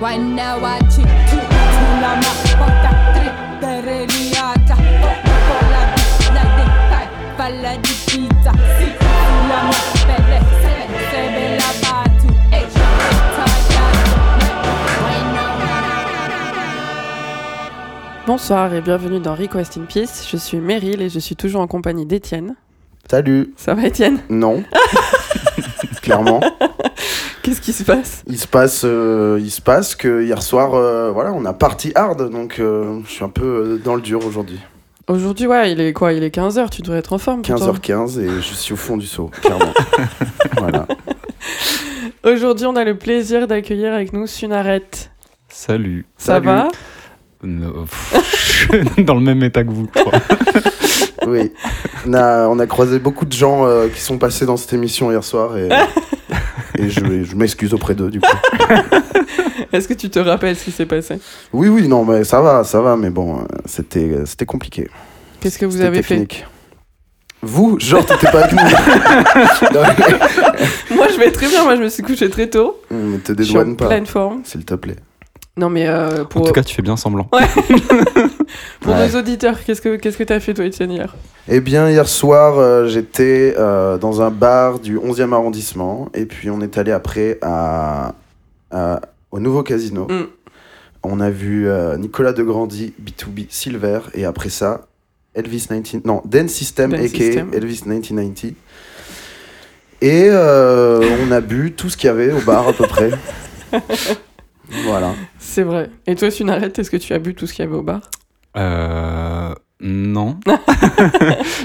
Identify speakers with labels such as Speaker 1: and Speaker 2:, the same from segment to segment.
Speaker 1: Why now I cheat too? Tula motherfucker, tripperiata. Coca-Cola, la de papa, la de pizza. Si, tula motherfucker, sebe, sebe la batu. Hey,
Speaker 2: Bonsoir et bienvenue dans Request in Peace. Je suis Meryl et je suis toujours en compagnie d'Étienne.
Speaker 3: Salut.
Speaker 2: Ça va Étienne
Speaker 3: Non. Clairement,
Speaker 2: Qu'est-ce qui se passe
Speaker 3: il se passe, euh, il se passe que hier soir, euh, voilà, on a parti hard, donc euh, je suis un peu euh, dans le dur aujourd'hui.
Speaker 2: Aujourd'hui, ouais, il est quoi Il est 15h, tu devrais être en forme. pourtant.
Speaker 3: 15h15 et je suis au fond du seau, clairement. voilà.
Speaker 2: Aujourd'hui, on a le plaisir d'accueillir avec nous Sunaret.
Speaker 4: Salut.
Speaker 2: Ça
Speaker 3: Salut.
Speaker 2: va
Speaker 4: No- pff, je suis dans le même état que vous, je crois.
Speaker 3: Oui. On a, on a croisé beaucoup de gens euh, qui sont passés dans cette émission hier soir et, et je, je m'excuse auprès d'eux du coup.
Speaker 2: Est-ce que tu te rappelles ce qui s'est passé
Speaker 3: Oui, oui, non, mais ça va, ça va, mais bon, euh, c'était, euh, c'était compliqué.
Speaker 2: Qu'est-ce que vous
Speaker 3: C'était
Speaker 2: avez
Speaker 3: technique. Vous, genre, t'étais pas avec nous. Non,
Speaker 2: fait Moi, je vais très bien. Moi, je me suis couché très tôt.
Speaker 3: mais- mais te
Speaker 2: Je suis en
Speaker 3: dédouane pas,
Speaker 2: pleine forme.
Speaker 3: s'il te plaît.
Speaker 2: Non, mais euh,
Speaker 4: En
Speaker 2: pour,
Speaker 4: tout cas, tu fais bien semblant.
Speaker 2: pour
Speaker 3: Ouais.
Speaker 2: nos auditeurs, qu'est-ce que qu'est-ce que t'as fait toi, Étienne hier
Speaker 3: Eh bien, hier soir, euh, j'étais euh, dans un bar du 11e arrondissement. Et puis, on est allé après à, à- au nouveau casino.
Speaker 2: Mm.
Speaker 3: On a vu euh, Nicolas Degrandi, B2B Silver. Et après ça, Elvis 19... Non, Dan System,
Speaker 2: Dan
Speaker 3: a.k.a.
Speaker 2: System.
Speaker 3: Elvis 1990. Et euh, on a bu tout ce qu'il y avait au bar, à peu près. voilà.
Speaker 2: C'est vrai. Et toi, Sunaret, est-ce que tu as bu tout ce qu'il y avait au bar
Speaker 4: Euh. Non.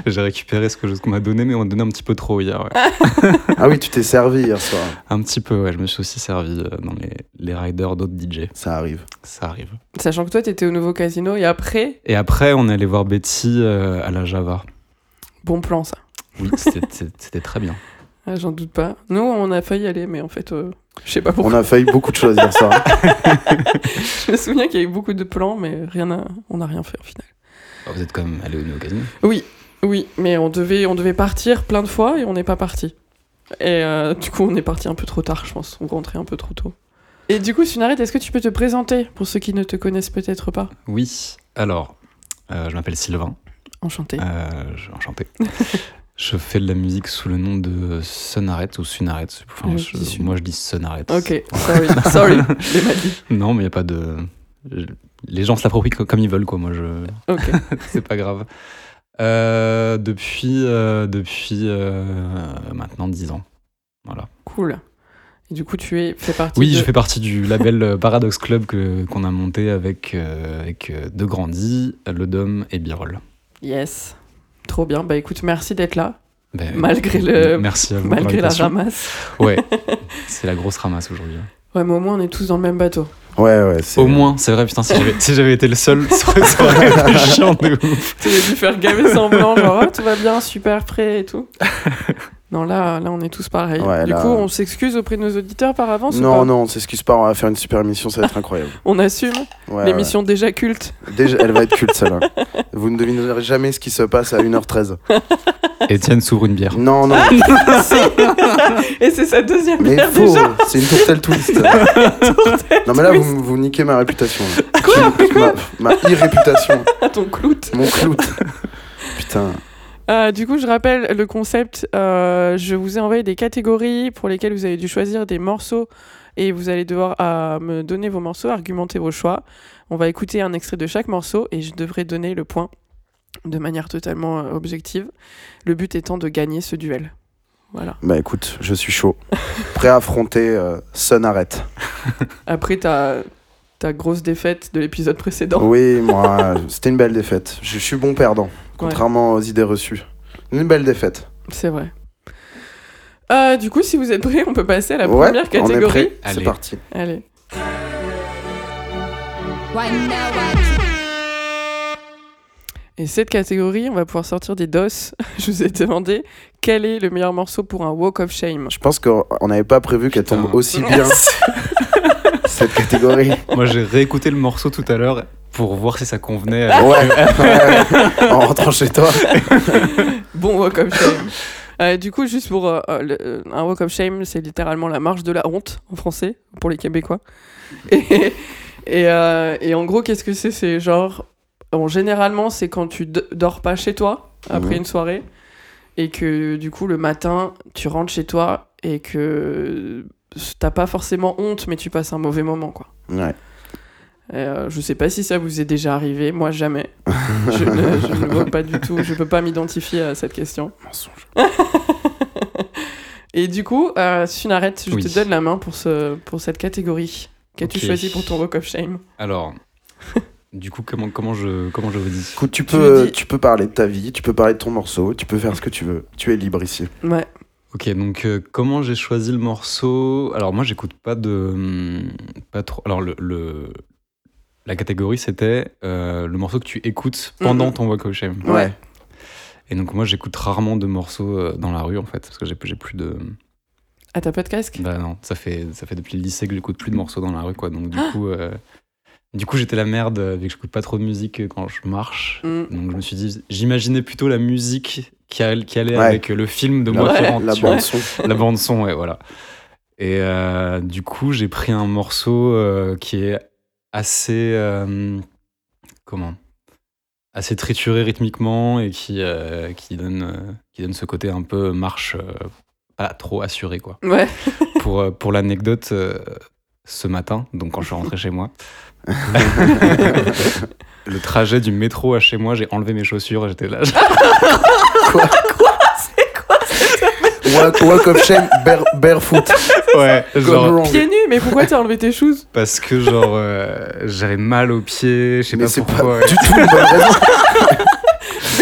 Speaker 4: J'ai récupéré ce que je- ce qu'on m'a donné, mais on m'a donné un petit peu trop hier. ouais.
Speaker 3: Ah oui, tu t'es servi hier soir.
Speaker 4: Un petit peu, ouais. Je me suis aussi servi euh, dans les, les riders d'autres DJ.
Speaker 3: Ça arrive.
Speaker 4: Ça arrive.
Speaker 2: Sachant que toi, t'étais au nouveau casino et après,
Speaker 4: Et après, on est allé voir Betty euh, à la Java.
Speaker 2: bon plan ça.
Speaker 4: Oui, c'était- c'était c'était très bien.
Speaker 2: Ah, J'en doute pas. Nous, on a failli y aller, mais en fait, euh, je sais pas pourquoi.
Speaker 3: On a failli beaucoup de choses hier soir.
Speaker 2: Je me souviens qu'il y a eu beaucoup de plans, mais rien n'a- on n'a rien fait au final.
Speaker 4: Oh, Vous êtes quand même allé au Néo Casino.
Speaker 2: Oui, oui, mais on devait, on devait partir plein de fois et on n'est pas parti. Et euh, du coup, on est parti un peu trop tard, je pense. On rentrait un peu trop tôt. Et du coup, Sunaret, est-ce que tu peux te présenter pour ceux qui ne te connaissent peut-être pas
Speaker 4: Oui. Alors, euh, je m'appelle Sylvain.
Speaker 2: Enchanté.
Speaker 4: Euh, je- enchanté. je fais de la musique sous le nom de Sunaret ou Sunaret. Enfin,
Speaker 2: Ouais,
Speaker 4: je-
Speaker 2: je suis-
Speaker 4: moi, je dis Sunaret.
Speaker 2: Ok, sorry, sorry, je l'ai mal dit.
Speaker 4: Non, mais il n'y a pas de. je- Les gens se l'approprient co- comme ils veulent, quoi. Moi, je.
Speaker 2: Ok.
Speaker 4: C'est pas grave. Euh, depuis euh, depuis euh, maintenant 10 ans. Voilà.
Speaker 2: Cool. Et du coup, tu es fait partie.
Speaker 4: Oui,
Speaker 2: de-
Speaker 4: je fais partie du label euh, Paradox Club que- qu'on a monté avec, euh, avec euh, De Grandi, Le Dom et Birol.
Speaker 2: Yes. Trop bien. Bah écoute, merci d'être là,
Speaker 4: Ben,
Speaker 2: Malgré le-
Speaker 4: Merci à vous. pour
Speaker 2: malgré la
Speaker 4: l'invitation.
Speaker 2: ramasse.
Speaker 4: Ouais, c'est la grosse ramasse aujourd'hui. hein.
Speaker 2: Ouais, mais au moins, on est tous dans le même bateau.
Speaker 3: Ouais, ouais. c'est-
Speaker 4: Au moins, c'est vrai, putain, si j'avais, si j'avais été le seul, ça aurait ça aurait été chiant de ouf.
Speaker 2: Tu aurais dû faire gaver semblant, genre Ah, tout va bien, super prêt et tout. Non, là, là on est tous pareils.
Speaker 3: Ouais,
Speaker 2: du
Speaker 3: là-
Speaker 2: coup, on s'excuse auprès de nos auditeurs par avance ou
Speaker 3: Non,
Speaker 2: pas
Speaker 3: non, on s'excuse pas, on va faire une super émission, ça va être incroyable.
Speaker 2: On assume
Speaker 3: Ouais,
Speaker 2: l'émission déjà culte.
Speaker 3: ouais. Déjà, elle va être culte celle-là. Vous ne devinerez jamais ce qui se passe à 1h13.
Speaker 4: Étienne s'ouvre une bière.
Speaker 3: Non, non,
Speaker 2: Et c'est sa deuxième
Speaker 3: mais
Speaker 2: bière
Speaker 3: faux,
Speaker 2: déjà.
Speaker 3: c'est une tourtelle twist. non, mais là, vous, vous niquez ma réputation. là.
Speaker 2: Quoi
Speaker 3: ma, ma irréputation,
Speaker 2: à ton clout.
Speaker 3: mon clout. Putain,
Speaker 2: Euh, du coup, je rappelle le concept. euh, je vous ai envoyé des catégories pour lesquelles vous avez dû choisir des morceaux et vous allez devoir euh, me donner vos morceaux, argumenter vos choix. On va écouter un extrait de chaque morceau et je devrais donner le point de manière totalement euh, objective. Le but étant de gagner ce duel. Voilà.
Speaker 3: bah écoute, je suis chaud. Prêt à affronter euh, Sun Arrête.
Speaker 2: Après ta, ta grosse défaite de l'épisode précédent.
Speaker 3: Oui, moi, c'était une belle défaite. Je suis bon perdant, contrairement aux idées reçues. Une belle défaite.
Speaker 2: C'est vrai. Euh, du coup, si vous êtes prêts, on peut passer à la
Speaker 3: ouais,
Speaker 2: première
Speaker 3: on est
Speaker 2: catégorie.
Speaker 3: prêt, c'est
Speaker 4: Allez.
Speaker 3: parti.
Speaker 2: Allez.
Speaker 1: Why now I cheat
Speaker 2: Et cette catégorie, on va pouvoir sortir des DOS. Je vous ai demandé quel est le meilleur morceau pour un Walk of Shame.
Speaker 3: Je pense qu'on n'avait pas prévu qu'elle
Speaker 4: Putain.
Speaker 3: tombe aussi bien cette catégorie.
Speaker 4: Moi, j'ai réécouté le morceau tout à l'heure pour voir si ça convenait.
Speaker 3: Ouais,
Speaker 4: à-
Speaker 3: ouais. en rentrant chez toi.
Speaker 2: Bon Walk of Shame. Euh, du coup, juste pour euh, euh, le- euh, un Walk of Shame, c'est littéralement la marche de la honte en français. pour les Québécois. Et, et, euh, et en gros, qu'est-ce que c'est C'est genre. Bon, généralement, c'est quand tu d- dors pas chez toi après
Speaker 3: Mhm.
Speaker 2: une soirée et que du coup, le matin, tu rentres chez toi et que euh, t'as pas forcément honte, mais tu passes un mauvais moment, quoi.
Speaker 3: Ouais.
Speaker 2: Euh, je sais pas si ça vous est déjà arrivé, moi jamais. je, ne, je ne vois pas du tout, je peux pas m'identifier à cette question.
Speaker 3: Mensonge.
Speaker 2: Et du coup, euh, Sunarette, je
Speaker 4: Oui.
Speaker 2: te donne la main pour, ce, pour cette catégorie. Qu'as-tu
Speaker 4: Ok.
Speaker 2: choisi pour ton Rock of Shame
Speaker 4: Alors, du coup, comment, comment, je, comment je vous dis
Speaker 3: Écoute, tu
Speaker 2: me
Speaker 3: peux,
Speaker 2: dis-
Speaker 3: tu peux parler de ta vie, tu peux parler de ton morceau, tu peux faire ce que tu veux. Tu es libre ici.
Speaker 2: Ouais,
Speaker 4: Ok, donc euh, comment j'ai choisi le morceau Alors moi, j'écoute pas de hum, pas trop. Alors le, le- la catégorie c'était euh, le morceau que tu écoutes pendant
Speaker 2: Mhm.
Speaker 4: ton walk of shame.
Speaker 2: Ouais.
Speaker 4: Et donc moi, j'écoute rarement de morceaux euh, dans la rue en fait, parce que j'ai j'ai plus de.
Speaker 2: à ta de casque
Speaker 4: Bah non, ça fait ça fait depuis le lycée que j'écoute plus de morceaux dans la rue quoi. Donc du coup, euh, du coup, j'étais la merde euh, vu que j'écoute pas trop de musique euh, quand je marche.
Speaker 2: Mm.
Speaker 4: Donc je me suis dit, j'imaginais plutôt la musique qui, a- qui allait
Speaker 3: Ouais.
Speaker 4: avec euh, le film de
Speaker 3: La,
Speaker 4: moi qui
Speaker 2: ouais.
Speaker 4: rentre,
Speaker 3: la
Speaker 4: tu vois
Speaker 3: bande son.
Speaker 4: la bande son, ouais, voilà. Et euh, du coup, j'ai pris un morceau euh, qui est assez euh, comment assez trituré rythmiquement et qui euh, qui donne euh, qui donne ce côté un peu marche euh, pas trop assuré quoi.
Speaker 2: Ouais,
Speaker 4: Pour euh, pour l'anecdote. euh, ce matin, donc quand je suis rentré chez moi, le trajet du métro à chez moi, j'ai enlevé mes chaussures et j'étais là.
Speaker 3: Walk, walk of shame, bare- barefoot.
Speaker 4: ouais, genre,
Speaker 3: Gone wrong.
Speaker 2: pieds nus, mais pourquoi t'as enlevé tes shoes
Speaker 4: Parce que genre euh, j'avais mal aux pieds, je sais
Speaker 3: Mais
Speaker 4: pas
Speaker 3: c'est pas
Speaker 4: pourquoi.
Speaker 3: du tout une bonne raison.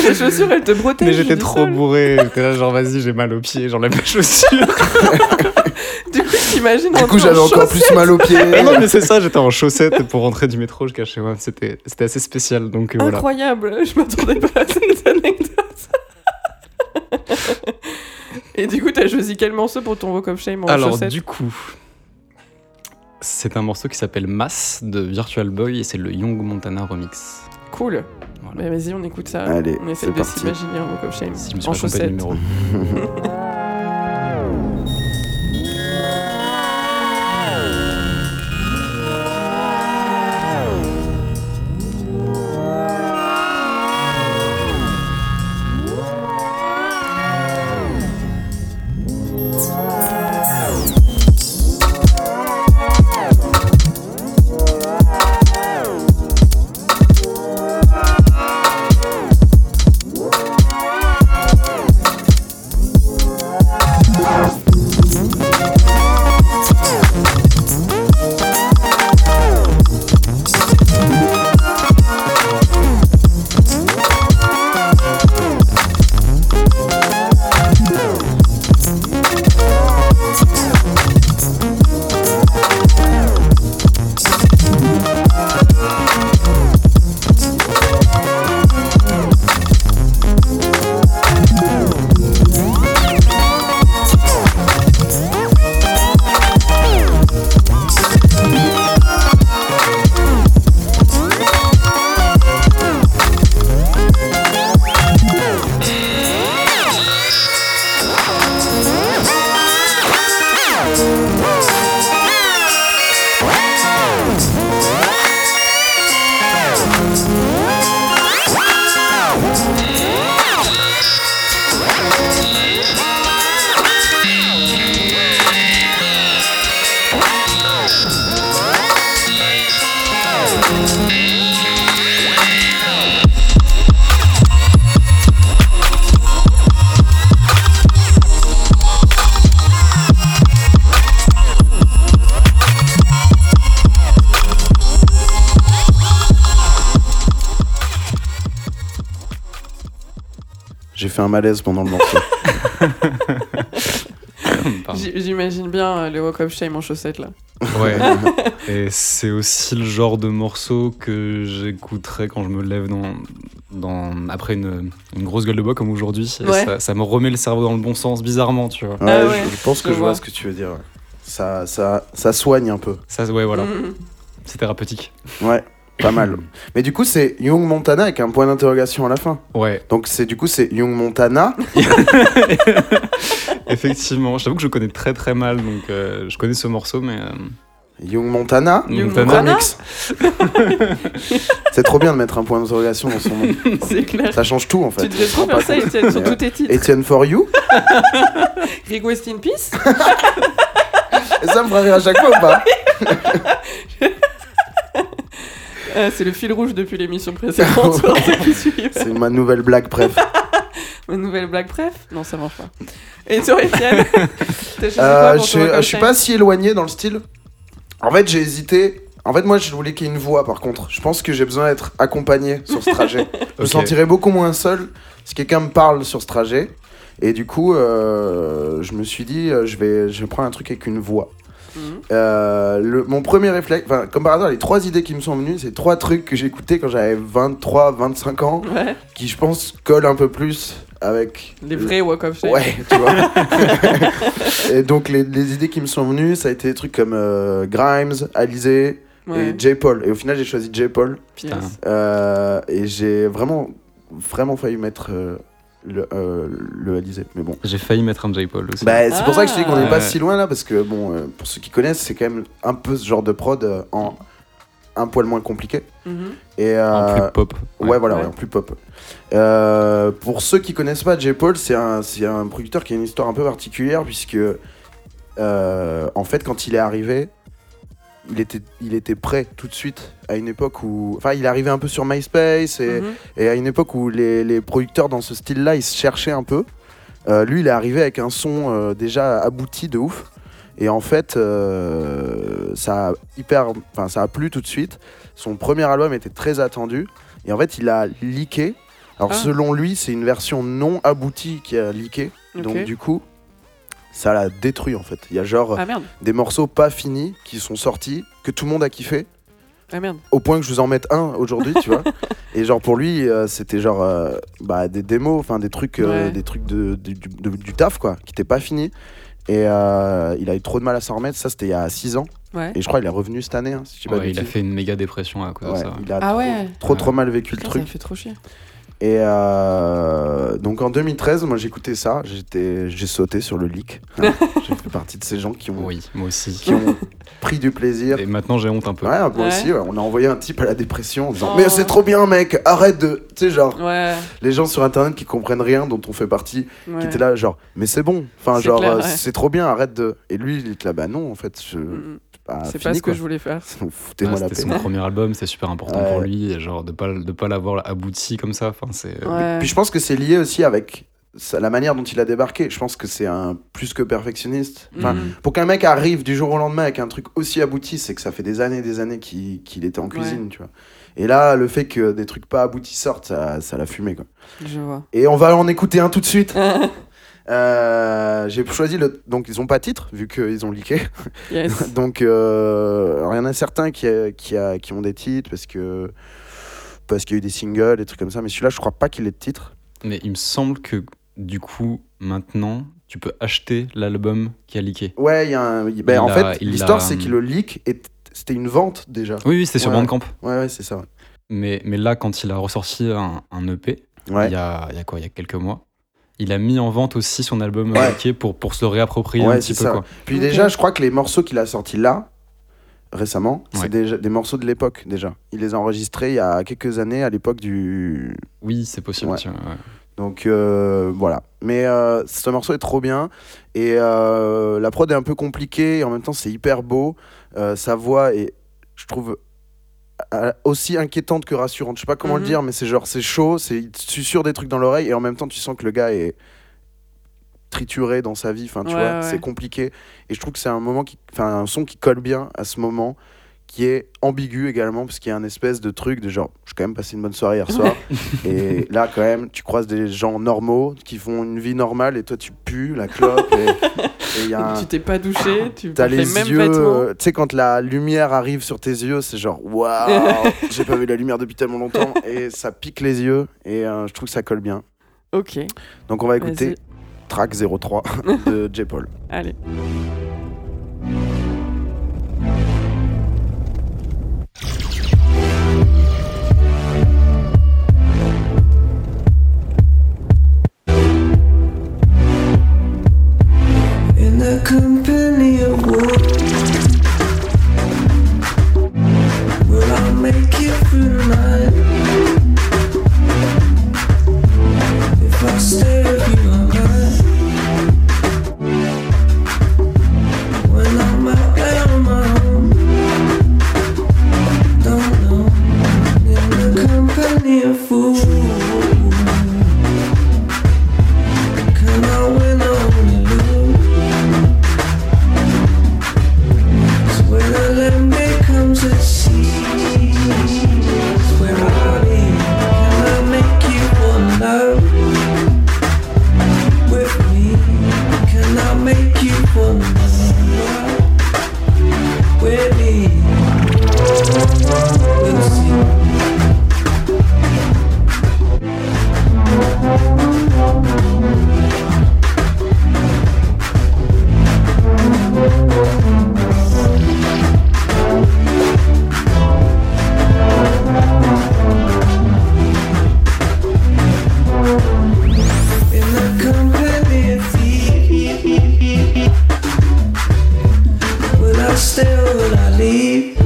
Speaker 2: Les chaussures, elles te protègent.
Speaker 4: Mais j'étais
Speaker 2: du
Speaker 4: trop
Speaker 2: sol.
Speaker 4: bourré, j'étais là genre vas-y j'ai mal aux pieds, j'enlève mes chaussures.
Speaker 2: Du coup, t'imagines
Speaker 3: Du
Speaker 2: rentrer
Speaker 3: coup,
Speaker 2: en
Speaker 3: j'avais encore plus mal aux pieds.
Speaker 4: Ah non mais c'est ça, j'étais en chaussettes et pour rentrer du métro, je cachais moi, c'était c'était assez spécial donc euh,
Speaker 3: Ah,
Speaker 4: voilà.
Speaker 2: Incroyable, je m'attendais pas à cette anecdote. Et du coup, t'as choisi quel morceau pour ton Rock of Shame en
Speaker 4: Alors
Speaker 2: chaussettes
Speaker 4: du coup, c'est un morceau qui s'appelle Mass de Virtual Boy et c'est le Young Montana remix.
Speaker 2: Cool.
Speaker 4: Voilà.
Speaker 2: Bah, vas-y, on écoute ça.
Speaker 3: Allez,
Speaker 2: on essaie de
Speaker 3: c'est parti.
Speaker 2: s'imaginer un Rock of Shame
Speaker 4: Si je me suis
Speaker 2: en
Speaker 4: pas trompé de
Speaker 2: chaussettes.
Speaker 4: numéro.
Speaker 3: J'ai fait un malaise pendant le morceau.
Speaker 4: Pardon.
Speaker 2: J- J'imagine bien euh, le Walk of Shame en chaussettes là.
Speaker 4: Ouais. Et c'est aussi le genre de morceau que j'écouterai quand je me lève dans, dans, après une, une grosse gueule de bois comme aujourd'hui. Et
Speaker 2: Ouais.
Speaker 4: Ça, ça me remet le cerveau dans le bon sens, bizarrement, tu vois.
Speaker 3: Ouais,
Speaker 2: Ah ouais,
Speaker 3: je, je pense que
Speaker 2: je
Speaker 3: je vois.
Speaker 2: vois.
Speaker 3: ce que tu veux dire. ouais. Ça, ça, ça soigne un peu.
Speaker 4: Ça, ouais, voilà.
Speaker 2: Mhm.
Speaker 4: C'est thérapeutique.
Speaker 3: Ouais, pas mal. Mais du coup, c'est Young Montana avec un point d'interrogation à la fin.
Speaker 4: Ouais,
Speaker 3: Donc, c'est du coup, c'est Young Montana.
Speaker 4: effectivement. Je t'avoue que je connais très très mal, donc euh, je connais ce morceau, mais euh,
Speaker 3: Young Montana
Speaker 2: Young
Speaker 4: Montana.
Speaker 2: Montana.
Speaker 3: Remix. C'est trop bien de mettre un point d'interrogation dans son nom.
Speaker 2: C'est clair.
Speaker 3: Ça change tout en fait.
Speaker 2: Tu devrais trop
Speaker 3: Pas
Speaker 2: faire ça, Étienne, sur
Speaker 3: Mais,
Speaker 2: tous tes titres.
Speaker 3: Etienne for you
Speaker 2: Request in Peace
Speaker 3: Et ça me fera rire à chaque fois ou pas
Speaker 2: Euh, C'est le fil rouge depuis l'émission précédente pour ceux qui suivent.
Speaker 3: C'est ma nouvelle blague, bref.
Speaker 2: Une nouvelle blague, bref. Non, ça marche pas. Et toi, Étienne T'as choisi quoi pour
Speaker 3: Euh, je,
Speaker 2: ton
Speaker 3: suis-
Speaker 2: vocal
Speaker 3: je suis pas si éloigné dans le style. En fait, j'ai hésité. En fait, moi, je voulais qu'il y ait une voix par contre. Je pense que j'ai besoin d'être accompagné sur ce trajet. Je me
Speaker 4: Ok.
Speaker 3: sentirais beaucoup moins seul si quelqu'un me parle sur ce trajet. Et du coup, euh, je me suis dit, euh, je vais, je vais prendre un truc avec une voix.
Speaker 2: Mhm.
Speaker 3: Euh, le, mon premier réflexe, enfin, comme par hasard, les trois idées qui me sont venues, c'est trois trucs que j'ai écoutés quand j'avais 23, 25 ans,
Speaker 2: Ouais,
Speaker 3: qui je pense collent un peu plus avec
Speaker 2: les vrais Walk of Shame.
Speaker 3: Ouais, tu vois. et donc, les, les idées qui me sont venues, ça a été des trucs comme euh, Grimes, Alizé
Speaker 2: Ouais,
Speaker 3: et J. Paul. Et au final, j'ai choisi J. Paul.
Speaker 2: Pierce.
Speaker 4: Putain.
Speaker 3: Euh, et j'ai vraiment, vraiment failli mettre euh, le, euh, le Alizé. Mais bon.
Speaker 4: J'ai failli mettre un J. Paul aussi.
Speaker 3: Bah, c'est pour ça que je te dis qu'on n'est pas
Speaker 4: Ah.
Speaker 3: si loin là, parce que bon, euh, pour ceux qui connaissent, c'est quand même un peu ce genre de prod euh, en un poil moins compliqué.
Speaker 2: Mhm.
Speaker 3: Et,
Speaker 4: En
Speaker 3: euh,
Speaker 4: plus pop.
Speaker 3: Ouais, voilà,
Speaker 2: Ouais.
Speaker 3: ouais, en plus pop. Euh, pour ceux qui connaissent pas, J. Paul, c'est un, c'est un producteur qui a une histoire un peu particulière, puisque euh, en fait, quand il est arrivé, il était, il était prêt tout de suite à une époque où. Enfin, il est arrivé un peu sur MySpace et,
Speaker 2: Mhm.
Speaker 3: et à une époque où les, les producteurs dans ce style-là, ils se cherchaient un peu. Euh, lui, il est arrivé avec un son euh, déjà abouti de ouf. Et en fait, euh, ça, a hyper, enfin, ça a plu tout de suite. Son premier album était très attendu. Et en fait, il a leaké. Alors,
Speaker 2: Ah.
Speaker 3: selon lui, c'est une version non aboutie qui a leaké.
Speaker 2: Ok.
Speaker 3: Donc, du coup, ça l'a détruit en fait. Il y a genre
Speaker 2: Ah merde,
Speaker 3: des morceaux pas finis qui sont sortis, que tout le monde a kiffé
Speaker 2: ah merde.
Speaker 3: au point que je vous en mette un aujourd'hui, tu vois. Et genre pour lui, euh, c'était genre euh, bah, des démos, enfin des trucs, euh,
Speaker 2: Ouais.
Speaker 3: des trucs de, du, du- de- du taf quoi, qui n'étaient pas fini. Et euh, il a eu trop de mal à s'en remettre. Ça, c'était il y a 6 ans.
Speaker 2: Ouais.
Speaker 3: Et je crois qu'il est revenu cette année, hein, si je dis pas de
Speaker 4: Ouais, il a
Speaker 3: bêtises.
Speaker 4: fait une méga dépression à cause de
Speaker 3: Ouais,
Speaker 4: ça. ouais.
Speaker 3: il a
Speaker 2: Ah
Speaker 3: trop,
Speaker 2: ouais.
Speaker 3: trop trop mal vécu
Speaker 2: Putain,
Speaker 3: le
Speaker 2: ça
Speaker 3: truc.
Speaker 2: me fait trop chier.
Speaker 3: Et euh, donc en 2013, moi j'écoutais ça, j'étais, j'ai sauté sur le leak. hein. j'ai fait partie de ces gens qui ont,
Speaker 4: Oui, moi aussi.
Speaker 3: qui ont pris du plaisir.
Speaker 4: Et maintenant j'ai honte un peu.
Speaker 3: Ouais, moi
Speaker 2: Ouais.
Speaker 3: aussi, ouais, on a envoyé un type à la dépression en disant
Speaker 2: Oh.
Speaker 3: Mais c'est trop bien, mec, arrête de. Tu sais, genre,
Speaker 2: Ouais,
Speaker 3: les gens sur internet qui comprennent rien, dont on fait partie, qui
Speaker 2: ouais.
Speaker 3: étaient là, genre, mais c'est bon, enfin,
Speaker 2: C'est
Speaker 3: genre,
Speaker 2: clair,
Speaker 3: euh,
Speaker 2: ouais.
Speaker 3: c'est trop bien, arrête de. Et lui, il était là, bah non, en fait, je.
Speaker 2: Mhm.
Speaker 3: bah,
Speaker 2: C'est pas
Speaker 3: fini,
Speaker 2: ce que
Speaker 3: quoi.
Speaker 2: je voulais faire.
Speaker 4: Ah,
Speaker 3: Foutez-moi la
Speaker 4: C'était
Speaker 3: paix.
Speaker 4: son premier album, c'est super important
Speaker 3: Ouais.
Speaker 4: pour lui. Et genre de pas, de pas l'avoir abouti comme ça. Enfin, c'est. euh,
Speaker 2: Ouais.
Speaker 3: Puis je pense que c'est lié aussi avec sa- la manière dont il a débarqué. Je pense que c'est un plus que perfectionniste. Enfin,
Speaker 2: Mhm.
Speaker 3: Pour qu'un mec arrive du jour au lendemain avec un truc aussi abouti, c'est que ça fait des années et des années qu'il qu'il était en cuisine, tu vois. Et là, le fait que des trucs pas aboutis sortent, ça ça l'a fumé, quoi.
Speaker 2: Je vois.
Speaker 3: Et on va en écouter un tout de suite. Euh, J'ai choisi le. Donc, ils ont pas titre, vu qu'ils ont leaké.
Speaker 2: Yes.
Speaker 3: Donc, euh, alors, il y en a certains qui, euh, qui, a- qui ont des titres parce que parce qu'il y a eu des singles, des trucs comme ça. Mais celui-là, je crois pas qu'il ait de titre.
Speaker 4: Mais il me semble que du coup, maintenant, tu peux acheter l'album qui a leaké.
Speaker 3: Ouais, il y a un. il- ben,
Speaker 4: Il
Speaker 3: en
Speaker 4: a-
Speaker 3: fait,
Speaker 4: il
Speaker 3: l'histoire,
Speaker 4: a-
Speaker 3: c'est qu'il le leak et t- c'était une vente déjà.
Speaker 4: Oui, oui, c'était sur
Speaker 3: Ouais.
Speaker 4: Bandcamp.
Speaker 3: Ouais, ouais, c'est ça. ouais.
Speaker 4: Mais, mais là, quand il a ressorti un, un EP,
Speaker 3: Ouais.
Speaker 4: il, y a, il y a quoi Il y a quelques mois. Il a mis en vente aussi son album
Speaker 3: Ouais.
Speaker 4: leaké pour, pour se le réapproprier
Speaker 3: Ouais,
Speaker 4: un petit
Speaker 3: c'est
Speaker 4: peu.
Speaker 3: ça.
Speaker 4: Quoi.
Speaker 3: Puis
Speaker 2: Ok.
Speaker 3: déjà, je crois que les morceaux qu'il a sortis là, récemment, c'est
Speaker 4: Ouais.
Speaker 3: déjà des morceaux de l'époque déjà. Il les a enregistrés il y a quelques années à l'époque du,
Speaker 4: Oui, c'est possible.
Speaker 3: Ouais.
Speaker 4: tiens, ouais.
Speaker 3: Donc euh, voilà. Mais euh, ce morceau est trop bien. Et euh, la prod est un peu compliquée. Et en même temps, c'est hyper beau. Euh, sa voix est, je trouve, euh, aussi inquiétante que rassurante. Je sais pas comment le
Speaker 2: Mhm.
Speaker 3: dire, mais c'est genre, c'est chaud. c'est- Il te susurre des trucs dans l'oreille. Et en même temps, tu sens que le gars est trituré dans sa vie. Enfin, tu
Speaker 2: Ouais,
Speaker 3: vois,
Speaker 2: ouais.
Speaker 3: c'est compliqué. Et je trouve que c'est un, moment qui, enfin, un son qui colle bien à ce moment qui est ambigu également parce qu'il y a un espèce de truc de genre j'ai quand même passé une bonne soirée hier soir et là quand même tu croises des gens normaux qui font une vie normale et toi tu pues la clope et- et il y a un-
Speaker 2: Tu t'es pas douché, tu
Speaker 3: t'as
Speaker 2: portes
Speaker 3: les
Speaker 2: mêmes
Speaker 3: yeux
Speaker 2: vêtements.
Speaker 3: euh, tu sais quand la lumière arrive sur tes yeux c'est genre waouh j'ai pas vu la lumière depuis tellement longtemps et ça pique les yeux et euh, je trouve que ça colle bien
Speaker 2: Ok.
Speaker 3: donc on va
Speaker 2: Vas-y.
Speaker 3: écouter track 03 de J Paul
Speaker 2: Allez.
Speaker 5: In the company of wolves, still will I leave?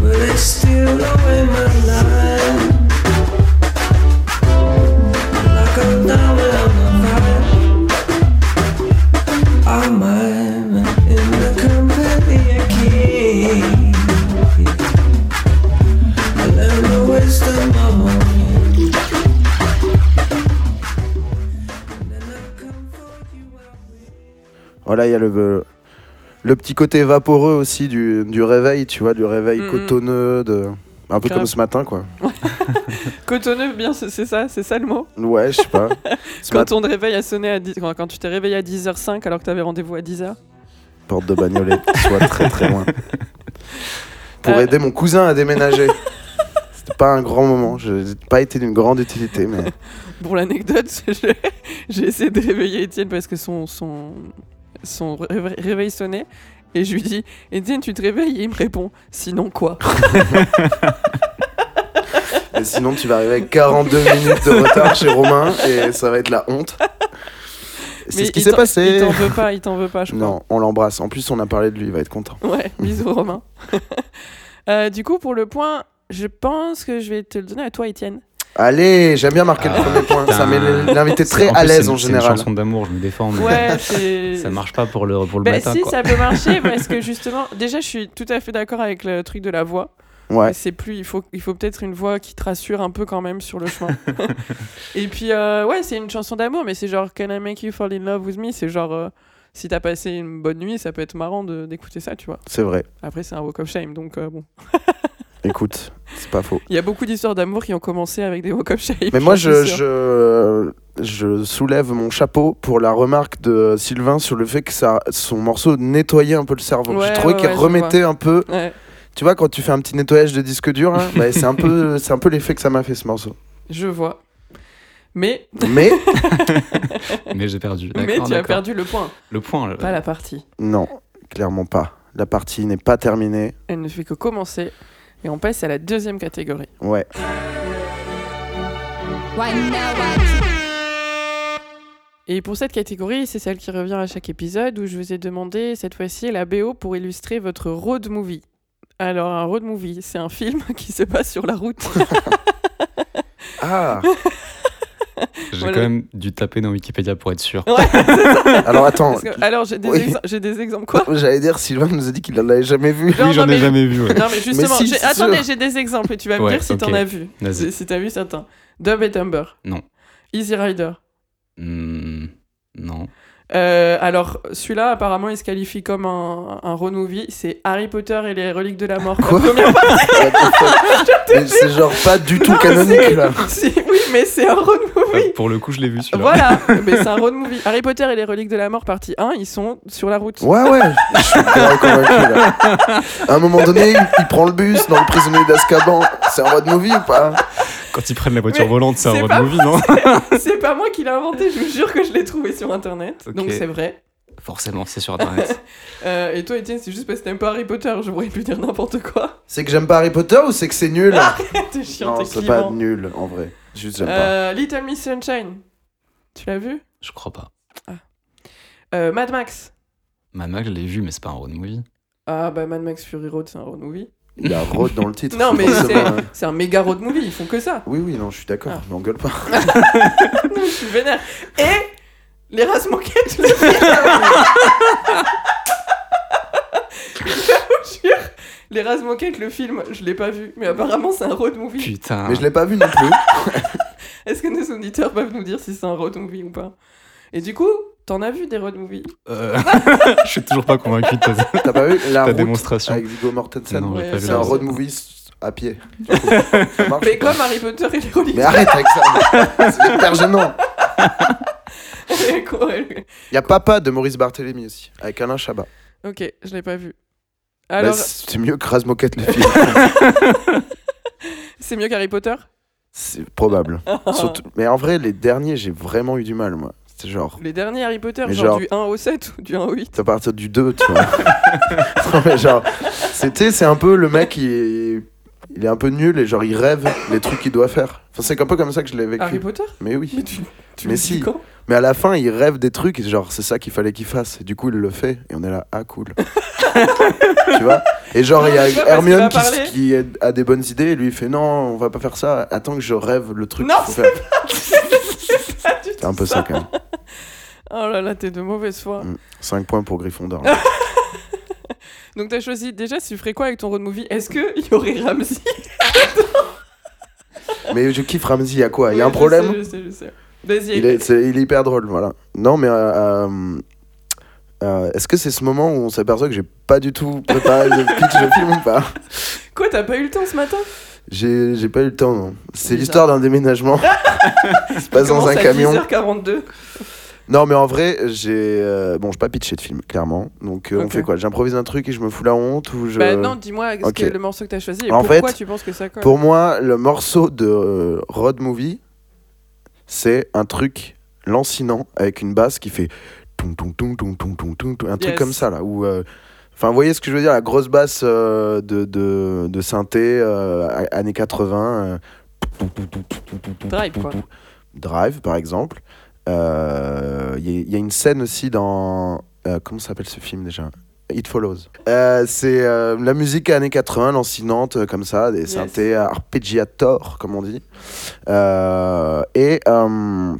Speaker 5: Will it steal away my life? Will I go down without my vibe? Am I in the company of kings? I learned the wisdom of morning. And then I come for you I will.
Speaker 3: Voilà, il y a le, le petit côté vaporeux aussi du, du réveil, tu vois, du réveil
Speaker 2: Mm, mm.
Speaker 3: cotonneux, de, un peu
Speaker 2: Grave.
Speaker 3: comme ce matin, quoi.
Speaker 2: Cotonneux, bien, c'est c'est ça, c'est ça le mot.
Speaker 3: Ouais, je sais pas. ce
Speaker 2: Quand
Speaker 3: matin,
Speaker 2: ton réveil a sonné à 10 quand, quand tu t'es réveillé à 10h05 alors que t'avais rendez-vous à 10h.
Speaker 3: porte de bagnolet, soit très très loin. Pour
Speaker 2: Euh.
Speaker 3: aider mon cousin à déménager. C'était pas un grand moment, je j'ai pas été d'une grande utilité, mais
Speaker 2: Pour l'anecdote, je- j'ai essayé de réveiller Étienne parce que son, son, son réve- réveil sonnait. Et je lui dis, Étienne, tu te réveilles Et il me répond, sinon quoi
Speaker 3: mais sinon tu vas arriver avec 42 minutes de retard chez Romain et ça va être la honte. C'est
Speaker 2: Mais
Speaker 3: ce qui
Speaker 2: il
Speaker 3: s'est
Speaker 2: t'en-
Speaker 3: passé.
Speaker 2: Il t'en veut pas, il t'en veut pas, je crois.
Speaker 3: Non, on l'embrasse. En plus, on a parlé de lui, il va être content.
Speaker 2: Ouais, bisous Romain. Euh, du coup, pour le point, je pense que je vais te le donner à toi, Étienne.
Speaker 3: Allez, j'aime bien marquer
Speaker 4: Ah,
Speaker 3: le premier point. Ça
Speaker 4: putain.
Speaker 3: met l'invité très
Speaker 4: En
Speaker 3: à
Speaker 4: plus, c'est
Speaker 3: l'aise
Speaker 4: une-
Speaker 3: en
Speaker 4: C'est une
Speaker 3: général.
Speaker 4: chanson d'amour, je me défends, mais
Speaker 2: Ouais, c'est.
Speaker 4: ça marche pas pour le, pour le
Speaker 2: Bah,
Speaker 4: matin.
Speaker 2: si,
Speaker 4: quoi.
Speaker 2: ça peut marcher parce que justement, déjà, je suis tout à fait d'accord avec le truc de la voix.
Speaker 3: Ouais.
Speaker 2: C'est plus, il faut, il faut peut-être une voix qui te rassure un peu quand même sur le chemin. et puis, euh, ouais, c'est une chanson d'amour, mais c'est genre Can I make you fall in love with me C'est genre, euh, si t'as passé une bonne nuit, ça peut être marrant de- d'écouter ça, tu vois.
Speaker 3: C'est vrai.
Speaker 2: Après, c'est un walk of shame, donc euh, bon.
Speaker 3: Écoute, c'est pas faux.
Speaker 2: Il y a beaucoup d'histoires d'amour qui ont commencé avec des walk of shame.
Speaker 3: Mais moi,
Speaker 2: j'en
Speaker 3: je,
Speaker 2: suis sûre.
Speaker 3: je, je soulève mon chapeau pour la remarque de Sylvain sur le fait que ça, son morceau nettoyait un peu le cerveau.
Speaker 2: Ouais,
Speaker 3: J'ai trouvé
Speaker 2: ouais,
Speaker 3: qu'il
Speaker 2: ouais, je
Speaker 3: remettait un peu.
Speaker 2: Ouais.
Speaker 3: Tu vois, quand tu fais un petit nettoyage de disque dur, hein, bah, c'est un peu, c'est un peu l'effet que ça m'a fait ce morceau.
Speaker 2: Je vois. Mais,
Speaker 3: Mais
Speaker 4: Mais j'ai perdu.
Speaker 2: mais
Speaker 4: D'accord,
Speaker 2: tu as
Speaker 4: d'accord.
Speaker 2: perdu le point,
Speaker 4: le point. euh, le-
Speaker 2: pas la partie.
Speaker 3: non, clairement pas. La partie n'est pas terminée.
Speaker 2: Elle ne fait que commencer. Et on passe à la deuxième catégorie.
Speaker 3: Ouais.
Speaker 2: Et pour cette catégorie, c'est celle qui revient à chaque épisode où je vous ai demandé cette fois-ci la BO pour illustrer votre road movie. Alors un road movie, c'est un film qui se passe sur la route.
Speaker 3: Ah.
Speaker 4: J'ai
Speaker 2: Voilà.
Speaker 4: quand même dû taper dans Wikipédia pour être sûr.
Speaker 3: Alors attends.
Speaker 2: Parce que- alors j'ai des,
Speaker 3: Oui.
Speaker 2: exem- j'ai des exemples quoi
Speaker 3: J'allais dire, Sylvain nous a dit qu'il ne l'avait jamais vu.
Speaker 2: Non,
Speaker 4: oui, j'en
Speaker 2: non,
Speaker 4: ai
Speaker 2: mais-
Speaker 4: jamais vu. ouais.
Speaker 2: Non mais justement,
Speaker 3: si,
Speaker 2: j'ai-
Speaker 3: c'est sûr.
Speaker 2: attendez, j'ai des exemples et tu vas me
Speaker 4: Ouais,
Speaker 2: dire si t'en
Speaker 4: ok.
Speaker 2: as vu.
Speaker 4: Vas-y.
Speaker 2: Si, si t'as vu certains. Dub et Dumber.
Speaker 4: Non.
Speaker 2: Easy Rider.
Speaker 4: Hmm, non.
Speaker 2: Euh, alors celui-là apparemment il se qualifie comme un, un road movie. C'est Harry Potter et les reliques de la mort.
Speaker 3: Quoi
Speaker 2: La première
Speaker 3: Mais c'est genre pas du tout
Speaker 2: Non,
Speaker 3: canonique
Speaker 2: c'est-
Speaker 3: là.
Speaker 2: Si, oui, mais c'est un road movie.
Speaker 4: Ah, pour le coup, je l'ai vu celui-là.
Speaker 2: Voilà, mais c'est un road movie. Harry Potter et les reliques de la mort partie 1, ils sont sur la route.
Speaker 3: Ouais, ouais, je suis grave convaincu là. À un moment donné, il, il prend le bus dans le prisonnier d'Azkaban. C'est un road movie ou pas
Speaker 4: Quand ils prennent la voiture
Speaker 2: Mais
Speaker 4: volante, c'est un
Speaker 2: c'est
Speaker 4: road
Speaker 2: pas
Speaker 4: movie, non
Speaker 2: C'est pas moi qui l'ai inventé, je vous jure que je l'ai trouvé sur internet.
Speaker 4: Ok.
Speaker 2: Donc c'est vrai.
Speaker 4: Forcément, c'est sur Internet.
Speaker 2: Euh, et toi, Étienne, c'est juste parce que t'aimes pas Harry Potter, je pourrais plus dire n'importe quoi.
Speaker 3: C'est que j'aime pas Harry Potter ou c'est que c'est nul
Speaker 2: Ah, t'es chiant,
Speaker 3: Non,
Speaker 2: t'es
Speaker 3: c'est pas
Speaker 2: clivant.
Speaker 3: nul en vrai. Juste j'aime pas.
Speaker 2: Euh, Little Miss Sunshine, tu l'as vu
Speaker 4: je crois pas.
Speaker 2: Euh, Mad Max.
Speaker 4: Mad Max, je l'ai vu, mais c'est pas un road movie.
Speaker 2: Ah bah Mad Max Fury Road, c'est un road movie.
Speaker 3: Il y a road dans le titre.
Speaker 2: Non mais c'est
Speaker 3: forcément, hein.
Speaker 2: c'est un méga road movie, ils font que ça.
Speaker 3: Oui, oui, non, je suis d'accord,
Speaker 2: Ah.
Speaker 3: je m'engueule pas.
Speaker 2: Non, je suis vénère. Et les races manquées, tu l'as vu Je vous jure, Les races moquettes, le film, je l'ai pas vu, mais apparemment c'est un road movie.
Speaker 4: Putain.
Speaker 3: Mais je l'ai pas vu non plus.
Speaker 2: Est-ce que nos auditeurs peuvent nous dire si c'est un road movie ou pas Et du coup, t'en as vu des road movies
Speaker 4: Euh, je suis toujours pas convaincu de ta, ta
Speaker 3: T'as pas vu La route
Speaker 4: démonstration.
Speaker 3: avec Viggo Mortensen
Speaker 4: Non, j'ai
Speaker 2: Ouais,
Speaker 4: pas vu
Speaker 3: C'est
Speaker 4: la
Speaker 3: un
Speaker 2: ça-
Speaker 4: route.
Speaker 3: road movie s- à pied. Du coup, ça marche
Speaker 2: Mais
Speaker 3: ou pas
Speaker 2: comme Harry Potter et les reliques.
Speaker 3: Mais arrête avec ça C'est hyper gênant Il y a Papa de Maurice Barthélémy aussi, avec Alain Chabat.
Speaker 2: ok, je l'ai pas vu.
Speaker 3: Bah,
Speaker 2: Alors,
Speaker 3: c'est mieux que Raz Moquette le film.
Speaker 2: c'est mieux qu'Harry Potter
Speaker 3: C'est probable. Surtout- mais en vrai, les derniers, j'ai vraiment eu du mal, moi. C'était genre,
Speaker 2: Les derniers Harry Potter,
Speaker 3: Mais
Speaker 2: genre,
Speaker 3: genre-
Speaker 2: du 1 au 7 ou du 1 au 8
Speaker 3: c'est à partir du 2, tu vois. Non, mais genre, c'était, c'est un peu le mec, il, il est un peu nul et genre il rêve les trucs qu'il doit faire. Enfin, c'est un peu comme ça que je l'ai
Speaker 2: Harry
Speaker 3: vécu.
Speaker 2: Potter
Speaker 3: Mais oui.
Speaker 2: Mais tu, tu
Speaker 3: Mais
Speaker 2: le dis
Speaker 3: si.
Speaker 2: quand
Speaker 3: Mais à la fin, il rêve des trucs et genre c'est ça qu'il fallait qu'il fasse. Et du coup, il le fait et on est là, ah cool. tu vois Et genre il y a
Speaker 2: Non, mais tu vois, parce qu'il va
Speaker 3: Hermione qui, s-
Speaker 2: parler.
Speaker 3: qui est- a des bonnes idées et lui il fait non, on va pas faire ça. Attends que je rêve le truc
Speaker 2: Non,
Speaker 3: qu'il faut faire.
Speaker 2: Ah, tu
Speaker 3: C'est un peu ça quand même. Mm.
Speaker 2: Oh là là, t'es de mauvaise foi.
Speaker 3: 5 points pour Gryffondor.
Speaker 2: Donc t'as choisi déjà, si tu ferais quoi avec ton road movie Est-ce qu'il y aurait Ramsey
Speaker 3: mais je kiffe Ramsey, il y a quoi Il Bah, y
Speaker 2: Oui,
Speaker 3: a un
Speaker 2: je sais, Je
Speaker 3: problème
Speaker 2: sais, je sais. Vas-y.
Speaker 3: il est, c'est- il est hyper drôle, voilà. Non mais euh, euh, euh, est-ce que c'est ce moment où on s'aperçoit que j'ai pas du tout préparé le pitch de film ou pas
Speaker 2: Quoi, t'as pas eu le temps ce matin
Speaker 3: J'ai j'ai pas eu le temps, non. C'est
Speaker 2: Bizarre.
Speaker 3: l'histoire d'un déménagement. C'est pas dans un camion.
Speaker 2: 10h42.
Speaker 3: Non, mais en vrai, j'ai. euh, Bon, je pas pitché de film, clairement. Donc, euh, on
Speaker 2: Ok.
Speaker 3: fait quoi J'improvise un truc et je me fous la honte ou je.
Speaker 2: Bah non, dis-moi ce
Speaker 3: Ok.
Speaker 2: que- le morceau que t'as choisi et
Speaker 3: En
Speaker 2: pourquoi
Speaker 3: fait,
Speaker 2: tu penses que ça colle.
Speaker 3: Pour moi, le morceau de euh, Road Movie, c'est un truc lancinant avec une basse qui fait. toum, toum, toum, toum, toum, toum, toum, toum, Un truc
Speaker 2: Yes.
Speaker 3: comme ça, là. Où, euh, Enfin, vous voyez ce que je veux dire La grosse basse euh, de, de, de synthé, euh, a- années 80. euh,
Speaker 2: Drive, quoi.
Speaker 3: Drive, par exemple. Euh, Il y, a- il y a une scène aussi dans. euh, comment s'appelle ce film déjà It Follows. Euh, c'est euh, la musique années 80, lancinante, euh, comme ça, des
Speaker 2: Yes.
Speaker 3: synthés arpeggiator, comme on dit. Euh, et euh,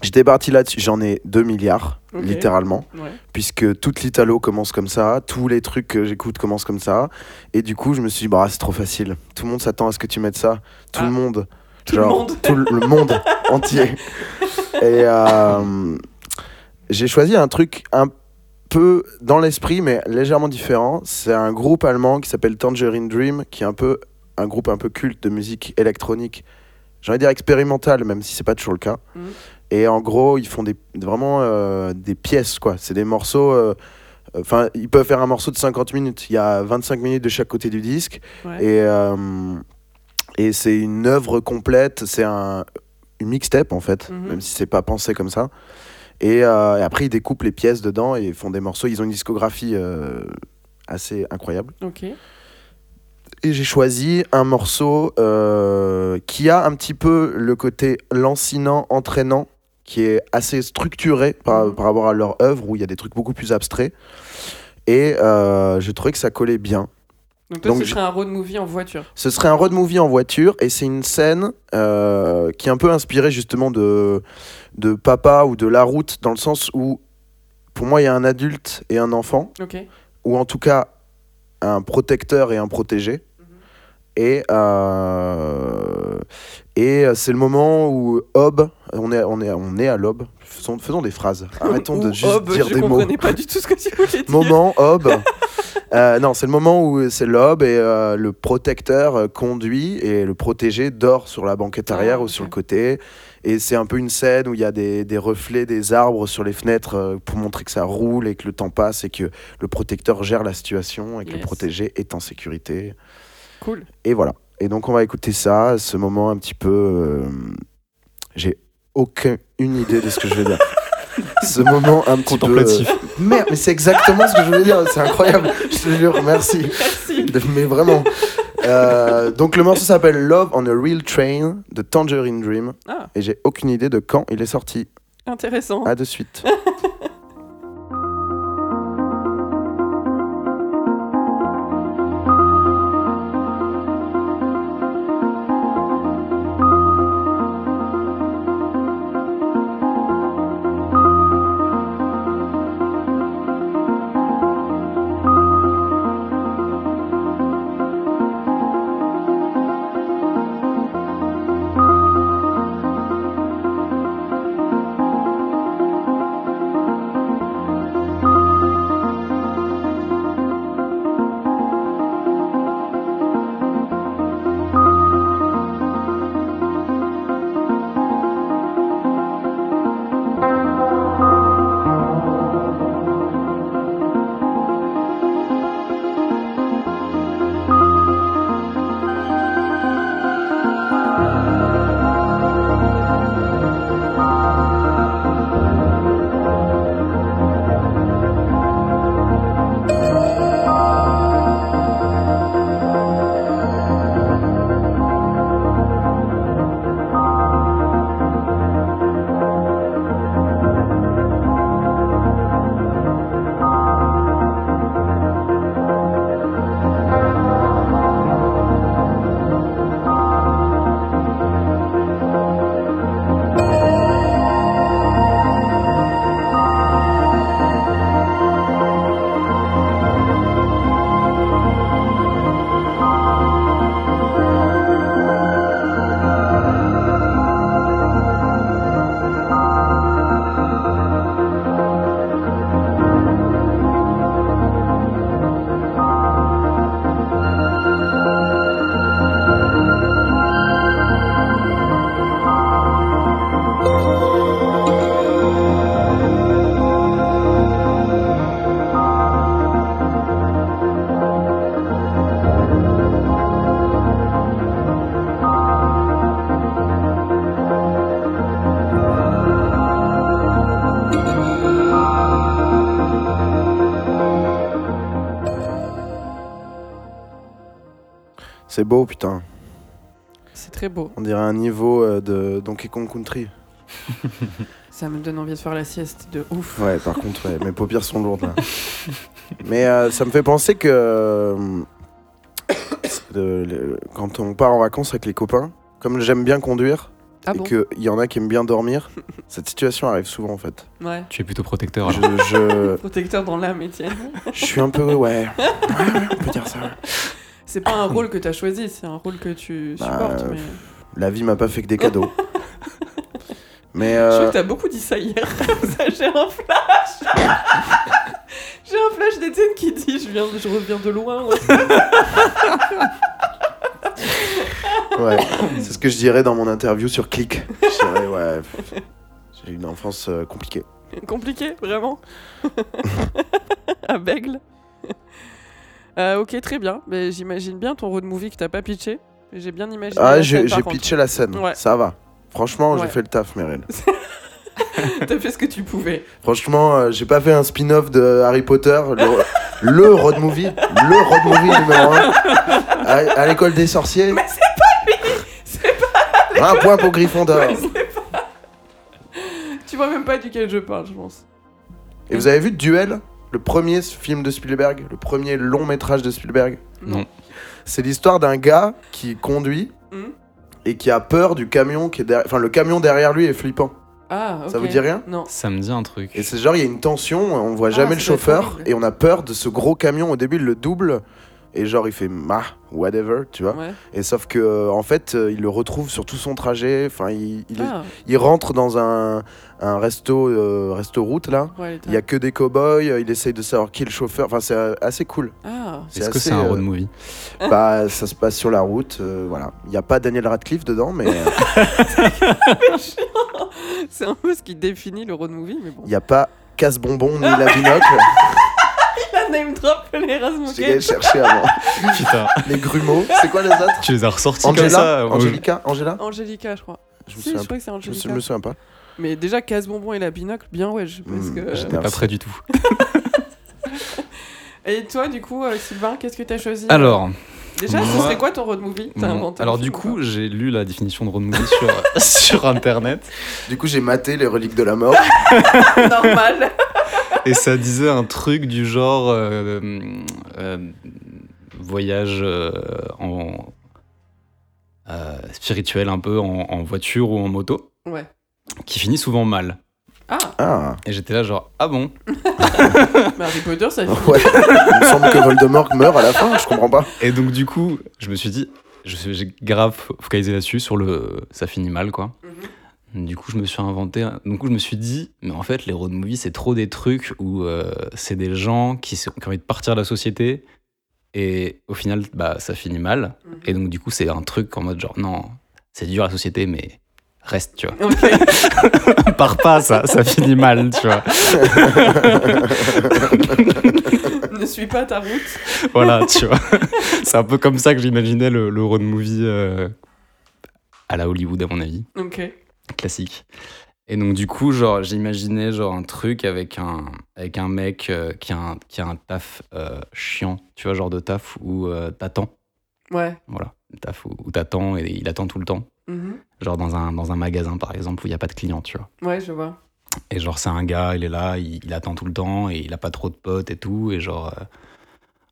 Speaker 3: j'étais parti là-dessus. J'en ai 2 milliards,
Speaker 2: Ok.
Speaker 3: littéralement
Speaker 2: Ouais.
Speaker 3: puisque toute l'italo commence comme ça, tous les trucs que j'écoute commencent comme ça, et du coup je me suis dit bah c'est trop facile, tout le monde s'attend à ce que tu mettes ça, tout
Speaker 2: Ah.
Speaker 3: le monde,
Speaker 2: Tout le monde.
Speaker 3: tout le- le monde entier. Et euh, j'ai choisi un truc un peu dans l'esprit mais légèrement différent, c'est un groupe allemand qui s'appelle Tangerine Dream, qui est un peu un groupe un peu culte de musique électronique, j'ai envie de dire expérimentale, même si c'est pas toujours le cas.
Speaker 2: Mhm.
Speaker 3: Et en gros, ils font des, vraiment euh, des pièces, quoi. C'est des morceaux. euh, Enfin, ils peuvent faire un morceau de 50 minutes. Il y a 25 minutes de chaque côté du disque.
Speaker 2: Ouais.
Speaker 3: Et, euh, et c'est une œuvre complète. C'est un, une mixtape, en fait,
Speaker 2: Mhm.
Speaker 3: même si c'est pas pensé comme ça. Et, euh, et après, ils découpent les pièces dedans et font des morceaux. Ils ont une discographie euh, assez incroyable
Speaker 2: Ok.
Speaker 3: et j'ai choisi un morceau euh, qui a un petit peu le côté lancinant, entraînant, qui est assez structuré par,
Speaker 2: Mhm.
Speaker 3: par rapport à leur œuvre, où il y a des trucs beaucoup plus abstraits. Et euh, j'ai trouvé que ça collait bien.
Speaker 2: Donc toi,
Speaker 3: Donc,
Speaker 2: ce
Speaker 3: je-
Speaker 2: serait un road movie en voiture.
Speaker 3: Ce serait un road movie en voiture, et c'est une scène euh, qui est un peu inspirée justement de, de Papa ou de La Route, dans le sens où, pour moi, il y a un adulte et un enfant.
Speaker 2: Ok.
Speaker 3: ou en tout cas un protecteur et un protégé.
Speaker 2: Mhm.
Speaker 3: Et, euh, et euh, c'est le moment où Hob, on est, on est, on est à l'Hob, faisons, faisons des phrases, arrêtons de
Speaker 2: Ou
Speaker 3: juste
Speaker 2: Hob,
Speaker 3: dire
Speaker 2: je
Speaker 3: des mots.
Speaker 2: comprenais pas du tout ce que tu voulais dire.
Speaker 3: Moment Hob. Euh, non, c'est le moment où c'est l'Hob et euh, le protecteur euh, conduit et le protégé dort sur la banquette arrière
Speaker 2: Ah,
Speaker 3: ou sur
Speaker 2: ok.
Speaker 3: le côté. Et c'est un peu une scène où il y a des, des reflets des arbres sur les fenêtres euh, pour montrer que ça roule et que le temps passe et que le protecteur gère la situation et que le
Speaker 2: Yes.
Speaker 3: protégé est en sécurité.
Speaker 2: Cool.
Speaker 3: Et voilà. Et donc on va écouter ça, ce moment un petit peu... euh, J'ai aucune idée de ce que je vais dire. ce moment un petit peu... euh,
Speaker 4: Contemplatif.
Speaker 3: Merde, mais c'est exactement ce que je voulais dire, c'est incroyable, je te jure, merci.
Speaker 2: Merci.
Speaker 3: Mais vraiment. Euh, donc le morceau s'appelle Love on a Real Train de Tangerine Dream
Speaker 2: Ah. Oh.
Speaker 3: et j'ai aucune idée de quand il est sorti.
Speaker 2: Intéressant.
Speaker 3: À de suite.
Speaker 6: Love
Speaker 3: C'est beau, putain.
Speaker 2: C'est très beau.
Speaker 3: On dirait un niveau euh, de Donkey Kong Country.
Speaker 2: Ça me donne envie de faire la sieste de ouf.
Speaker 3: Ouais, par contre, ouais, mes paupières sont lourdes là. Mais euh, ça me fait penser que euh, le- le- quand on part en vacances avec les copains, comme j'aime bien conduire
Speaker 2: Ah
Speaker 3: et
Speaker 2: bon
Speaker 3: qu'il y en a qui aiment bien dormir, cette situation arrive souvent en fait.
Speaker 2: Ouais.
Speaker 4: Tu es plutôt protecteur.
Speaker 3: Je,
Speaker 4: alors.
Speaker 3: je-
Speaker 2: Protecteur dans l'âme, Étienne.
Speaker 3: je suis un peu. Ouais, ouais, ouais, on peut dire ça. ouais.
Speaker 2: C'est pas un rôle que t'as choisi, c'est un rôle que tu
Speaker 3: Bah,
Speaker 2: supportes.
Speaker 3: euh,
Speaker 2: mais...
Speaker 3: La vie m'a pas fait que des cadeaux. Mais
Speaker 2: Je crois
Speaker 3: euh,
Speaker 2: que t'as beaucoup dit ça hier. Ça, J'ai un flash. J'ai un flash d'Étienne qui dit je, viens, je reviens de loin. ouais.
Speaker 3: ouais, c'est ce que je dirais dans mon interview sur Click. Je dirais, ouais, pff, j'ai eu une enfance euh, compliquée.
Speaker 2: Compliqué, vraiment. à Bègle. Euh, ok, très bien. Mais j'imagine bien ton road movie que t'as pas pitché. J'ai bien imaginé.
Speaker 3: Ah,
Speaker 2: la
Speaker 3: j'ai
Speaker 2: scène, par
Speaker 3: j'ai
Speaker 2: contre.
Speaker 3: pitché la scène.
Speaker 2: Ouais.
Speaker 3: Ça va. Franchement, j'ai
Speaker 2: Ouais.
Speaker 3: fait le taf, Meryl.
Speaker 2: T'as fait ce que tu pouvais.
Speaker 3: Franchement, euh, j'ai pas fait un spin-off de Harry Potter, le, le road movie, le road movie numéro 1 à, à l'école des sorciers. Mais c'est
Speaker 2: C'est
Speaker 3: pas lui Un point pour Gryffondor.
Speaker 2: Ouais, c'est pas- tu vois même pas duquel je parle, je pense.
Speaker 3: Et vous avez vu Duel Le premier film de Spielberg, le premier long métrage de Spielberg
Speaker 4: Non.
Speaker 3: C'est l'histoire d'un gars qui conduit
Speaker 2: Hmm
Speaker 3: et qui a peur du camion qui est derrière. Enfin, le camion derrière lui est flippant.
Speaker 2: Ah,
Speaker 3: Ça
Speaker 2: ok.
Speaker 3: vous dit rien
Speaker 2: Non.
Speaker 4: Ça me dit un truc.
Speaker 3: Et c'est genre, il y a une tension, on voit
Speaker 2: Ah, ça
Speaker 3: jamais le
Speaker 2: doit être
Speaker 3: chauffeur,
Speaker 2: horrible.
Speaker 3: et on a peur de ce gros camion. Au début, il le double, et genre, il fait ma, whatever, tu vois.
Speaker 2: Ouais.
Speaker 3: Et sauf que, euh, en fait, euh, il le retrouve sur tout son trajet, enfin, il, il,
Speaker 2: Ah,
Speaker 3: il rentre dans un, un resto, euh, resto route, là.
Speaker 2: ouais, elle était-
Speaker 3: Il y a que des cow-boys, euh, il essaye de savoir qui est le chauffeur, enfin, c'est euh, assez cool.
Speaker 2: Ah,
Speaker 4: Est-ce que c'est un
Speaker 3: assez,
Speaker 4: road
Speaker 3: euh,
Speaker 4: movie
Speaker 3: Bah, ça se passe sur la route, euh, voilà. Il n'y a pas Daniel Radcliffe dedans, mais euh,
Speaker 2: c'est un peu ce qui définit le road movie, mais bon.
Speaker 3: il n'y a pas casse-bonbon ni la binocle.
Speaker 2: La name drop, les Rasmus
Speaker 3: J'ai allé chercher avant.
Speaker 4: Putain,
Speaker 3: Les grumeaux, c'est quoi les autres
Speaker 4: tu les as ressortis comme
Speaker 3: Angela
Speaker 4: ça.
Speaker 3: Angelica Angela
Speaker 2: Angelica, je crois.
Speaker 3: Euh, Je
Speaker 2: Si,
Speaker 3: me
Speaker 2: je
Speaker 3: souviens
Speaker 2: crois que c'est
Speaker 3: Je me,
Speaker 2: Angelica.
Speaker 3: sou- je me souviens pas.
Speaker 2: Mais déjà, Casse-Bonbon et la Binocle, bien ouais, je parce
Speaker 3: Hmm,
Speaker 2: que-
Speaker 3: j'étais
Speaker 4: T'es pas prêt du tout.
Speaker 2: Et toi, du coup, euh, Sylvain, qu'est-ce que t'as choisi
Speaker 4: Alors,
Speaker 2: Déjà, ce
Speaker 4: moi-
Speaker 2: serait quoi ton road movie T'as
Speaker 4: bon,
Speaker 2: inventé un
Speaker 4: alors du
Speaker 2: film ou
Speaker 4: coup, j'ai lu la définition de road movie sur, sur internet
Speaker 3: Du coup, j'ai maté les reliques de la mort.
Speaker 2: pas Normal.
Speaker 4: et ça disait un truc du genre euh, euh, voyage euh, en euh, spirituel un peu en, en voiture ou en moto
Speaker 2: ouais.
Speaker 4: qui finit souvent mal.
Speaker 2: Ah,
Speaker 3: Ah,
Speaker 4: Et j'étais là genre ah bon
Speaker 2: mais Harry Potter, ça finit.
Speaker 3: ouais. Il me semble que Voldemort meurt à la fin, je comprends pas.
Speaker 4: Et donc du coup, je me suis dit je suis- j'ai grave focalisé là-dessus sur le ça finit mal quoi.
Speaker 2: Mhm.
Speaker 4: Du coup, je me suis inventé. un- Du coup, je me suis dit, mais en fait, les road movies, c'est trop des trucs où euh, c'est des gens qui, sont- qui ont envie de partir de la société et au final, bah, ça finit mal.
Speaker 2: Mhm.
Speaker 4: Et donc, du coup, c'est un truc en mode genre, non, c'est dur la société, mais reste, tu vois.
Speaker 2: Ok.
Speaker 4: Pars pas, ça, ça finit mal, tu vois.
Speaker 2: ne suis pas ta route.
Speaker 4: Voilà, tu vois. C'est un peu comme ça que j'imaginais le, le road movie euh, à la Hollywood, à mon avis.
Speaker 2: Ok.
Speaker 4: classique. Et donc du coup, genre j'imaginais genre un truc avec un avec un mec euh, qui a un, qui a un taf euh, chiant, tu vois genre de taf où euh, t'attends,
Speaker 2: Ouais.
Speaker 4: voilà, Le taf où, où t'attends et il attend tout le temps,
Speaker 2: Mhm.
Speaker 4: genre dans un dans un magasin par exemple où il y a pas de clients, tu vois.
Speaker 2: Ouais, je vois.
Speaker 4: Et genre c'est un gars, il est là, il, il attend tout le temps et il a pas trop de potes et tout et genre euh,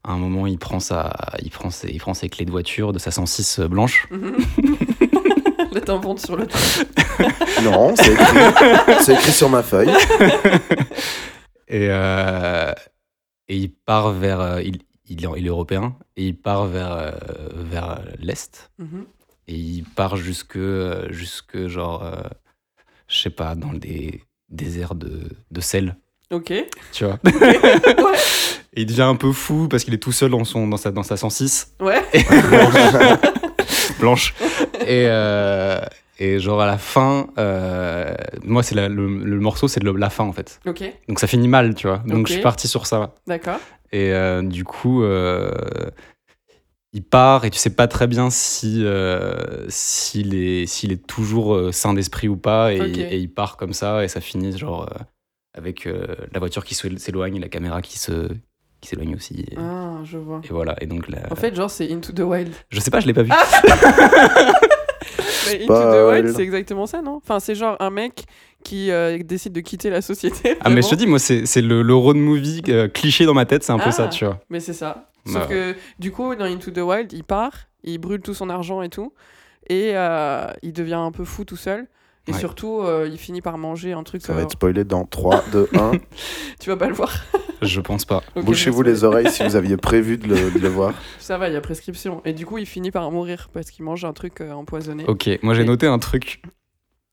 Speaker 4: à un moment il prend sa il prend ses, il prend ses clés de voiture de sa 106 blanche.
Speaker 2: Mhm. Là, t'inventes sur le truc.
Speaker 3: Non, c'est écrit. C'est écrit sur ma feuille.
Speaker 4: Et, euh, et il part vers. euh, il, il, est, il est européen et il part vers, euh, vers l'Est.
Speaker 2: Mhm.
Speaker 4: Et il part jusque, euh, jusque genre, euh, je sais pas, dans des déserts de, de sel,
Speaker 2: Ok.
Speaker 4: tu vois. et il devient un peu fou parce qu'il est tout seul dans, son, dans, sa, dans sa 106
Speaker 2: Ouais.
Speaker 4: blanche. et, euh, et genre à la fin, euh, moi, c'est la- le, le morceau, c'est de la fin en fait.
Speaker 2: Ok.
Speaker 4: Donc ça finit mal, tu vois. Donc
Speaker 2: Ok.
Speaker 4: je suis parti sur ça.
Speaker 2: D'accord.
Speaker 4: Et euh, du coup, euh, il part et tu sais pas très bien si euh, s'il est s'il est toujours euh, sain d'esprit ou pas. Et,
Speaker 2: Ok.
Speaker 4: et il part comme ça et ça finit genre euh, avec euh, la voiture qui s'é- s'éloigne, et la caméra qui se qui s'éloigne aussi. Et,
Speaker 2: Ah, je vois.
Speaker 4: et voilà. Et donc là,
Speaker 2: En fait, genre, c'est Into the Wild.
Speaker 4: je sais pas, je l'ai pas vu.
Speaker 2: Mais Into
Speaker 3: pas
Speaker 2: the Wild,
Speaker 3: elle.
Speaker 2: c'est exactement ça, non Enfin, c'est genre un mec qui euh, décide de quitter la société.
Speaker 4: Ah mais je
Speaker 2: vraiment.
Speaker 4: te dis, moi c'est c'est le, le road movie euh, cliché dans ma tête, c'est un peu
Speaker 2: Ah.
Speaker 4: ça, tu vois.
Speaker 2: Mais c'est ça.
Speaker 4: Bah
Speaker 2: Sauf que du coup, dans Into the Wild, il part, il brûle tout son argent et tout, et euh, il devient un peu fou tout seul. Et
Speaker 4: Ouais.
Speaker 2: surtout, euh, il finit par manger un truc.
Speaker 3: Ça va
Speaker 2: euh,
Speaker 3: être spoilé dans 3, 2, 1.
Speaker 2: Tu vas pas le voir.
Speaker 4: Je pense pas.
Speaker 2: Ok,
Speaker 3: Bouchez-vous
Speaker 2: donc,
Speaker 3: les oreilles si vous aviez prévu de le, de le voir.
Speaker 2: Ça va, il y a prescription. Et du coup, il finit par mourir parce qu'il mange un truc euh, empoisonné.
Speaker 4: Ok, moi j'ai
Speaker 2: Et-
Speaker 4: noté un truc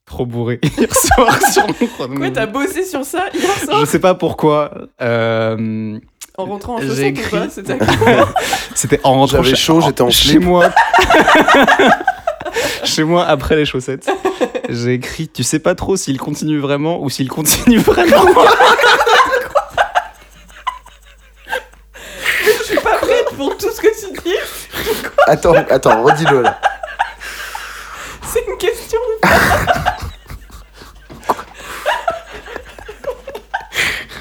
Speaker 4: trop bourré hier soir sur mon road
Speaker 2: Quoi,
Speaker 4: movie.
Speaker 2: t'as bossé sur ça hier
Speaker 4: Je
Speaker 2: soir
Speaker 4: sais pas pourquoi. euh,
Speaker 2: en rentrant en
Speaker 4: j'ai
Speaker 2: chaussettes ou
Speaker 4: écrit-
Speaker 2: pas C'était
Speaker 4: C'était en rentrant
Speaker 3: J'avais
Speaker 4: chez-
Speaker 3: chaud, j'étais en
Speaker 4: chez
Speaker 3: slip.
Speaker 4: moi. chez moi après les chaussettes. J'ai écrit tu sais pas trop s'il continue vraiment ou s'il continue vraiment.
Speaker 2: je suis pas prête pour tout ce que tu dis.
Speaker 3: Attends, attends, redis-le là.
Speaker 2: C'est une question.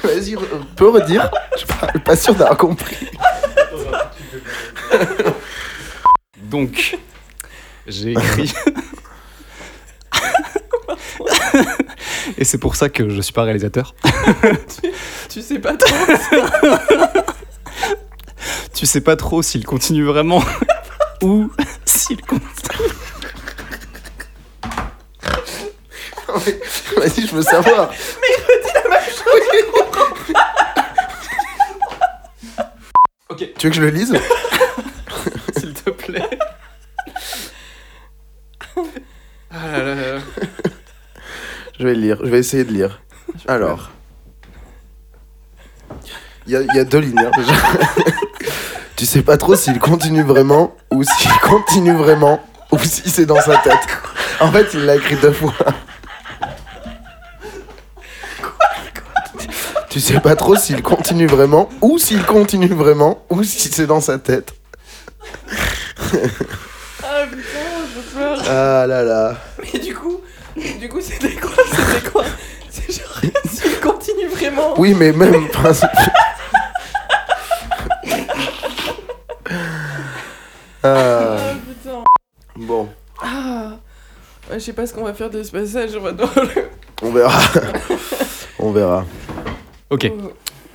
Speaker 3: Vas-y, re- on peut redire Je suis pas, pas sûr d'avoir compris.
Speaker 4: Donc j'ai écrit Et c'est pour ça que je suis pas réalisateur.
Speaker 2: Tu sais pas trop.
Speaker 4: Tu sais pas trop s'il continue vraiment ou s'il continue.
Speaker 3: Vas-y, je veux savoir.
Speaker 4: Ok,
Speaker 3: Tu veux que je le lise
Speaker 4: s'il te plaît. Ah là là là là.
Speaker 3: Je vais le lire, je vais essayer de lire. Alors. Il y, a- il y a deux lignes hein, déjà. tu sais pas trop s'il continue vraiment ou s'il continue vraiment ou si c'est dans sa tête. En fait, il l'a écrit deux fois. Tu sais pas trop s'il continue vraiment ou s'il continue vraiment ou si c'est dans sa tête.
Speaker 2: Ah putain, je pleure.
Speaker 3: Ah là là.
Speaker 2: Et du coup, du coup, c'était quoi C'était quoi C'est genre, s'il continue vraiment.
Speaker 3: Oui, mais même principe. Ah.
Speaker 2: Ah putain.
Speaker 3: Bon,
Speaker 2: Ah. Ouais, je sais pas ce qu'on va faire de ce passage, on va dans le.
Speaker 3: on verra. on verra.
Speaker 4: Ok.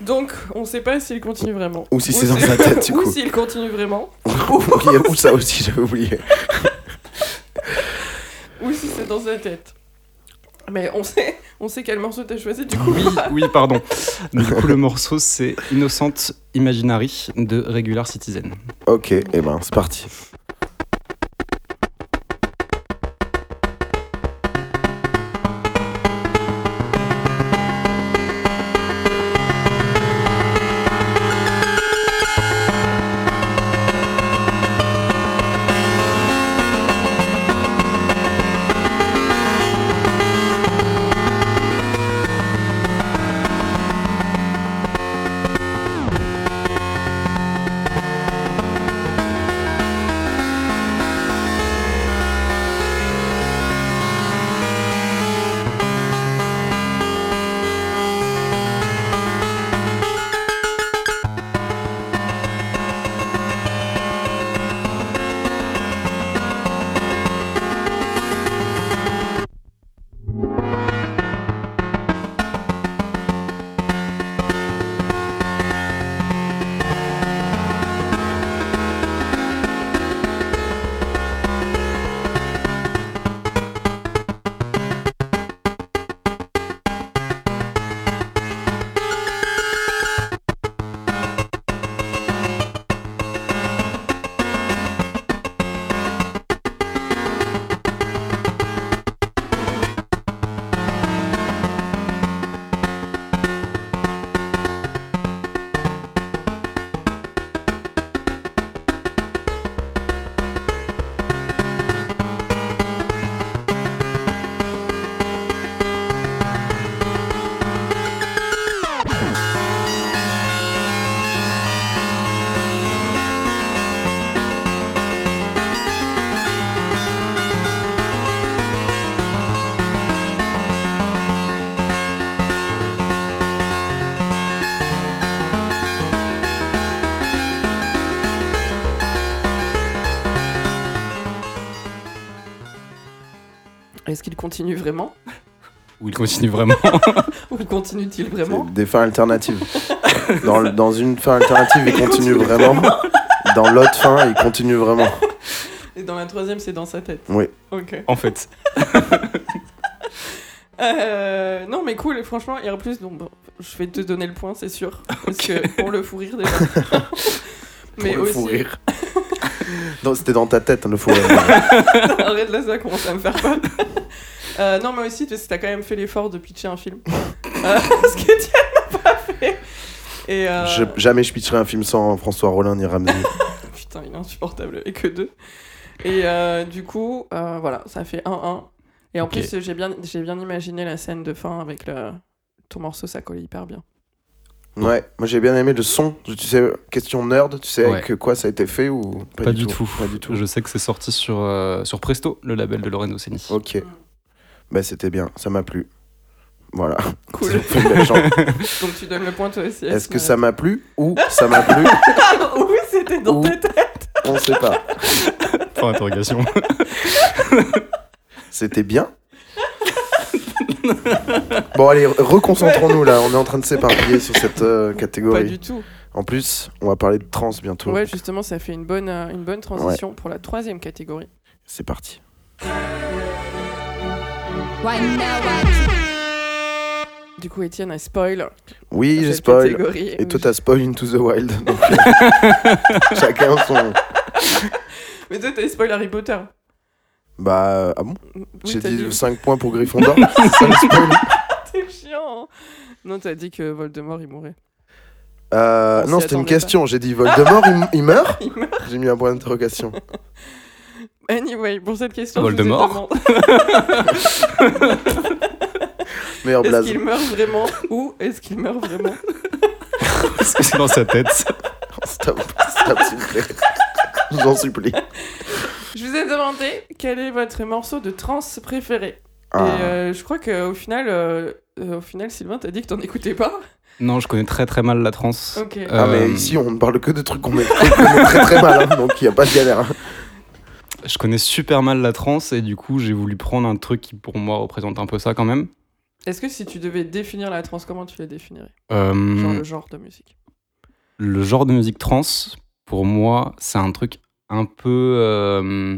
Speaker 2: Donc, on sait pas s'il continue vraiment.
Speaker 3: Ou si c'est dans sa tête, du
Speaker 2: Ou
Speaker 3: coup.
Speaker 2: s'il continue vraiment.
Speaker 3: Ok, il y a pour ça aussi, j'avais oublié.
Speaker 2: Ou si c'est dans sa tête. Mais on sait, on sait quel morceau t'as choisi du coup.
Speaker 4: Oui, oui, pardon. Du coup, le morceau, c'est Innocent Imaginary de Regular Citizen.
Speaker 3: Ok, et ben c'est parti.
Speaker 6: Thank
Speaker 3: Oh.
Speaker 2: Est-ce qu'il continue vraiment
Speaker 4: Ou il continue vraiment
Speaker 2: Ou continue-t-il vraiment
Speaker 3: C'est des fins alternatives. Dans, le- dans une fin alternative, il continue vraiment. Dans l'autre fin, il continue vraiment.
Speaker 2: Et dans la troisième, c'est dans sa tête.
Speaker 3: Oui.
Speaker 2: Ok.
Speaker 4: En fait,
Speaker 2: Euh, non, mais cool, franchement, et en plus, bon, bon, je vais te donner le point, c'est sûr. Parce que pour le fou rire déjà. mais
Speaker 3: Pour le
Speaker 2: aussi.
Speaker 3: fou rire. Non, C'était dans ta tête, hein, le fou rire.
Speaker 2: Arrête là, ça commence à me faire peur. Euh, non, mais aussi, parce que t'as quand même fait l'effort de pitcher un film. Euh, ce que tu n'as pas fait. Et euh,
Speaker 3: Je- jamais je pitcherai un film sans François Rollin ni Ramsey.
Speaker 2: Putain, il est insupportable avec que deux. Et euh, du coup, euh, voilà, ça fait 1-1. Et en
Speaker 4: Ok.
Speaker 2: plus, j'ai bien, j'ai bien imaginé la scène de fin avec le... ton morceau, ça collait hyper bien.
Speaker 3: Ouais, moi j'ai bien aimé le son. Tu sais, question nerd, tu sais
Speaker 4: Ouais.
Speaker 3: avec quoi ça a été fait ou
Speaker 4: pas, du, tout.
Speaker 3: Pas du tout.
Speaker 4: Je sais que c'est sorti sur, euh, sur Presto, le label de Lorenzo Seni.
Speaker 3: Ok. Bah c'était bien, ça m'a plu. Voilà.
Speaker 2: Cool.
Speaker 3: Ils ont fait une belle chanson.
Speaker 2: Donc tu donnes le point toi aussi.
Speaker 3: Est-ce que
Speaker 2: Asma.
Speaker 3: ça m'a plu ou ça m'a plu
Speaker 2: oui, c'était dans
Speaker 3: Ou-
Speaker 2: ta tête.
Speaker 3: On sait pas.
Speaker 4: Point d'interrogation.
Speaker 3: C'était bien Bon allez, reconcentrons-nous là, on est en train de s'éparpiller sur cette euh,
Speaker 2: Pas
Speaker 3: catégorie.
Speaker 2: du tout.
Speaker 3: En plus, on va parler de trans bientôt.
Speaker 2: Ouais, justement, ça fait une bonne, euh, une bonne transition pour la troisième catégorie.
Speaker 3: C'est parti.
Speaker 2: Du coup, Étienne a spoil.
Speaker 3: Oui,
Speaker 2: cette
Speaker 3: j'ai spoil.
Speaker 2: catégorie.
Speaker 3: Et toi, t'as spoil Into the Wild. donc, euh, chacun son.
Speaker 2: Mais toi, t'as spoil Harry Potter.
Speaker 3: Bah, ah bon
Speaker 2: Oui,
Speaker 3: J'ai
Speaker 2: t'as
Speaker 3: dit,
Speaker 2: dit-
Speaker 3: 5 points pour Gryffondor. c'est ça le spoil
Speaker 2: T'es chiant. hein. Non, t'as dit que Voldemort, il mourait.
Speaker 3: Euh,
Speaker 2: On
Speaker 3: Non,
Speaker 2: s'y
Speaker 3: c'était une
Speaker 2: attendait
Speaker 3: question. J'ai dit Voldemort, il, m- il meurt
Speaker 2: Il meurt.
Speaker 3: J'ai mis un point d'interrogation.
Speaker 2: Anyway, pour cette question,
Speaker 4: Voldemort
Speaker 2: je
Speaker 3: Meilleur
Speaker 2: vous ai demandé, est-ce
Speaker 3: blaze.
Speaker 2: qu'il meurt vraiment ou est-ce qu'il meurt vraiment
Speaker 4: Parce que c'est dans sa tête.
Speaker 3: Stop, stop, s'il vous plaît. Je vous en supplie.
Speaker 2: Je vous ai demandé quel est votre morceau de trans préféré.
Speaker 3: Ah,
Speaker 2: Et euh, je crois qu'au final, euh, euh, au final, Sylvain, t'as dit que t'en écoutais pas.
Speaker 4: Non, je connais très très mal la trance.
Speaker 2: Ok.
Speaker 4: Euh,
Speaker 3: Ah, mais ici, on ne parle que de trucs qu'on maîtrise qu'on connaît très très mal, hein, donc il n'y a pas de galère. hein.
Speaker 4: Je connais super mal la trance et du coup j'ai voulu prendre un truc qui pour moi représente un peu ça quand même.
Speaker 2: Est-ce que si tu devais définir la trance, comment tu la définirais
Speaker 3: Hmm.
Speaker 4: Euh,
Speaker 2: Genre le genre de musique.
Speaker 4: le genre de musique trance, pour moi, c'est un truc un peu. euh,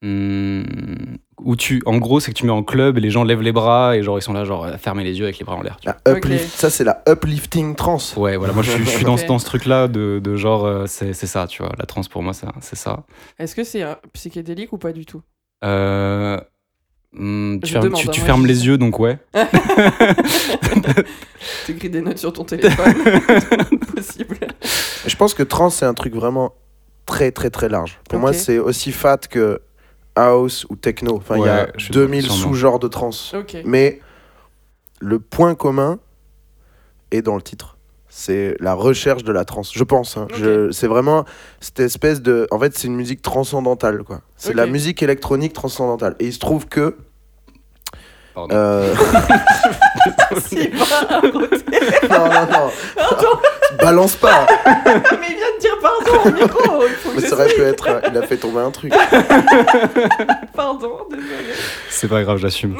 Speaker 4: hmm, où tu, en gros, c'est que tu mets en club et les gens lèvent les bras et genre ils sont là, genre à fermer les yeux avec les bras en l'air. tu
Speaker 3: La
Speaker 2: Ok.
Speaker 3: uplift- Ça, c'est la uplifting trans.
Speaker 4: vois. Ouais, voilà, moi je suis, je suis dans,
Speaker 2: Ok.
Speaker 4: dans ce truc-là de, de genre, euh, c'est c'est ça, tu vois, la trance pour moi, ça- c'est ça.
Speaker 2: Est-ce que c'est euh, psychédélique ou pas du tout
Speaker 4: Euh, hmm, tu
Speaker 2: Je
Speaker 4: fermes,
Speaker 2: demande,
Speaker 4: tu-
Speaker 2: hein,
Speaker 4: tu
Speaker 2: moi,
Speaker 4: fermes
Speaker 2: je-
Speaker 4: les yeux, donc ouais.
Speaker 2: T'écris des notes sur ton téléphone, possible.
Speaker 3: Je pense que trans, c'est un truc vraiment très très très large. Pour
Speaker 2: Ok.
Speaker 3: moi, c'est aussi fat que house ou techno. Enfin, il y a
Speaker 4: Ouais, je suis
Speaker 3: 2000
Speaker 4: sûrement.
Speaker 3: sous-genres de trans.
Speaker 2: Ok.
Speaker 3: Mais le point commun est dans le titre. C'est la recherche de la trance, je pense. hein.
Speaker 2: Ok.
Speaker 3: Je- c'est vraiment cette espèce de. En fait, c'est une musique transcendantale, quoi. C'est de la
Speaker 2: Ok.
Speaker 3: musique électronique transcendantale. Et il se trouve que.
Speaker 4: Pardon.
Speaker 3: euh,
Speaker 2: C'est pas à côté.
Speaker 3: non, non, non.
Speaker 2: Pardon,
Speaker 3: Balance pas.
Speaker 2: mais il vient de dire pardon au micro. Il faut que
Speaker 3: Mais
Speaker 2: j'explique.
Speaker 3: ça aurait pu être. euh, Il a fait tomber un truc.
Speaker 2: Pardon, désolé.
Speaker 4: C'est pas grave, j'assume.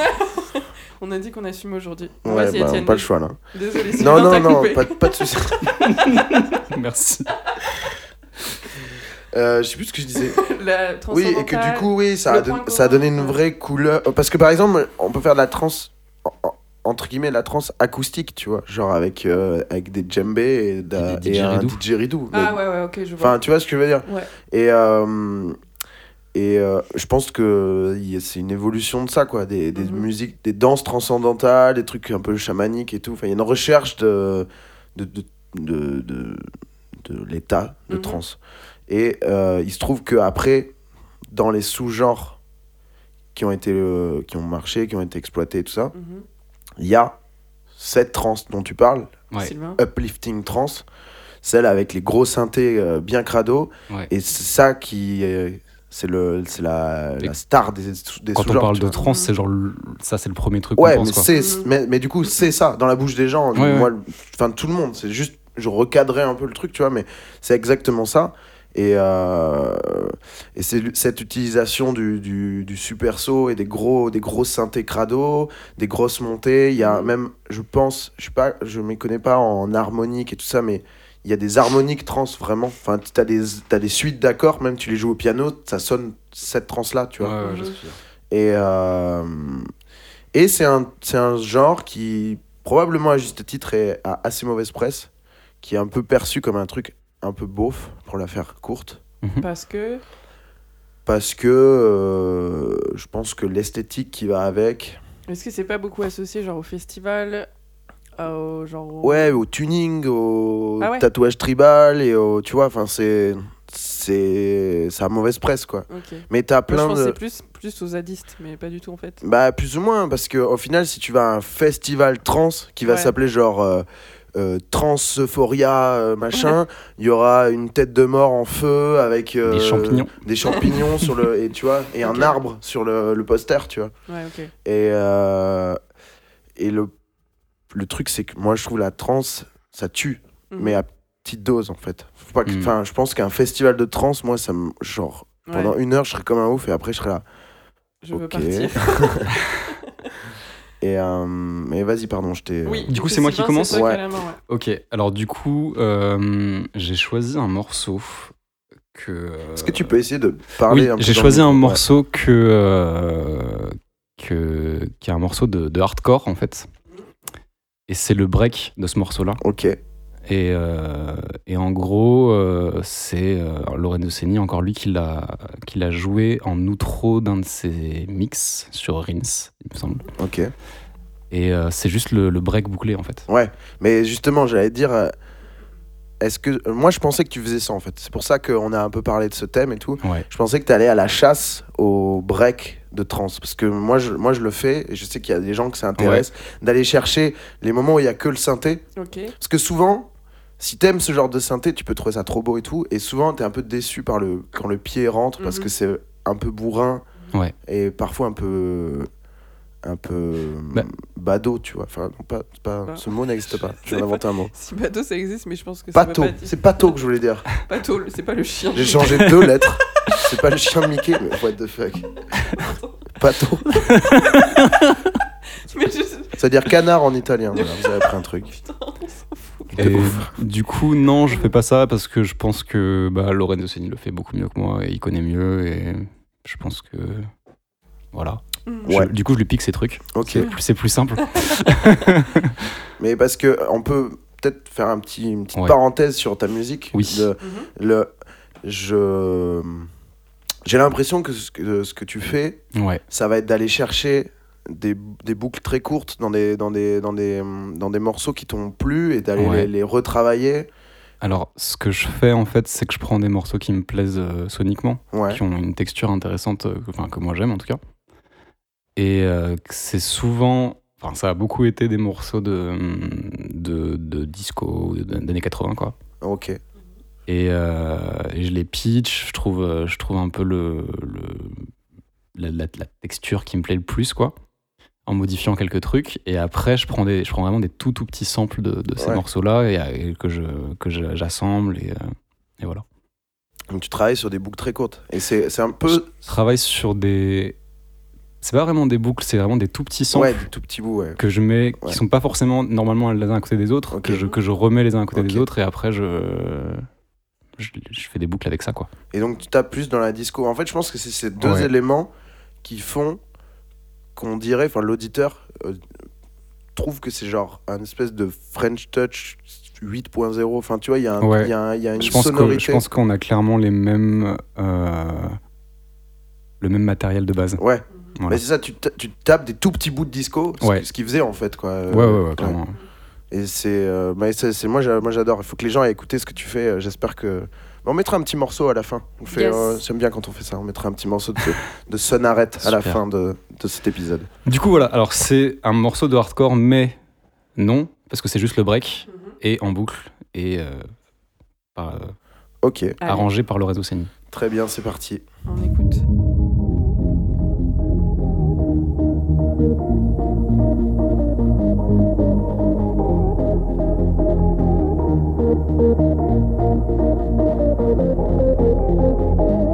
Speaker 2: On a dit qu'on assume aujourd'hui.
Speaker 3: Ouais,
Speaker 2: Vas-y,
Speaker 3: bah,
Speaker 2: Étienne.
Speaker 3: pas le choix là.
Speaker 2: Désolé,
Speaker 3: Non,
Speaker 2: Sylvain,
Speaker 3: non,
Speaker 2: t'as
Speaker 3: non,
Speaker 2: coupé.
Speaker 3: pas, pas de soucis.
Speaker 4: Merci.
Speaker 3: Euh, je sais plus ce que je disais.
Speaker 2: La
Speaker 3: Oui, et que du
Speaker 2: transcendantale.
Speaker 3: coup, oui, ça
Speaker 2: le
Speaker 3: a, don-
Speaker 2: point
Speaker 3: ça a donné une
Speaker 2: commun.
Speaker 3: vraie couleur. Parce que par exemple, on peut faire de la trance, en- en- entre guillemets, de la trance acoustique, tu vois, genre avec, euh, avec des djembés et, d'un-
Speaker 4: Et des
Speaker 3: et un
Speaker 4: didgeridoo.
Speaker 3: didgeridoo. Mais-
Speaker 2: Ah ouais, ouais, ok, je vois.
Speaker 3: Enfin, tu vois ce que je veux dire
Speaker 2: Ouais.
Speaker 3: Et, euh, et euh, je pense que y- c'est une évolution de ça, quoi. Des, des
Speaker 2: Mhm.
Speaker 3: musiques, des danses transcendantales, des trucs un peu chamaniques et tout. Enfin, il y a une recherche de, de, de, de, de- de l'état de
Speaker 2: Mhm.
Speaker 3: trans. Et euh, il se trouve qu'après, dans les sous-genres qui ont été euh, qui ont marché, qui ont été exploités et tout ça,
Speaker 2: Mhm.
Speaker 3: il y a cette trans dont tu parles,
Speaker 4: Ouais.
Speaker 2: Sylvain.
Speaker 3: uplifting trance, celle avec les gros synthés euh, bien crado.
Speaker 4: Ouais.
Speaker 3: Et c'est ça qui est. C'est le- c'est la,
Speaker 4: Et
Speaker 3: la star des, des
Speaker 4: Quand on
Speaker 3: sous-genres,
Speaker 4: parle
Speaker 3: tu
Speaker 4: de
Speaker 3: vois.
Speaker 4: trans, c'est genre le- ça, c'est le premier truc
Speaker 3: Ouais,
Speaker 4: qu'on pense
Speaker 3: mais,
Speaker 4: quoi.
Speaker 3: c'est,
Speaker 2: Mhm.
Speaker 3: mais, mais du coup, c'est ça, dans la bouche des gens.
Speaker 4: Ouais,
Speaker 3: moi, le- Enfin, tout le monde. C'est juste. Je recadrais un peu le truc, tu vois, mais c'est exactement ça. Et, euh, et c'est l- cette utilisation du, du, du super saut et des gros des grosses synthés crado, des grosses montées. Il y a même, je pense, je suis pas, je m'y connais pas en harmonique et tout ça, mais il y a des harmoniques trans vraiment. Enfin, t'as des t'as des suites d'accords, même tu les joues au piano, ça sonne cette trans là, tu vois.
Speaker 4: Ouais, ouais, je
Speaker 2: Mhm.
Speaker 4: sais.
Speaker 3: Et, euh, et c'est un, c'est un genre qui, probablement à juste titre, est à assez mauvaise presse, qui est un peu perçu comme un truc un peu beauf, pour la faire courte.
Speaker 2: Parce que.
Speaker 3: Parce que euh, je pense que l'esthétique qui va avec,
Speaker 2: Est-ce que c'est pas beaucoup associé genre au festival à- au genre au-
Speaker 3: ouais, au tuning, au
Speaker 2: Ah ouais.
Speaker 3: tatouage tribal, et au. Tu vois, enfin, c'est. C'est. C'est à mauvaise presse, quoi.
Speaker 2: Ok. Moi,
Speaker 3: Mais t'as
Speaker 2: je
Speaker 3: plein de.
Speaker 2: pensais plus, plus aux zadistes, mais pas du tout en fait.
Speaker 3: Bah plus ou moins parce que au final si tu vas à un festival trans qui va
Speaker 2: Ouais.
Speaker 3: s'appeler genre euh, euh, Trans Euphoria euh, machin, il y aura une tête de mort en feu avec euh,
Speaker 4: Les champignons.
Speaker 3: des champignons sur le et tu vois et un
Speaker 2: Ok.
Speaker 3: arbre sur le, le poster tu vois
Speaker 2: Ouais, ok.
Speaker 3: et euh, et le le truc c'est que moi je trouve la trans ça tue
Speaker 2: Mhm.
Speaker 3: mais à petite dose en fait Faut pas que-
Speaker 4: Mhm.
Speaker 3: enfin je pense qu'un festival de trans moi ça me genre
Speaker 2: Ouais,
Speaker 3: pendant une heure je serais comme un ouf et après je serais là
Speaker 2: je veux
Speaker 3: ok.
Speaker 2: partir.
Speaker 3: et euh, mais vas-y pardon je t'ai
Speaker 2: Oui,
Speaker 4: Du coup, c'est moi qui
Speaker 2: Sylvain,
Speaker 4: commence
Speaker 2: c'est toi qui as
Speaker 3: Ouais.
Speaker 2: la main, ouais.
Speaker 4: Ok, alors du coup, euh, j'ai choisi un morceau que. euh,
Speaker 3: Est-ce que tu peux essayer de parler
Speaker 4: Oui,
Speaker 3: un peu
Speaker 4: J'ai
Speaker 3: dans
Speaker 4: choisi
Speaker 3: le-
Speaker 4: un
Speaker 3: Ouais.
Speaker 4: morceau que, euh, que qui est un morceau de, de hardcore en fait. Et c'est le break de ce morceau-là.
Speaker 3: Ok.
Speaker 4: Et, euh, et en gros, euh, c'est euh, Lorenzo Seni, encore lui, qui l'a qui l'a joué en outro d'un de ses mix sur Rins, il me semble.
Speaker 3: Ok.
Speaker 4: Et euh, c'est juste le, le break bouclé en fait.
Speaker 3: Mais justement, j'allais dire. euh, Est-ce que. euh, Moi, je pensais que tu faisais ça en fait. C'est pour ça qu'on a un peu parlé de ce thème et tout.
Speaker 4: Ouais.
Speaker 3: Je pensais que tu allais à la chasse au break de trans. Parce que moi, je, moi, je le fais et je sais qu'il y a des gens que ça intéresse. D'aller chercher les moments où il y a que le synthé.
Speaker 2: Ok.
Speaker 3: Parce que souvent. Si t'aimes ce genre de synthé, tu peux trouver ça trop beau et tout. Et souvent, t'es un peu déçu par le... quand le pied rentre parce
Speaker 2: Mhm.
Speaker 3: que c'est un peu bourrin.
Speaker 4: Ouais.
Speaker 3: Et parfois un peu. Un peu.
Speaker 4: Bah.
Speaker 3: Badaud, tu vois. Enfin, non, pas, c'est pas-
Speaker 2: Bah.
Speaker 3: ce mot n'existe pas.
Speaker 2: sais
Speaker 3: Tu viens d'inventer un mot.
Speaker 2: Si bateau ça existe, mais je pense que ça
Speaker 3: Pato.
Speaker 2: veut pas dire.
Speaker 3: C'est pato que je voulais dire.
Speaker 2: Pato, c'est pas le chien.
Speaker 3: J'ai changé deux lettres. C'est pas le chien de Mickey, mais what the fuck. Pato.
Speaker 2: Mais je-
Speaker 3: Ça veut dire canard en italien. Voilà, vous avez appris un truc.
Speaker 2: Putain, on s'en fout.
Speaker 3: De
Speaker 4: Et
Speaker 3: ouf.
Speaker 4: du coup, non, je fais pas ça parce que je pense que bah, Lorenzo Seni le fait beaucoup mieux que moi et il connaît mieux et je pense que. Voilà.
Speaker 2: Mm.
Speaker 4: Je-
Speaker 3: Ouais.
Speaker 4: du coup, je lui pique ses trucs.
Speaker 3: Ok.
Speaker 4: C'est plus- C'est plus simple.
Speaker 3: Mais parce que euh, on peut peut-être faire un petit, une petite
Speaker 4: Ouais.
Speaker 3: parenthèse sur ta musique.
Speaker 4: Oui.
Speaker 3: De-
Speaker 2: Mhm.
Speaker 3: le, je. J'ai l'impression que ce que ce que tu fais,
Speaker 4: Ouais.
Speaker 3: ça va être d'aller chercher des, des boucles très courtes dans des, dans des, dans des, dans des morceaux qui t'ont plu et d'aller
Speaker 4: Ouais.
Speaker 3: les, les retravailler.
Speaker 4: Alors, ce que je fais en fait, c'est que je prends des morceaux qui me plaisent euh, soniquement,
Speaker 3: Ouais.
Speaker 4: qui ont une texture intéressante, euh, que- enfin que moi j'aime en tout cas. Et euh, que c'est souvent. Enfin, ça a beaucoup été des morceaux de, hum, de, de disco de- d'années 80, quoi.
Speaker 3: Ok.
Speaker 4: et, euh, et je les pitch je trouve euh, je trouve un peu le, le- la, la- la texture qui me plaît le plus quoi en modifiant quelques trucs et après je prends des je prends vraiment des tout tout petits samples de, de ces
Speaker 3: Ouais.
Speaker 4: morceaux là et, et que je que je- j'assemble et, euh, et voilà
Speaker 3: Donc tu travailles sur des boucles très courtes. Et c'est c'est un peu.
Speaker 4: je travaille sur des c'est pas vraiment des boucles c'est vraiment des tout petits samples
Speaker 3: Ouais, des tout petits bouts, ouais.
Speaker 4: que je mets
Speaker 3: Ouais.
Speaker 4: qui sont pas forcément normalement les uns à côté des autres
Speaker 3: Ok.
Speaker 4: que je que je remets les uns à côté
Speaker 3: Ok.
Speaker 4: des autres et après je je, je fais des boucles avec ça quoi
Speaker 3: Et donc tu tapes plus dans la disco. En fait, je pense que c'est ces deux
Speaker 4: Ouais.
Speaker 3: éléments qui font qu'on dirait, enfin l'auditeur euh, trouve que c'est genre un espèce de French Touch 8.0. Enfin, tu vois, il y, a un-
Speaker 4: Ouais.
Speaker 3: il y a un- il y a une
Speaker 4: je pense, que,
Speaker 3: sonorité.
Speaker 4: je pense qu'on a clairement les mêmes euh, le même matériel de base.
Speaker 3: Ouais.
Speaker 4: Voilà.
Speaker 3: Mais c'est ça, tu, ta- tu tapes des tout petits bouts de disco, ce
Speaker 4: Ouais.
Speaker 3: que- ce qu'ils faisaient en fait. Quoi. Euh,
Speaker 4: Ouais, ouais, ouais, clairement.
Speaker 3: Et c'est. euh, mais c'est, c'est- moi, j'a- moi j'adore. Il faut que les gens aient écouté ce que tu fais. Euh, J'espère que. bah, On mettra un petit morceau à la fin. On fait,
Speaker 2: Yes.
Speaker 3: euh, j'aime bien quand on fait ça. On mettra un petit morceau de, de sonarette à la
Speaker 4: Super.
Speaker 3: fin de, de cet épisode.
Speaker 4: Du coup, voilà. Alors, c'est un morceau de hardcore, mais non, parce que c'est juste le break
Speaker 2: Mhm.
Speaker 4: et en boucle et euh, par- euh,
Speaker 3: Ok,
Speaker 2: Allez,
Speaker 4: arrangé par le réseau Seni.
Speaker 3: très bien, c'est parti.
Speaker 2: On écoute.
Speaker 6: Thank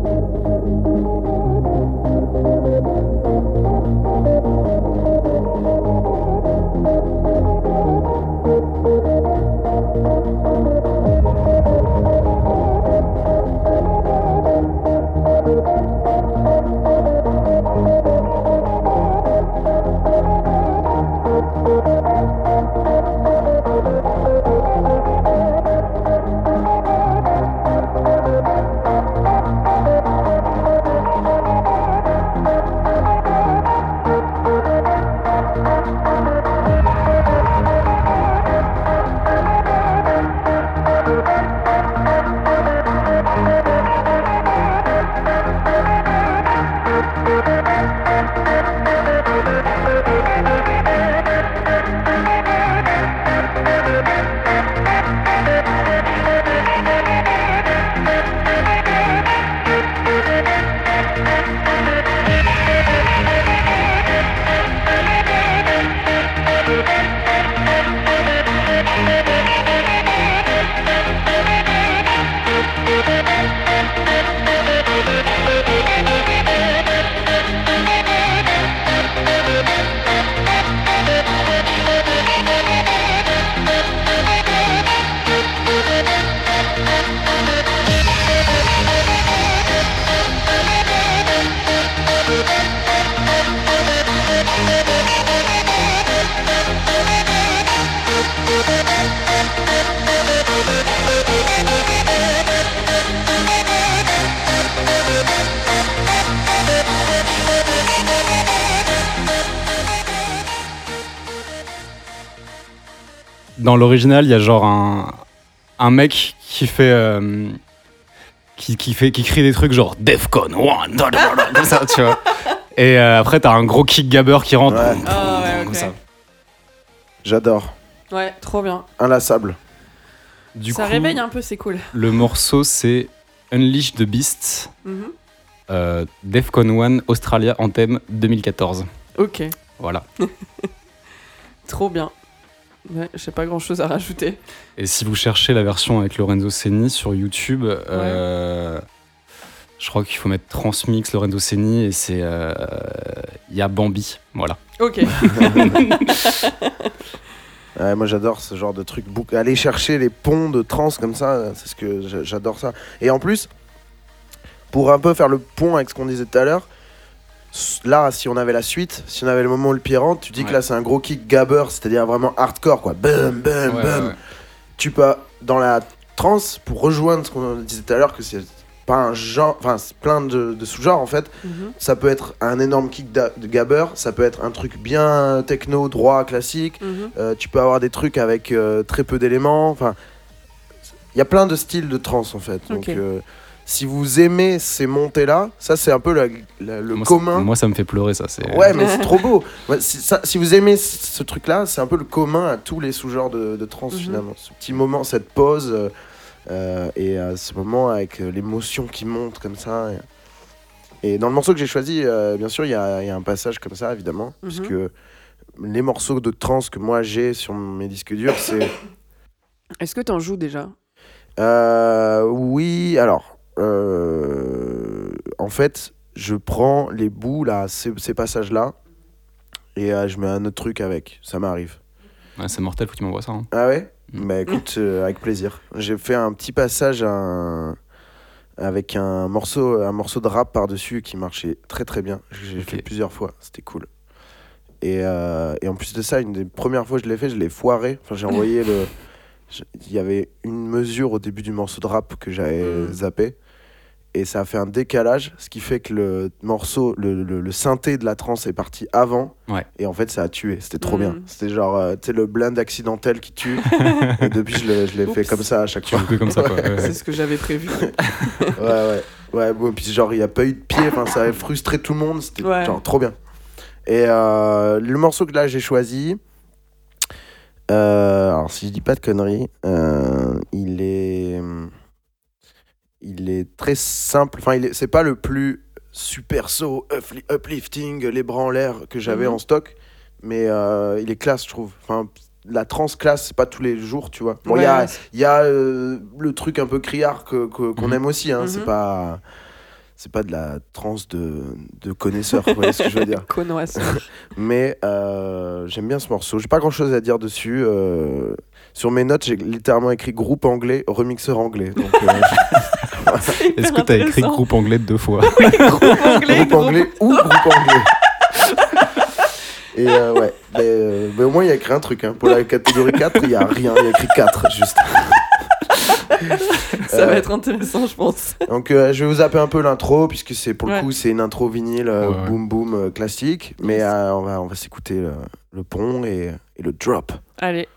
Speaker 4: Dans l'original, il y a genre un, un mec qui fait. euh, qui, qui fait qui crie des trucs genre Defcon 1, da, da, da, da, comme ça, tu vois. Et euh, après, t'as un gros kick gabber qui rentre.
Speaker 3: Ouais.
Speaker 2: Ah ouais,
Speaker 4: comme
Speaker 2: ok.
Speaker 4: ça.
Speaker 3: J'adore.
Speaker 2: Ouais, trop bien.
Speaker 3: Inlassable.
Speaker 4: Du
Speaker 2: ça
Speaker 4: coup,
Speaker 2: réveille un peu, c'est cool.
Speaker 4: le morceau, c'est Unleash the Beast,
Speaker 2: Mhm.
Speaker 4: euh, Defcon 1, Australia Anthem 2014.
Speaker 2: Ok,
Speaker 4: Voilà.
Speaker 2: trop bien. Ouais, j'ai pas grand chose à rajouter.
Speaker 4: Et si vous cherchez la version avec Lorenzo Seni sur YouTube, euh, je crois qu'il faut mettre Transmix Lorenzo Seni et c'est. euh, Il y a Bambi. Voilà.
Speaker 2: Ok,
Speaker 3: Ouais, moi j'adore ce genre de truc. Bouc- Aller chercher les ponts de trans comme ça, c'est ce que j'a- j'adore ça. Et en plus, pour un peu faire le pont avec ce qu'on disait tout à l'heure, s- là si on avait la suite, si on avait le moment où le pire rentre, tu dis que
Speaker 4: Ouais.
Speaker 3: là c'est un gros kick gabber, c'est-à-dire vraiment hardcore quoi. Bum bum bum.
Speaker 4: Ouais, ouais, ouais.
Speaker 3: Tu peux dans la trans pour rejoindre ce qu'on disait tout à l'heure que c'est pas un genre, enfin c'est plein de, de sous-genres en fait.
Speaker 2: Mhm.
Speaker 3: Ça peut être un énorme kick da- de gabber, ça peut être un truc bien techno, droit, classique.
Speaker 2: Mhm.
Speaker 3: Euh, tu peux avoir des trucs avec euh, très peu d'éléments. Enfin, il y a plein de styles de trance en fait. Donc,
Speaker 2: Ok.
Speaker 3: euh, si vous aimez ces montées-là, ça c'est un peu la- la- le
Speaker 4: Moi, ça-
Speaker 3: commun.
Speaker 4: moi, ça me fait pleurer, ça. C'est...
Speaker 3: Ouais, mais c'est trop beau. Ouais, si, ça- si vous aimez c- ce truc-là, c'est un peu le commun à tous les sous-genres de, de trance
Speaker 2: Mhm.
Speaker 3: finalement. Ce petit moment, cette pause euh, euh, et euh, ce moment avec euh, l'émotion qui monte comme ça. Et, et dans le morceau que j'ai choisi, euh, bien sûr, il y a, il y a un passage comme ça, évidemment,
Speaker 2: Mhm.
Speaker 3: puisque les morceaux de trance que moi j'ai sur mes disques durs, c'est
Speaker 2: Est-ce que t'en joues déjà
Speaker 3: euh, oui, alors. euh, en fait, je prends les bouts, là, ces, ces passages-là, et euh, je mets un autre truc avec. Ça m'arrive.
Speaker 4: Ouais, c'est mortel, faut que tu m'envoies ça. hein.
Speaker 3: Ah ouais
Speaker 4: Mm.
Speaker 3: Bah écoute, euh, avec plaisir. J'ai fait un petit passage à un- avec un morceau, un morceau de rap par-dessus qui marchait très très bien. J'ai
Speaker 4: Ok.
Speaker 3: fait plusieurs fois, c'était cool. Et, euh, et en plus de ça, une des premières fois que je l'ai fait, je l'ai foiré. Enfin, j'ai envoyé le. je- Il y avait une mesure au début du morceau de rap que j'avais
Speaker 2: Mm.
Speaker 3: zappé. Et ça a fait un décalage, ce qui fait que le morceau, le, le- le synthé de la trance est parti avant.
Speaker 4: Ouais.
Speaker 3: Et en fait, ça a tué. C'était trop
Speaker 2: Mm.
Speaker 3: bien. C'était genre, euh, tu sais, le blind accidentel qui tue. Et depuis, je l'ai, je l'ai fait
Speaker 2: Oups.
Speaker 3: comme ça à chaque
Speaker 4: Tu
Speaker 3: fois.
Speaker 4: veux que comme ça, quoi. Ouais, ouais.
Speaker 2: C'est ce que j'avais prévu.
Speaker 3: Ouais, ouais. Ouais, bon, puis genre, il n'y a pas eu de pied, enfin, ça a frustré tout le monde, c'était
Speaker 2: Ouais.
Speaker 3: genre trop bien. Et euh, le morceau que là, j'ai choisi, euh, alors si je dis pas de conneries, euh, il est. Il est très simple, enfin, il est- c'est pas le plus super saut, upli- uplifting, les bras en l'air que j'avais
Speaker 2: Mhm.
Speaker 3: en stock, mais euh, il est classe, je trouve. Enfin, la trans classe, c'est pas tous les jours, tu vois. Bon, il y a
Speaker 2: Ouais,
Speaker 3: il y a euh, le truc un peu criard que- que- qu'on
Speaker 4: Mhm.
Speaker 3: aime aussi. Hein, C'est
Speaker 2: Mhm.
Speaker 3: pas. C'est pas de la transe de, de connaisseur, vous voyez ce que je veux dire.
Speaker 2: Connasse.
Speaker 3: Mais euh, j'aime bien ce morceau. J'ai pas grand chose à dire dessus. euh, sur mes notes, j'ai littéralement écrit groupe anglais, remixeur anglais. Donc, euh,
Speaker 4: Est-ce que t'as écrit groupe anglais deux fois
Speaker 2: groupe anglais,
Speaker 3: groupe anglais ou groupe anglais. Et euh, ouais, mais, euh, mais au moins il y a écrit un truc. hein. Pour la catégorie 4, il y a rien, il y a écrit 4 juste.
Speaker 2: Ça va
Speaker 3: Euh,
Speaker 2: être intéressant, je pense.
Speaker 3: Donc euh, je vais vous zapper un peu l'intro puisque c'est pour le
Speaker 2: Ouais.
Speaker 3: coup c'est une intro vinyle euh,
Speaker 4: Ouais, ouais.
Speaker 3: boom boom euh, classique mais
Speaker 2: Yes.
Speaker 3: euh, on va on va s'écouter le, le pont et, et le drop.
Speaker 2: Allez.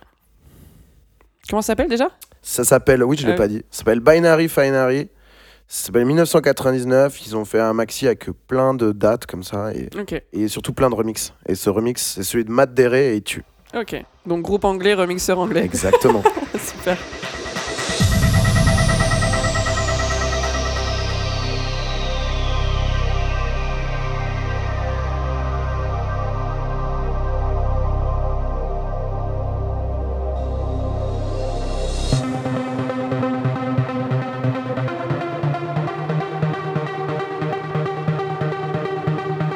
Speaker 2: Comment ça s'appelle déjà
Speaker 3: Ça s'appelle oui, je l'ai
Speaker 2: Ah oui.
Speaker 3: pas dit. Ça s'appelle Binary Finery. Ça s'appelle 1999, ils ont fait un maxi avec plein de dates comme ça et,
Speaker 2: Ok,
Speaker 3: et surtout plein de remixes. Et ce remix, c'est celui de Matt Derry et tu.
Speaker 2: ok. Donc groupe anglais, remixeur anglais.
Speaker 3: Exactement.
Speaker 2: Super.
Speaker 6: Thank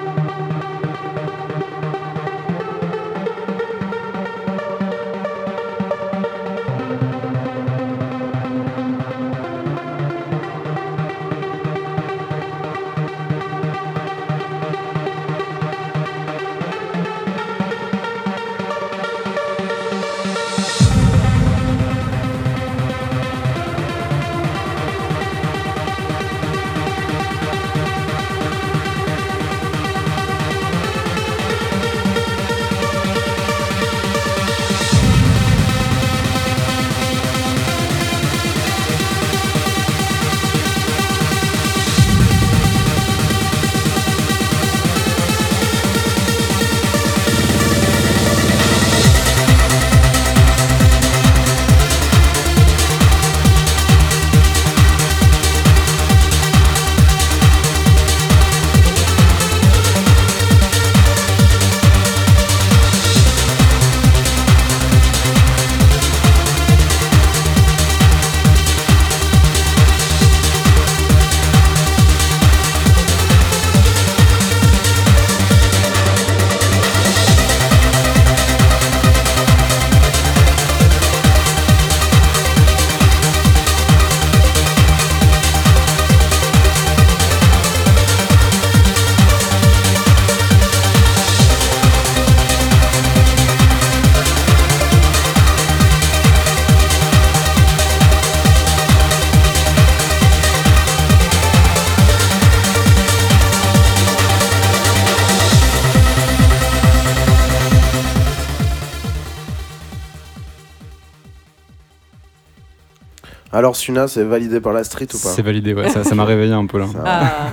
Speaker 3: Alors Suna, c'est validé par la street ou pas
Speaker 4: C'est validé, ouais, ça ça m'a réveillé un peu là.
Speaker 3: ça,
Speaker 6: Ah,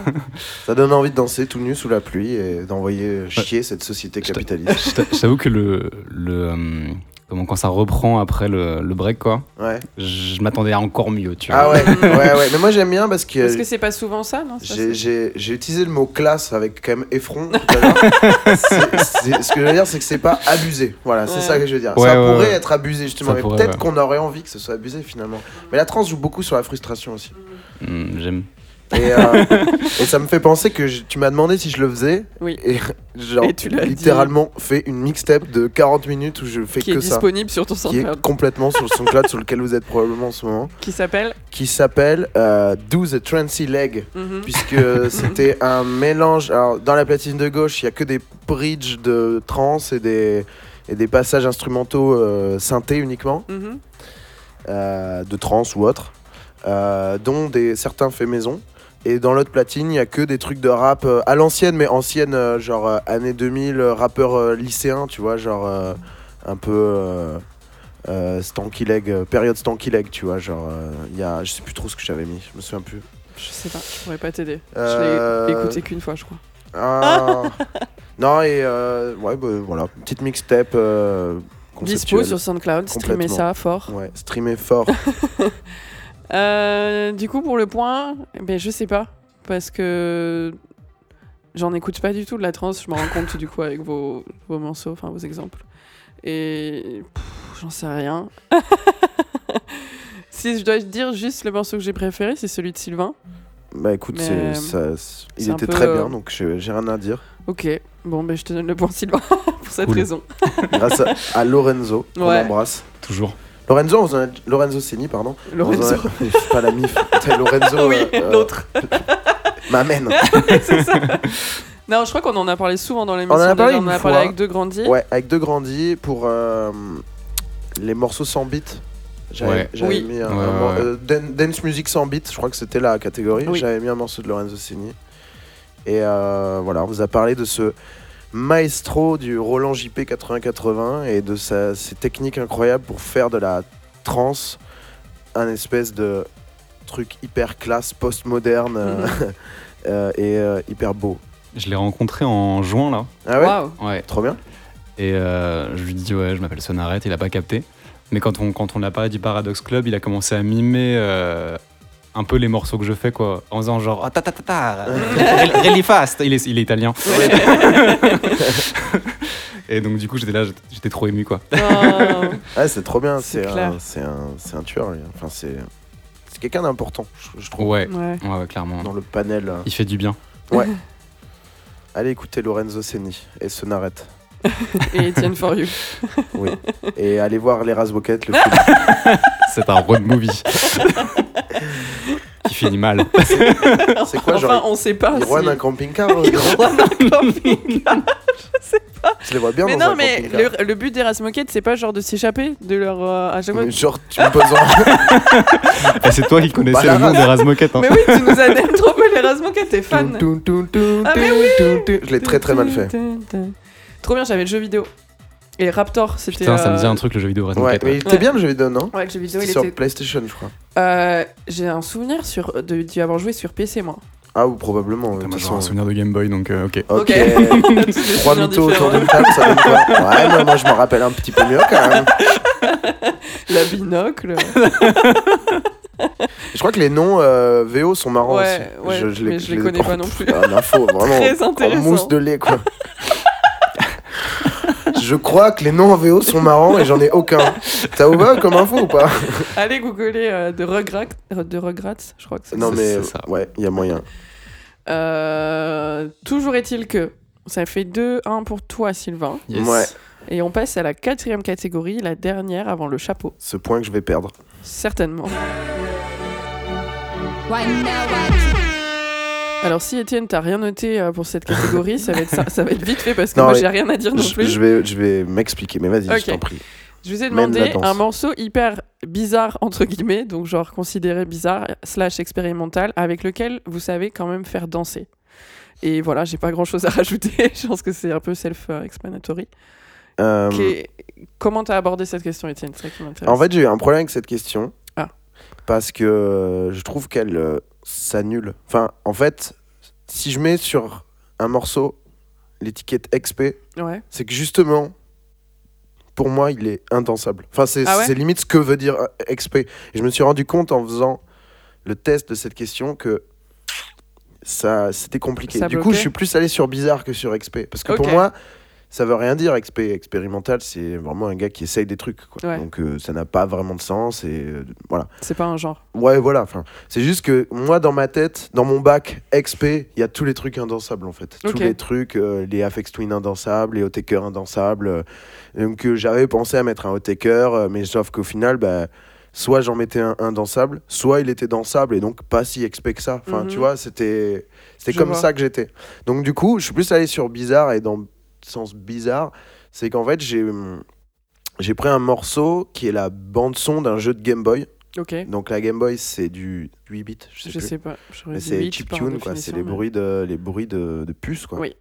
Speaker 3: ça donne envie de danser tout nu sous la pluie et d'envoyer chier cette société
Speaker 4: Je t'a-
Speaker 3: capitaliste.
Speaker 4: Je t'a- je t'avoue que le. le euh, comment, quand ça reprend après le, le break, quoi,
Speaker 3: Ouais.
Speaker 4: je m'attendais à encore mieux, tu vois.
Speaker 3: Ah ouais, ouais, ouais. Mais moi j'aime bien parce que,
Speaker 2: Parce que c'est pas souvent Oh, ça, non c'est pas
Speaker 3: j'ai-
Speaker 2: ça
Speaker 3: j'ai j'ai utilisé le mot classe avec quand même effron. tout à l'heure. C'est- c'est- ce que je veux dire, c'est que c'est pas abusé. Voilà, c'est
Speaker 2: Ouais.
Speaker 3: ça que je veux dire.
Speaker 4: Ouais,
Speaker 3: ça
Speaker 4: ouais,
Speaker 3: pourrait
Speaker 4: ouais.
Speaker 3: être abusé justement,
Speaker 4: Ça
Speaker 3: mais
Speaker 4: pourrait,
Speaker 3: peut-être
Speaker 4: ouais.
Speaker 3: qu'on aurait envie que ce soit abusé finalement. Mais la trans joue beaucoup sur la frustration aussi.
Speaker 4: Hmm, J'aime.
Speaker 3: Et, euh, et ça me fait penser que je- tu m'as demandé si je le faisais.
Speaker 2: Oui.
Speaker 3: Et genre,
Speaker 2: Et tu l'as dit.
Speaker 3: littéralement fait une mixtape de 40 minutes où je fais
Speaker 2: Qui est
Speaker 3: que ça.
Speaker 2: disponible sur ton
Speaker 3: Qui est
Speaker 2: SoundCloud.
Speaker 3: complètement sur le SoundCloud sur lequel vous êtes probablement en ce moment.
Speaker 2: Qui s'appelle
Speaker 3: Qui s'appelle euh, Do the Trancy Leg.
Speaker 2: Mhm.
Speaker 3: Puisque c'était un mélange. Alors, dans la platine de gauche, il n'y a que des bridges de trance et des, et des passages instrumentaux euh, synthés uniquement.
Speaker 2: Mhm.
Speaker 3: euh, de trance ou autre, euh, dont des, certains faits maison. Et dans l'autre platine, il n'y a que des trucs de rap euh, à l'ancienne, mais ancienne, euh, genre euh, années 2000, euh, rappeur euh, lycéen, tu vois, genre euh, un peu euh, euh, Stanky Leg, euh, période Stanky Leg, tu vois, genre, euh, il y a, je sais plus trop ce que j'avais mis, je me souviens plus.
Speaker 2: Je sais pas, je pourrais pas t'aider.
Speaker 3: Euh,
Speaker 2: Je l'ai écouté qu'une fois, je crois.
Speaker 3: Ah. non, et euh, ouais, bah, voilà, petite mixtape. Euh,
Speaker 2: Dispo
Speaker 3: conceptuelle.
Speaker 2: sur SoundCloud, streamez
Speaker 3: Complètement.
Speaker 2: ça fort.
Speaker 3: Ouais, streamer fort.
Speaker 2: Euh, du coup, pour le point, ben, je sais pas. Parce que j'en écoute pas du tout de la trance. Je m'en rends compte du coup avec vos, vos morceaux, enfin vos exemples. Et pff, j'en sais rien. si je dois dire juste le morceau que j'ai préféré, c'est celui de Sylvain.
Speaker 3: bah écoute,
Speaker 2: Mais,
Speaker 3: c'est-
Speaker 2: euh,
Speaker 3: ça- c'est- il
Speaker 2: c'est un
Speaker 3: était
Speaker 2: peu,
Speaker 3: très
Speaker 2: euh,
Speaker 3: bien, donc j'ai j'ai rien à dire.
Speaker 2: Ok, bon, ben, je te donne le point Sylvain pour cette
Speaker 4: Cool.
Speaker 2: raison.
Speaker 3: grâce à, à Lorenzo qu'on
Speaker 2: Ouais.
Speaker 3: embrasse.
Speaker 4: Toujours.
Speaker 3: Lorenzo, on vous en a- Lorenzo Seni, pardon. On vous en a-
Speaker 2: Lorenzo.
Speaker 3: C'est pas la mif. C'est Lorenzo.
Speaker 2: oui,
Speaker 3: euh, euh,
Speaker 2: l'autre.
Speaker 3: M'amène.
Speaker 2: c'est ça. Non, je crois qu'on en a parlé souvent dans l'émission.
Speaker 3: On en a parlé
Speaker 2: déjà,
Speaker 3: une
Speaker 2: on en a
Speaker 3: fois.
Speaker 2: parlé avec deux grandis.
Speaker 3: Ouais, avec deux grandis pour euh, les morceaux sans beat. J'avais
Speaker 4: Ouais.
Speaker 3: j'avais
Speaker 2: Oui.
Speaker 3: mis un,
Speaker 4: Ouais,
Speaker 3: un mor-
Speaker 4: ouais, ouais.
Speaker 3: euh, dan- dance music sans beat, je crois que c'était la catégorie.
Speaker 2: Oui.
Speaker 3: J'avais mis un morceau de Lorenzo Seni. Et euh, voilà, on vous a parlé de ce maestro du Roland JP 80-80 et de sa- ses techniques incroyables pour faire de la trance un espèce de truc hyper classe, postmoderne euh,
Speaker 2: Mm-hmm.
Speaker 3: euh, et euh, hyper beau.
Speaker 4: Je l'ai rencontré en juin, là.
Speaker 3: Ah ouais
Speaker 2: Waouh.
Speaker 4: Ouais.
Speaker 3: Trop bien.
Speaker 4: Et euh, je lui dis, ouais, je m'appelle Sonaret, il a pas capté. Mais quand on, quand on l'a parlé du Paradox Club, il a commencé à mimer euh, un peu les morceaux que je fais, quoi. En faisant genre, ah ta ta ta ta, re- really fast. Il est, il est italien. Et donc, du coup, j'étais là, j'étais- j'étais trop ému, quoi.
Speaker 2: Oh.
Speaker 3: Ouais, c'est trop bien,
Speaker 2: C'est
Speaker 3: c'est
Speaker 2: clair.
Speaker 3: un, c'est un, c'est un tueur, lui. Enfin, c'est c'est quelqu'un d'important, je, je trouve,
Speaker 4: Ouais,
Speaker 2: Ouais.
Speaker 4: ouais, ouais, clairement.
Speaker 3: dans le panel. euh.
Speaker 4: Il fait du bien.
Speaker 3: Allez écouter Lorenzo Seni et Sonaret.
Speaker 2: et Etienne For You.
Speaker 3: Oui. et allez voir Les Ras Bucket,
Speaker 2: Ah,
Speaker 3: le film.
Speaker 4: C'est un road movie. Qui finit mal.
Speaker 3: C'est quoi,
Speaker 2: enfin,
Speaker 3: genre,
Speaker 2: on sait pas.
Speaker 3: il
Speaker 2: si-
Speaker 3: roule un camping-car euh, dedans
Speaker 2: Juan un camping-car.
Speaker 3: Je les vois bien
Speaker 2: mais
Speaker 3: dans
Speaker 2: non,
Speaker 3: un
Speaker 2: mais
Speaker 3: camping-car.
Speaker 2: le, le but des Rasmoquettes, c'est pas genre de s'échapper de leur. euh, à chaque fois.
Speaker 3: Mais genre, tu me poses en...
Speaker 4: Et c'est toi qui connaissais
Speaker 3: Bah,
Speaker 4: le nom
Speaker 3: la-
Speaker 4: des Razmoquettes. Hein.
Speaker 2: Mais oui, tu nous as même trop peu les Rasmoquettes, t'es fan.
Speaker 3: Toun, toun, toun,
Speaker 2: Ah, mais
Speaker 3: toun, toun, toun. Je l'ai très très mal fait.
Speaker 2: Trop bien, j'avais le jeu vidéo. Et Raptor, c'était.
Speaker 4: Putain, ça me dit
Speaker 2: euh,
Speaker 4: un truc, le jeu vidéo
Speaker 3: Ouais,
Speaker 4: Razmoquette.
Speaker 3: mais il était bien le jeu vidéo, non
Speaker 2: Ouais, le jeu vidéo,
Speaker 3: C'était
Speaker 2: il
Speaker 3: sur
Speaker 2: était.
Speaker 3: PlayStation, je crois.
Speaker 2: Euh, J'ai un souvenir sur, de, d'y avoir joué sur PC, moi.
Speaker 3: Ah, ou probablement. de
Speaker 4: Putain,
Speaker 3: toute
Speaker 4: moi, j'ai
Speaker 3: façon.
Speaker 4: un souvenir de Game Boy, donc euh, ok.
Speaker 2: Tous
Speaker 3: Ok.
Speaker 2: des
Speaker 3: Trois
Speaker 2: souvenirs
Speaker 3: mythos autour
Speaker 2: différents.
Speaker 3: d'une table, ça donne quoi Ouais, mais moi je m'en rappelle un petit peu mieux quand même.
Speaker 2: La binocle.
Speaker 3: Je crois que les noms euh, VO sont marrants
Speaker 2: Ouais,
Speaker 3: aussi.
Speaker 2: ouais, mais je les connais pas non
Speaker 3: Pff,
Speaker 2: plus.
Speaker 3: ah, L'info, vraiment.
Speaker 2: Très intéressant.
Speaker 3: En mousse de lait, quoi. je crois que les noms en VO sont marrants et j'en ai aucun. T'as ouvert comme info ou pas
Speaker 2: Allez googler euh, de Rugrats, de Rugrats, je crois que c'est
Speaker 3: Non,
Speaker 4: C'est-
Speaker 3: mais
Speaker 4: c'est ça.
Speaker 3: ouais, il y a moyen.
Speaker 2: Euh, toujours est-il que ça fait 2-1 pour toi, Sylvain.
Speaker 4: Yes.
Speaker 3: Ouais.
Speaker 2: Et on passe à la quatrième catégorie, la dernière avant le chapeau.
Speaker 3: Ce point que je vais perdre.
Speaker 2: Certainement.
Speaker 1: Wanawati.
Speaker 2: Alors, si Étienne, t'as rien noté euh, pour cette catégorie, ça va être, ça, ça va être vite fait parce que
Speaker 3: Non,
Speaker 2: moi,
Speaker 3: mais
Speaker 2: j'ai rien à dire non
Speaker 3: Je,
Speaker 2: plus.
Speaker 3: je vais, je vais m'expliquer, mais vas-y,
Speaker 2: Ok.
Speaker 3: je t'en prie.
Speaker 2: Je vous ai
Speaker 3: Mène la
Speaker 2: demandé
Speaker 3: danse.
Speaker 2: un morceau hyper bizarre, entre guillemets, donc genre considéré bizarre, slash expérimental, avec lequel vous savez quand même faire danser. Et voilà, j'ai pas grand chose à rajouter, je pense que c'est un peu self-explanatory.
Speaker 3: Euh,
Speaker 2: Qu'est- Comment t'as abordé cette question, Étienne C'est ça qui m'intéresse.
Speaker 3: En fait, j'ai eu un problème avec cette question.
Speaker 2: Ah.
Speaker 3: parce que euh, je trouve qu'elle euh, s'annule. Enfin, en fait, si je mets sur un morceau l'étiquette XP,
Speaker 2: Ouais.
Speaker 3: c'est que justement, pour moi, il est indensable. Enfin, c'est
Speaker 2: Ah ouais
Speaker 3: c'est limite ce que veut dire euh, XP. Et je me suis rendu compte en faisant le test de cette question que ça c'était compliqué.
Speaker 2: Ça
Speaker 3: du coup,
Speaker 2: bloquait
Speaker 3: je suis plus allé sur bizarre que sur XP. Parce que pour
Speaker 2: Ok.
Speaker 3: moi, ça veut rien dire. XP expérimental, c'est vraiment un gars qui essaye des trucs. Quoi.
Speaker 2: Ouais.
Speaker 3: Donc, euh, ça n'a pas vraiment de sens. Et euh, voilà.
Speaker 2: C'est pas un genre.
Speaker 3: Ouais, voilà. Enfin, c'est juste que moi, dans ma tête, dans mon bac XP, il y a tous les trucs indansables en fait.
Speaker 2: Ok.
Speaker 3: Tous les trucs, euh, les Afex Twin indansables, les Hotaker indansables. euh, donc euh, j'avais pensé à mettre un Hotaker, euh, mais sauf qu'au final, bah, soit j'en mettais un indansable, soit il était dansable et donc pas si XP que ça. Enfin,
Speaker 2: Mhm.
Speaker 3: tu vois, c'était c'était
Speaker 2: Je
Speaker 3: comme
Speaker 2: vois.
Speaker 3: ça que j'étais. Donc du coup, je suis plus allé sur bizarre et dans le sens bizarre, c'est qu'en fait, j'ai hum, j'ai pris un morceau qui est la bande son d'un jeu de Game Boy.
Speaker 2: Ok.
Speaker 3: Donc la Game Boy, c'est du 8 bits, je sais
Speaker 2: Je
Speaker 3: plus.
Speaker 2: sais pas. J'aurais
Speaker 3: Mais
Speaker 2: dit
Speaker 3: c'est
Speaker 2: huit
Speaker 3: chip
Speaker 2: par
Speaker 3: tune quoi, c'est
Speaker 2: définition,
Speaker 3: les
Speaker 2: mais-
Speaker 3: bruits de les bruits de, de puces quoi.
Speaker 2: Oui.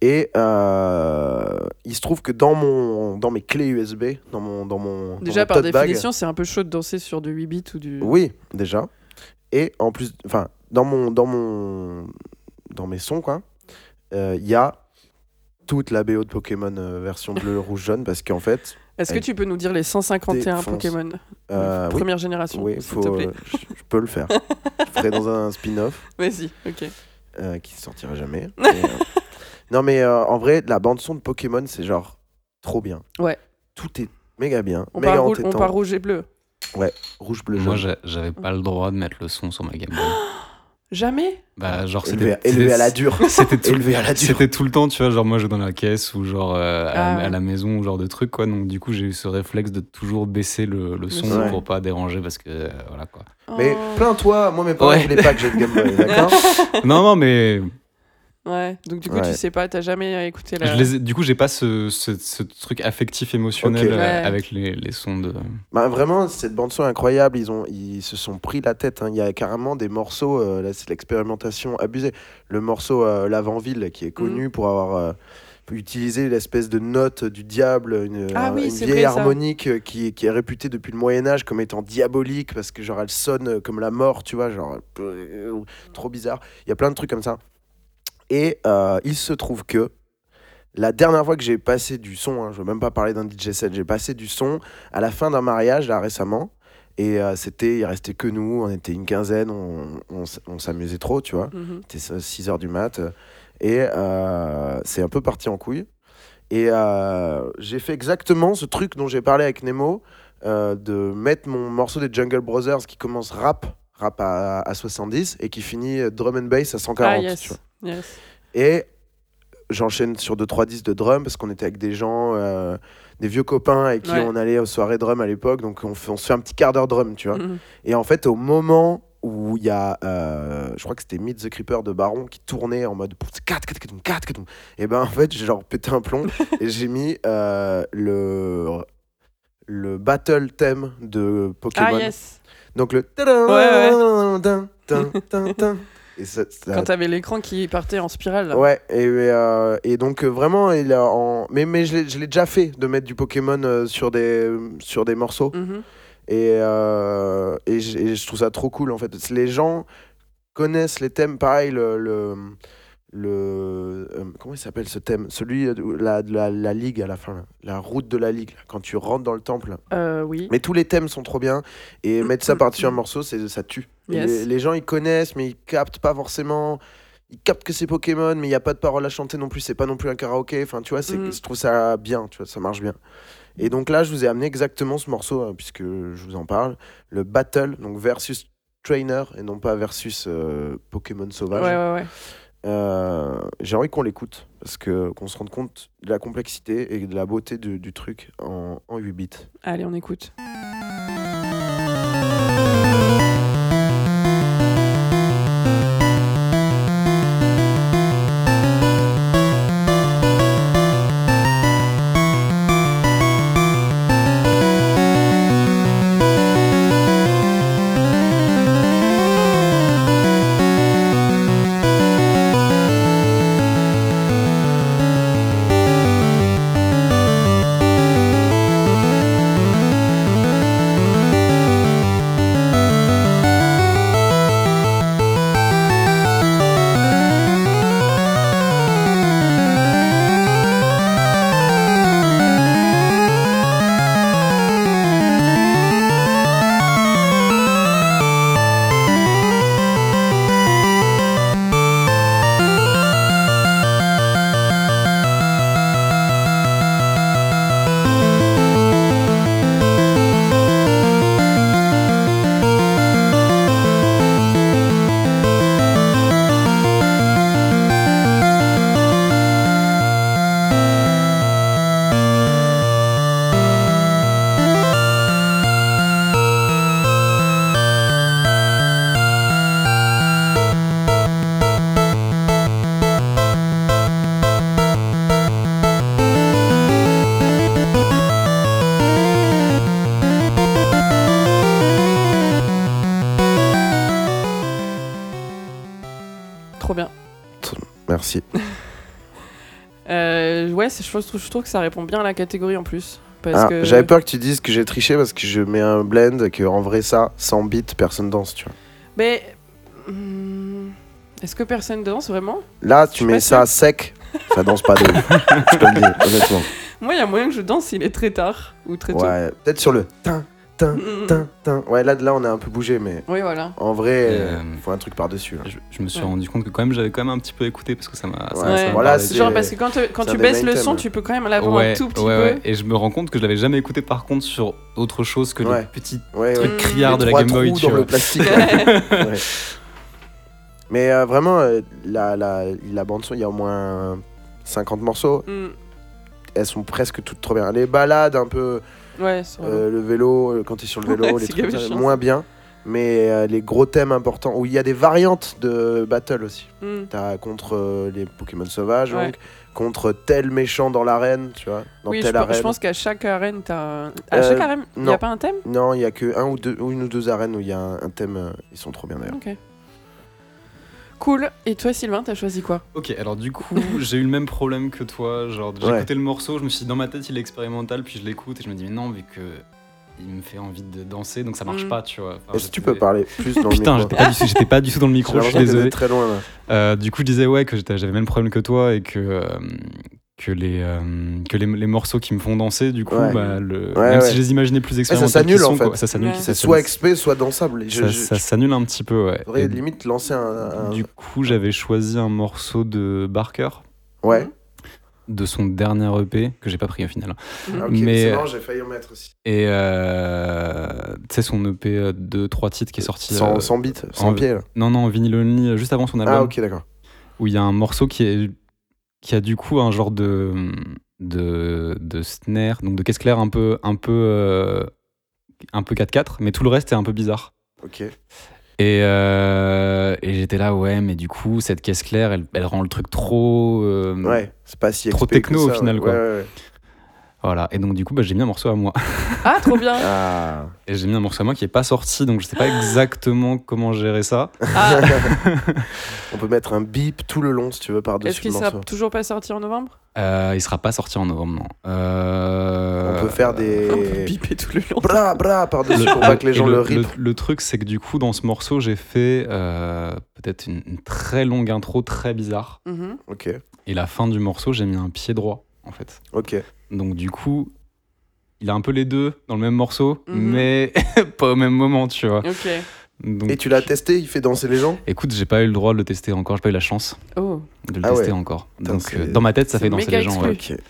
Speaker 3: Et euh, il se trouve que dans mon dans mes clés USB, dans mon dans mon dans
Speaker 2: Déjà,
Speaker 3: mon
Speaker 2: par
Speaker 3: tote bag-
Speaker 2: définition, c'est un peu chaud de danser sur du 8 bits ou du.
Speaker 3: oui, déjà. Et en plus enfin dans mon dans mon dans mes sons quoi, euh, il y a toute la BO de Pokémon euh, version bleu rouge jaune parce qu'en fait
Speaker 2: Est-ce que tu peux nous dire les 151
Speaker 3: Défonce.
Speaker 2: Pokémon
Speaker 3: euh, oui,
Speaker 2: Première génération,
Speaker 3: oui,
Speaker 2: s'il
Speaker 3: faut,
Speaker 2: te plaît.
Speaker 3: euh, je je peux le faire. je ferai dans un spin-off.
Speaker 2: Vas-y, ok.
Speaker 3: euh, qui sortira jamais. Mais, euh, non, mais euh, en vrai, la bande-son de Pokémon, c'est genre trop bien.
Speaker 2: Ouais.
Speaker 3: Tout est méga bien.
Speaker 2: On
Speaker 3: méga
Speaker 2: part, roule- on
Speaker 3: entêtant.
Speaker 2: part rouge et bleu.
Speaker 3: rouge, bleu,
Speaker 4: Moi,
Speaker 3: jaune.
Speaker 4: j'a- j'avais pas le droit de mettre le son sur ma Game Boy.
Speaker 2: Jamais
Speaker 4: Bah, genre,
Speaker 3: Élevé,
Speaker 4: c'était.
Speaker 3: élevé à la
Speaker 4: c'était-
Speaker 3: dure.
Speaker 4: C'était tout,
Speaker 3: élevé à la dure.
Speaker 4: c'était tout le temps, tu vois, genre moi je vais dans la caisse ou genre euh, à, la-
Speaker 2: Ah ouais.
Speaker 4: à la maison ou genre de trucs quoi. Donc du coup j'ai eu ce réflexe de toujours baisser le, le son
Speaker 2: son.
Speaker 4: pour pas déranger parce que euh, voilà quoi.
Speaker 3: Mais
Speaker 2: Oh.
Speaker 3: plains-toi, moi mes parents
Speaker 4: Ouais.
Speaker 3: ne voulaient pas que j'ai de Game Boy, d'accord
Speaker 4: non non mais
Speaker 2: Ouais, donc du coup,
Speaker 3: Ouais.
Speaker 2: tu sais pas, t'as jamais écouté la.
Speaker 4: je les ai- du coup j'ai pas ce, ce- ce truc affectif émotionnel
Speaker 3: Ok.
Speaker 4: euh,
Speaker 2: Ouais.
Speaker 4: avec les, les sons de.
Speaker 3: Bah, Vraiment, cette bande-son est incroyable, ils, ont, ils se sont pris la tête. hein. Il y a carrément des morceaux, euh, là c'est l'expérimentation abusée. Le morceau euh, L'Avant-Ville qui est
Speaker 2: Mm.
Speaker 3: connu pour avoir euh, utilisé l'espèce de note du diable, une,
Speaker 2: Ah
Speaker 3: un-
Speaker 2: oui,
Speaker 3: une
Speaker 2: c'est
Speaker 3: vieille
Speaker 2: vrai, ça.
Speaker 3: harmonique euh, qui, qui est réputée depuis le Moyen-Âge comme étant diabolique parce que genre elle sonne euh, comme la mort, tu vois, genre euh, trop bizarre. Il y a plein de trucs comme ça. Et euh, il se trouve que la dernière fois que j'ai passé du son, hein, je veux même pas parler d'un DJ set, j'ai passé du son à la fin d'un mariage là récemment. Et euh, c'était, il restait que nous, on était une quinzaine, on, on s- on s'amusait trop, tu vois.
Speaker 2: Mhm.
Speaker 3: C'était 6 heures du mat. euh, Et euh, c'est un peu parti en couille. Et euh, j'ai fait exactement ce truc dont j'ai parlé avec Nemo, euh, de mettre mon morceau des Jungle Brothers qui commence rap, rap à, à 70 et qui finit euh, drum and bass à 140.
Speaker 2: Ah,
Speaker 3: tu
Speaker 2: yes.
Speaker 3: vois.
Speaker 2: yes.
Speaker 3: Et j'enchaîne sur 2-3 disques de drum parce qu'on était avec des gens, euh, des vieux copains avec qui
Speaker 2: Ouais.
Speaker 3: on allait aux soirées drum à l'époque. Donc on, fait- on se fait un petit quart d'heure drum, tu vois.
Speaker 2: Mhm.
Speaker 3: Et en fait, au moment où il y a, euh, je crois que c'était Meet the Creeper de Baron qui tournait en mode 4, 4, 4, 4, 4, et ben en fait, j'ai genre pété un plomb et j'ai mis euh, le, le battle theme de Pokémon.
Speaker 2: Ah, yes.
Speaker 3: Donc le.
Speaker 2: ouais.
Speaker 3: Tin, tin, tin. Et ça, ça-
Speaker 2: Quand t'avais l'écran qui partait en spirale. là.
Speaker 3: Ouais, et, euh, et donc euh, vraiment, il a en... mais, mais je l'ai- je l'ai déjà fait de mettre du Pokémon euh, sur, des, sur des morceaux.
Speaker 2: Mhm.
Speaker 3: Et, euh, et, j- et je trouve ça trop cool en fait. Les gens connaissent les thèmes, pareil, le. le, le- euh, comment il s'appelle ce thème Celui de la, de la, la ligue à la fin, là. la route de la ligue, là, quand tu rentres dans le temple.
Speaker 2: Euh, oui.
Speaker 3: Mais tous les thèmes sont trop bien et mettre ça par-dessus un morceau, c'est, ça tue.
Speaker 2: Mm.
Speaker 3: Et
Speaker 2: Yes.
Speaker 3: Les, les gens ils connaissent, mais ils captent pas forcément. Ils captent que c'est Pokémon, mais il n'y a pas de paroles à chanter non plus, c'est pas non plus un karaoké. Enfin, tu vois, c'est,
Speaker 2: Mhm.
Speaker 3: je trouve ça bien, tu vois, ça marche bien. Et donc là, je vous ai amené exactement ce morceau, hein, puisque je vous en parle. Le Battle, donc versus Trainer, et non pas versus euh, Pokémon
Speaker 2: Ouais,
Speaker 3: Sauvage.
Speaker 2: ouais, ouais.
Speaker 3: Euh, j'ai envie qu'on l'écoute, parce que, qu'on se rende compte de la complexité et de la beauté du, du truc en, en 8 bits.
Speaker 2: Allez, on écoute.
Speaker 5: Thank
Speaker 2: Trop bien.
Speaker 3: Merci.
Speaker 2: Euh, ouais, c'est- je trouve, je trouve que ça répond bien à la catégorie en plus. Parce
Speaker 3: Ah,
Speaker 2: que...
Speaker 3: J'avais peur que tu dises que j'ai triché parce que je mets un blend et que en vrai ça, sans beat, personne danse, tu vois.
Speaker 2: Mais. hum, Est-ce que personne danse vraiment
Speaker 3: Là, tu
Speaker 2: suis
Speaker 3: mets
Speaker 2: pas
Speaker 3: ça sec, ça danse pas de ouf. je te le dis, honnêtement.
Speaker 2: Moi, il y a moyen que je danse, il est très tard ou très tôt.
Speaker 3: Ouais, peut-être sur le tin, tin,
Speaker 2: Mm, mm.
Speaker 3: tin, tin. Ouais, là, là, on a un peu bougé, mais
Speaker 2: Oui, voilà.
Speaker 3: en vrai,
Speaker 4: Euh,
Speaker 3: euh, faut un truc par-dessus. là.
Speaker 4: Je, je me suis
Speaker 2: Ouais.
Speaker 4: rendu compte que quand même j'avais quand même un petit peu écouté parce que ça m'a. ça-
Speaker 3: Ouais,
Speaker 4: ça me
Speaker 3: voilà,
Speaker 4: parlait.
Speaker 3: c'est-
Speaker 2: Genre, parce que quand, te- quand
Speaker 3: c'est un
Speaker 2: tu
Speaker 3: des
Speaker 2: baisses
Speaker 3: main
Speaker 2: le son,
Speaker 3: thèmes.
Speaker 2: tu peux quand même l'avoir un tout petit
Speaker 4: ouais,
Speaker 2: peu.
Speaker 4: ouais. Et je me rends compte que je l'avais jamais écouté par contre sur autre chose que
Speaker 3: Ouais.
Speaker 4: le petit
Speaker 3: Ouais, ouais.
Speaker 4: truc
Speaker 2: Mm.
Speaker 4: criard de la
Speaker 3: Trois
Speaker 4: Game Boy.
Speaker 3: trous
Speaker 4: Tu
Speaker 3: dans le
Speaker 4: vois.
Speaker 3: plastique. Ouais. Mais euh, vraiment, euh, la, la, la bande-son, il y a au moins 50 morceaux.
Speaker 2: Hum,
Speaker 3: Elles sont presque toutes trop bien. Les balades, un peu
Speaker 2: ouais, c'est vrai.
Speaker 3: euh, le vélo, euh, quand t'es sur le vélo,
Speaker 2: Ouais,
Speaker 3: les
Speaker 2: c'est
Speaker 3: trucs,
Speaker 2: gavé de
Speaker 3: euh,
Speaker 2: chance.
Speaker 3: moins bien. Mais euh, les gros thèmes importants, où il y a des variantes de battle aussi.
Speaker 2: Hum.
Speaker 3: T'as contre euh, les Pokémon sauvages,
Speaker 2: Ouais.
Speaker 3: donc, contre tel méchant dans l'arène, tu vois. Dans
Speaker 2: Oui, je,
Speaker 3: telle
Speaker 2: pe- je
Speaker 3: arène.
Speaker 2: pense qu'à chaque arène, t'as. un- À
Speaker 3: Euh,
Speaker 2: chaque arène, il n'y
Speaker 3: non.
Speaker 2: a pas un thème
Speaker 3: Non, il y a que un ou deux, ou une ou deux arènes où il y a un, un thème. euh, ils sont trop bien d'ailleurs.
Speaker 2: Ok. Cool. Et toi, Sylvain, t'as choisi quoi
Speaker 4: Ok, alors du coup, j'ai eu le même problème que toi. Genre, j'ai
Speaker 3: Ouais.
Speaker 4: écouté le morceau, je me suis dit dans ma tête il est expérimental, puis je l'écoute et je me dis mais non, vu que il me fait envie de danser, donc ça marche
Speaker 2: Mm.
Speaker 4: pas, tu vois. Enfin,
Speaker 3: Est-ce que tu
Speaker 4: j'étais-
Speaker 3: peux parler plus dans le
Speaker 4: Ah, Putain,
Speaker 3: micro
Speaker 4: j'étais pas, du- j'étais pas du tout dans le
Speaker 3: J'ai
Speaker 4: micro, je suis
Speaker 3: l'impression que t'es
Speaker 4: désolé.
Speaker 3: très loin là.
Speaker 4: Euh, du coup, je disais ouais que j'étais- j'avais le même problème que toi et que euh, que les euh, que les, les morceaux qui me font danser, du coup,
Speaker 3: Ouais.
Speaker 4: bah, le-
Speaker 3: Ouais,
Speaker 4: même
Speaker 3: ouais.
Speaker 4: si je les imaginais plus expérimentaux,
Speaker 3: s'annule,
Speaker 4: qu'ils
Speaker 3: en
Speaker 4: sont,
Speaker 3: fait.
Speaker 4: quoi, ça s'annule,
Speaker 2: Ouais.
Speaker 3: C'est
Speaker 4: ça-
Speaker 3: soit
Speaker 4: ça-
Speaker 3: XP, soit dansable. Je,
Speaker 4: ça,
Speaker 3: je-
Speaker 4: ça s'annule un petit peu, ouais.
Speaker 3: faudrait
Speaker 4: Et
Speaker 3: limite lancer un. un-
Speaker 4: Du coup, j'avais choisi un morceau de Barker,
Speaker 2: Mm-hmm.
Speaker 3: Ouais.
Speaker 4: de son dernier EP, que j'ai pas pris au final.
Speaker 3: Ah, ok,
Speaker 4: Mais- euh,
Speaker 3: c'est marrant, j'ai failli en mettre aussi.
Speaker 4: Et euh, tu sais, son EP de 3 titres qui est sorti.
Speaker 3: Sans,
Speaker 4: euh,
Speaker 3: sans beat, sans
Speaker 4: en-
Speaker 3: pied là.
Speaker 4: Non, non, Vinyl Only, euh, juste avant son album,
Speaker 3: Ah, ok, d'accord.
Speaker 4: où il y a un morceau qui, est, qui a du coup un genre de, de, de snare, donc de caisse claire un peu, un peu, euh, un peu 4-4, mais tout le reste est un peu bizarre.
Speaker 3: Ok.
Speaker 4: Et, euh, et j'étais là, ouais, mais du coup, cette caisse claire, elle, elle rend le truc trop. euh,
Speaker 3: Ouais, c'est pas si
Speaker 4: Trop
Speaker 3: XP que
Speaker 4: techno, au
Speaker 3: ça,
Speaker 4: final,
Speaker 3: ouais,
Speaker 4: quoi.
Speaker 3: ouais, ouais.
Speaker 4: Voilà. Et donc, du coup, bah, j'ai mis un morceau à moi.
Speaker 2: Ah, trop bien
Speaker 3: Ah.
Speaker 4: Et j'ai mis un morceau à moi qui est pas sorti, donc je sais pas exactement comment gérer ça.
Speaker 2: Ah,
Speaker 3: On peut mettre un bip tout le long si tu veux
Speaker 2: Est-ce
Speaker 3: par-dessus
Speaker 2: qu'il
Speaker 3: le
Speaker 2: sera
Speaker 3: morceau.
Speaker 2: toujours pas sorti en novembre
Speaker 4: Euh, il sera pas sorti en novembre, non. Euh,
Speaker 3: On peut faire des.
Speaker 2: On peut piper tout le long.
Speaker 3: Bra, bra par-dessus
Speaker 4: le- ah,
Speaker 3: pour pas que les
Speaker 4: et
Speaker 3: gens le
Speaker 4: le,
Speaker 3: rip.
Speaker 4: le truc, c'est que du coup, dans ce morceau, j'ai fait euh, peut-être une, une très longue intro, très bizarre.
Speaker 2: Mhm.
Speaker 3: Ok,
Speaker 4: Et la fin du morceau, j'ai mis un pied droit, en fait.
Speaker 3: ok.
Speaker 4: Donc du coup, il a un peu les deux dans le même morceau,
Speaker 2: Mhm.
Speaker 4: mais pas au même moment, tu vois.
Speaker 2: Ok.
Speaker 4: Donc,
Speaker 3: Et tu l'as testé, il fait danser les gens
Speaker 4: Écoute, j'ai pas eu le droit de le tester encore, j'ai pas eu la chance
Speaker 2: Oh.
Speaker 4: de le
Speaker 3: Ah
Speaker 4: tester
Speaker 3: ouais.
Speaker 4: encore.
Speaker 3: Putain,
Speaker 4: donc
Speaker 3: c'est-
Speaker 4: euh, dans ma tête, ça
Speaker 2: c'est
Speaker 4: fait danser
Speaker 2: méga
Speaker 4: les gens. ouais.
Speaker 2: exclu.
Speaker 3: Ok.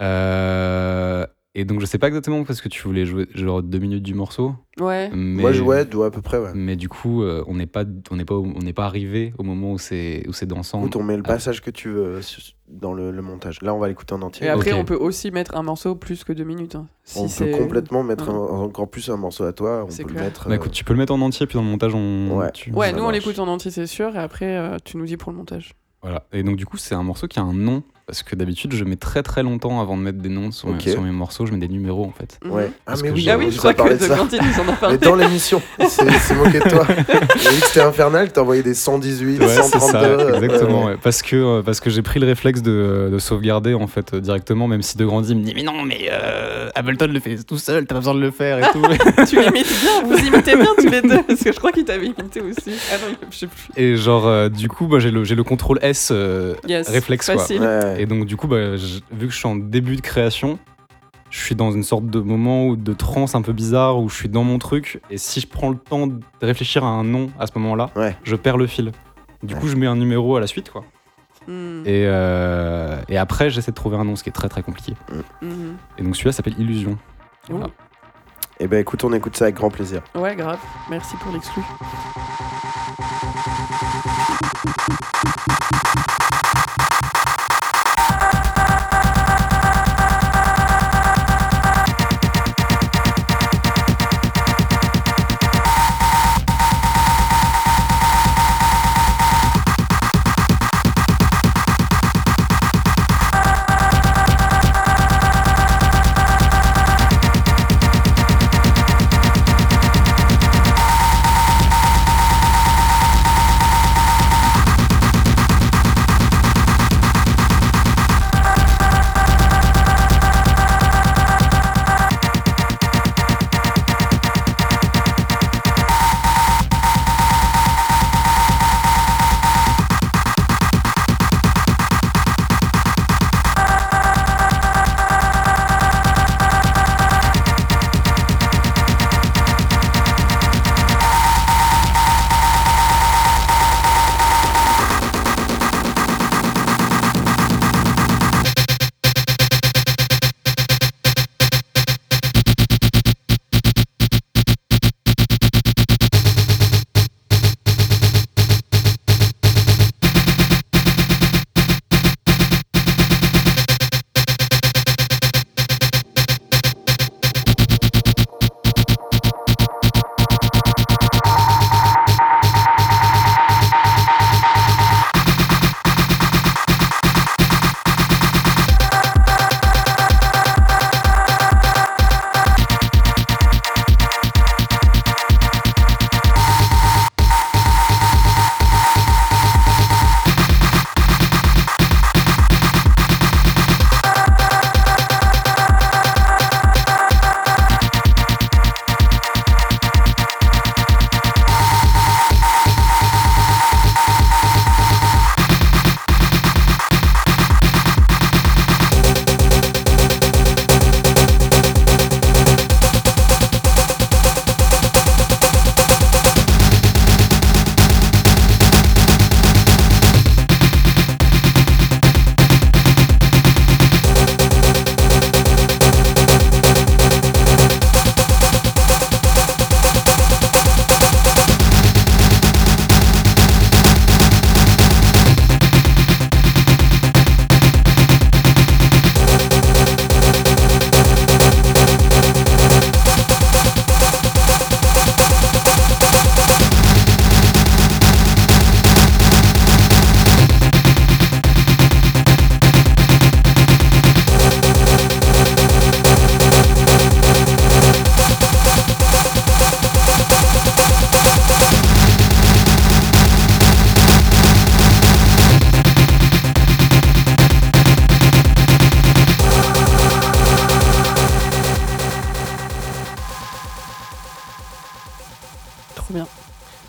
Speaker 4: Euh, et donc je sais pas exactement parce que tu voulais jouer genre deux minutes du morceau,
Speaker 2: Ouais.
Speaker 4: mais
Speaker 3: Moi, je ouais, dois à peu près, ouais.
Speaker 4: mais du coup, euh, on n'est pas on n'est pas on n'est pas arrivé au moment où c'est où c'est dansant.
Speaker 3: Écoute, on met le
Speaker 4: Ah.
Speaker 3: passage que tu veux su- dans le, le montage. Là, on va l'écouter en
Speaker 2: Et
Speaker 3: entier.
Speaker 2: après,
Speaker 4: Ok.
Speaker 2: on peut aussi mettre un morceau plus que deux minutes. hein. Si
Speaker 3: on peut
Speaker 2: c'est-
Speaker 3: complètement mettre
Speaker 2: Ouais.
Speaker 3: un- encore plus un morceau à toi. On peut
Speaker 2: C'est
Speaker 3: le
Speaker 2: clair.
Speaker 3: mettre.
Speaker 4: Bah,
Speaker 3: euh,
Speaker 4: écoute, tu peux le mettre en entier puis dans le montage on
Speaker 3: Ouais.
Speaker 4: tu-
Speaker 2: Ouais,
Speaker 3: Ça
Speaker 2: nous on
Speaker 3: marche.
Speaker 2: l'écoute en entier, c'est sûr, et après euh, tu nous dis pour le montage.
Speaker 4: Voilà. Et donc, du coup, c'est un morceau qui a un nom. Parce que d'habitude, je mets très très longtemps avant de mettre des noms sur, mes-
Speaker 3: Ok.
Speaker 4: sur mes, morceaux. Je mets des numéros en fait.
Speaker 2: Mhm.
Speaker 3: Ouais. Ah,
Speaker 4: Parce
Speaker 3: mais
Speaker 4: que
Speaker 3: oui,
Speaker 4: j'ai-
Speaker 2: Ah
Speaker 3: on
Speaker 2: oui,
Speaker 3: nous
Speaker 2: je
Speaker 3: a
Speaker 2: crois
Speaker 3: parlé
Speaker 2: que
Speaker 3: de
Speaker 2: The
Speaker 3: ça.
Speaker 2: Quentin nous en a
Speaker 3: Mais
Speaker 2: parlé.
Speaker 3: dans l'émission, il s'est il s'est moqué de toi. Il a dit que c'était infernal, t'as envoyé des 118,
Speaker 4: Ouais, c'est
Speaker 3: 132.
Speaker 4: ça,
Speaker 3: euh, ouais.
Speaker 4: exactement. ouais. Parce que, euh, parce que j'ai pris le réflexe de, de sauvegarder en fait euh, directement, même si De Grandi me dit Mais non, mais euh, Ableton le fait tout seul, t'as pas besoin de le faire et tout.
Speaker 2: tu l'imites bien, vous imitez bien tous les deux, parce que je crois qu'il t'avait imité aussi. Ah non, je sais plus.
Speaker 4: et genre, euh, du coup, bah, j'ai le, j'ai le contrôle S euh,
Speaker 2: Yes,
Speaker 4: réflexe quoi.
Speaker 2: facile.
Speaker 3: Ouais.
Speaker 4: Et donc, du coup, bah, je- vu que je suis en début de création, je suis dans une sorte de moment ou de transe un peu bizarre où je suis dans mon truc. Et si je prends le temps de réfléchir à un nom à ce moment-là,
Speaker 3: Ouais.
Speaker 4: je perds le fil. Du coup, je mets un numéro à la suite, quoi.
Speaker 2: Mhm,
Speaker 4: Et, euh, et après, j'essaie de trouver un nom, ce qui est très très compliqué.
Speaker 2: mhm.
Speaker 4: Et donc, celui-là s'appelle Illusion. Voilà.
Speaker 3: Et ben écoute, on écoute ça avec grand plaisir.
Speaker 2: Ouais, grave. Merci pour l'exclu.
Speaker 6: Thank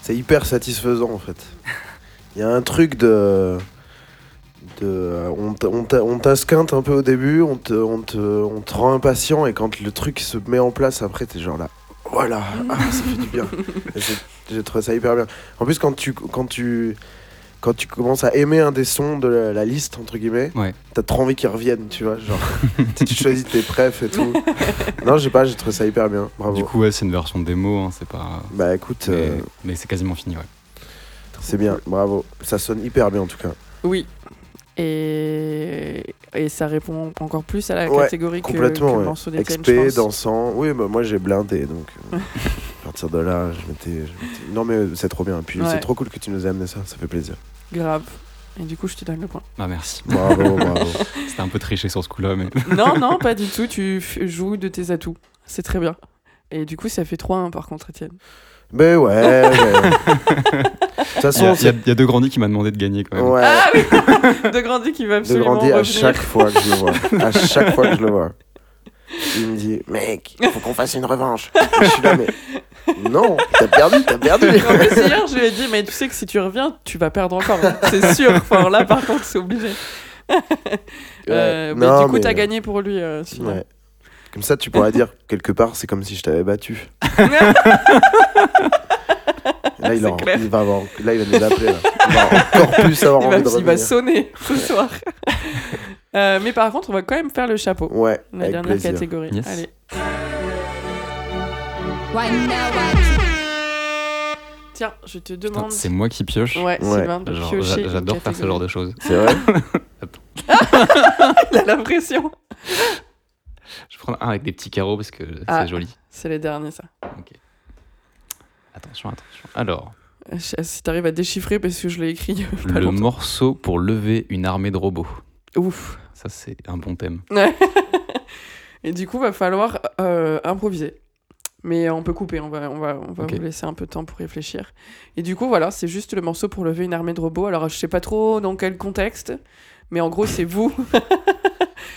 Speaker 3: C'est hyper satisfaisant en fait. Il y a un truc de. de on t- on t'a- on t'asquinte un peu au début, on te, on, te, on te rend impatient et quand le truc se met en place après, t'es genre là. Voilà, ah, ça fait du bien. Et c'est- J'ai trouvé ça hyper bien. En plus, quand tu, quand tu, quand tu commences à aimer un des sons de la, la liste, entre guillemets,
Speaker 4: Ouais.
Speaker 3: t'as trop envie qu'ils reviennent, tu vois. Genre, tu choisis tes prefs et tout. non, j'ai pas, j'ai trouvé ça hyper bien. Bravo.
Speaker 4: Du coup, ouais, c'est une version démo, hein, c'est pas.
Speaker 3: bah écoute,
Speaker 4: Mais,
Speaker 3: euh,
Speaker 4: mais c'est quasiment fini, ouais.
Speaker 3: c'est bien, bravo. Ça sonne hyper bien en tout cas.
Speaker 2: Oui. Et... et ça répond encore plus à la
Speaker 3: Ouais,
Speaker 2: catégorie que, que
Speaker 3: complètement,
Speaker 2: le
Speaker 3: ouais.
Speaker 2: morceau d'Étienne, je
Speaker 3: XP,
Speaker 2: pense.
Speaker 3: dansant. Oui, bah, moi j'ai blindé donc. euh, à partir de là, je m'étais. je m'étais- Non mais c'est trop bien. Puis
Speaker 2: Ouais.
Speaker 3: c'est trop cool que tu nous aimes amené ça, ça fait plaisir.
Speaker 2: Grave. Et du coup, je te donne le point.
Speaker 4: Bah merci.
Speaker 3: Bravo, bravo.
Speaker 4: C'était un peu triché sur ce coup-là, mais.
Speaker 2: non, non, pas du tout. Tu f- joues de tes atouts. C'est très bien. Et du coup, ça fait 3-1 par contre, Étienne.
Speaker 3: Mais ouais, mais- De toute
Speaker 4: Il y a,
Speaker 3: façon,
Speaker 4: il y a-
Speaker 3: c'est.
Speaker 4: il y a deux grandis qui m'a demandé de gagner quand même.
Speaker 3: Ouais.
Speaker 2: Ah oui De Grandi qui va
Speaker 3: de
Speaker 2: absolument
Speaker 3: grandir à
Speaker 2: revenir.
Speaker 3: chaque fois que je le vois. À chaque fois que je le vois. Il me dit, mec, faut qu'on fasse une revanche. Et je suis là, mais. Non, t'as perdu, t'as perdu.
Speaker 2: En plus, hier, je lui ai dit, mais tu sais que si tu reviens, tu vas perdre encore. hein. C'est sûr. Enfin, là, par contre, c'est obligé. Euh,
Speaker 3: Ouais.
Speaker 2: mais
Speaker 3: Non,
Speaker 2: du coup,
Speaker 3: mais-
Speaker 2: t'as gagné pour lui. euh, sinon.
Speaker 3: Ouais. Comme ça, tu pourrais dire, quelque part, c'est comme si je t'avais battu. Là, il,
Speaker 2: C'est
Speaker 3: en-
Speaker 2: clair.
Speaker 3: il va avoir- là, il va nous appeler. là. Il va encore plus avoir
Speaker 2: il, va,
Speaker 3: envie de
Speaker 2: il va
Speaker 3: revenir.
Speaker 2: sonner ce soir. Euh, mais par contre, on va quand même faire le chapeau.
Speaker 3: Ouais,
Speaker 2: La
Speaker 3: avec
Speaker 2: dernière
Speaker 3: plaisir.
Speaker 2: catégorie.
Speaker 4: Yes.
Speaker 2: Allez. Tiens, je te
Speaker 4: Putain,
Speaker 2: demande.
Speaker 4: c'est moi qui pioche.
Speaker 2: Ouais,
Speaker 3: Ouais.
Speaker 2: Sylvain, de
Speaker 4: Genre, j'a-
Speaker 2: piocher. une
Speaker 4: J'adore faire ce
Speaker 2: catégorie.
Speaker 4: genre de choses.
Speaker 3: C'est vrai
Speaker 2: Il a la pression.
Speaker 4: Je prends un avec des petits carreaux parce que
Speaker 2: Ah.
Speaker 4: c'est joli.
Speaker 2: C'est les derniers, ça.
Speaker 4: Attention, attention. Alors,
Speaker 2: Je sais pas Ah, Si t'arrives à déchiffrer, parce que je l'ai écrit euh, pas
Speaker 4: le
Speaker 2: longtemps.
Speaker 4: morceau pour lever une armée de robots.
Speaker 2: Ouf.
Speaker 4: Ça, c'est un bon thème.
Speaker 2: Ouais. Et du coup, va falloir euh, improviser. Mais on peut couper, on va, on va, on va
Speaker 4: Ok.
Speaker 2: vous laisser un peu de temps pour réfléchir. Et du coup, voilà, c'est juste le morceau pour lever une armée de robots. Alors, je sais pas trop dans quel contexte, mais en gros, c'est vous.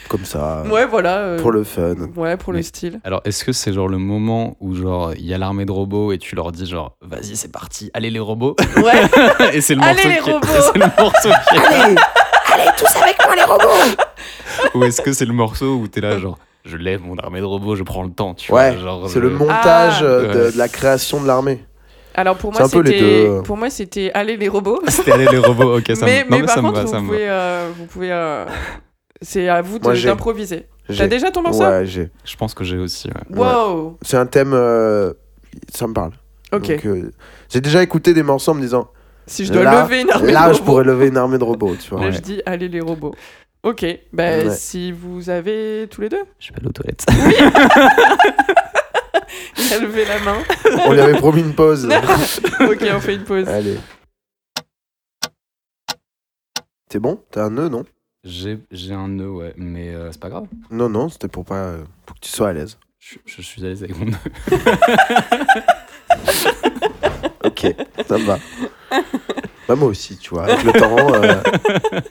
Speaker 3: Comme ça,
Speaker 2: ouais, voilà. euh,
Speaker 3: pour le fun.
Speaker 2: Ouais, pour le
Speaker 4: Mais-
Speaker 2: style.
Speaker 4: Alors, est-ce que c'est genre le moment où genre il y a l'armée de robots et tu leur dis genre vas-y c'est parti, allez les robots
Speaker 2: Ouais,
Speaker 4: et c'est le
Speaker 2: Allez,
Speaker 4: morceau
Speaker 2: les
Speaker 4: qui est-
Speaker 2: robots
Speaker 4: c'est le morceau qui est-
Speaker 3: Allez, allez, tous avec moi, les robots
Speaker 4: ou est-ce que c'est le morceau où t'es là genre je lève mon armée de robots, je prends le temps, tu
Speaker 3: Ouais,
Speaker 4: vois genre,
Speaker 3: C'est
Speaker 4: je-
Speaker 3: le montage
Speaker 2: Ah.
Speaker 3: euh, de,
Speaker 4: Ouais.
Speaker 3: de la création de l'armée.
Speaker 2: alors pour
Speaker 3: C'est
Speaker 2: moi,
Speaker 3: un peu les
Speaker 2: c'était.
Speaker 3: deux. hein.
Speaker 2: Pour moi, c'était Allez les robots.
Speaker 4: C'était allez les robots, ok ça
Speaker 2: mais
Speaker 4: me non,
Speaker 2: mais
Speaker 4: mais
Speaker 2: par
Speaker 4: ça me
Speaker 2: contre,
Speaker 4: va, ça
Speaker 2: vous,
Speaker 4: me va.
Speaker 2: pouvez, euh, vous pouvez. euh, C'est à vous de-
Speaker 3: Moi, j'ai.
Speaker 2: d'improviser. T'as
Speaker 3: J'ai-
Speaker 2: déjà ton morceau
Speaker 3: Ouais, j'ai.
Speaker 4: Je pense que j'ai aussi ouais.
Speaker 3: ouais.
Speaker 2: Wow
Speaker 3: C'est un thème. euh, ça me parle.
Speaker 2: Ok.
Speaker 3: Donc, euh, j'ai déjà écouté des morceaux en me disant
Speaker 2: si je dois
Speaker 3: là,
Speaker 2: lever une armée de
Speaker 3: là, je
Speaker 2: robots,
Speaker 3: pourrais lever une armée de robots, tu vois.
Speaker 2: Là,
Speaker 4: Ouais.
Speaker 2: je dis allez les robots. Ok, ben
Speaker 3: Ouais.
Speaker 2: si vous avez tous les deux,
Speaker 4: Je vais aller aux toilettes.
Speaker 2: il a levé la main.
Speaker 3: On lui avait promis une pause.
Speaker 2: ok, on fait une pause.
Speaker 3: Allez. C'est bon T'as un nœud, non
Speaker 4: J'ai j'ai un nœud ouais, mais euh, c'est pas grave.
Speaker 3: Non, non, c'était pour pas euh, pour que tu sois à l'aise.
Speaker 4: Je, je suis à l'aise avec mon nœud.
Speaker 3: Ok, ça me va. Bah, moi aussi, tu vois, avec le temps. euh,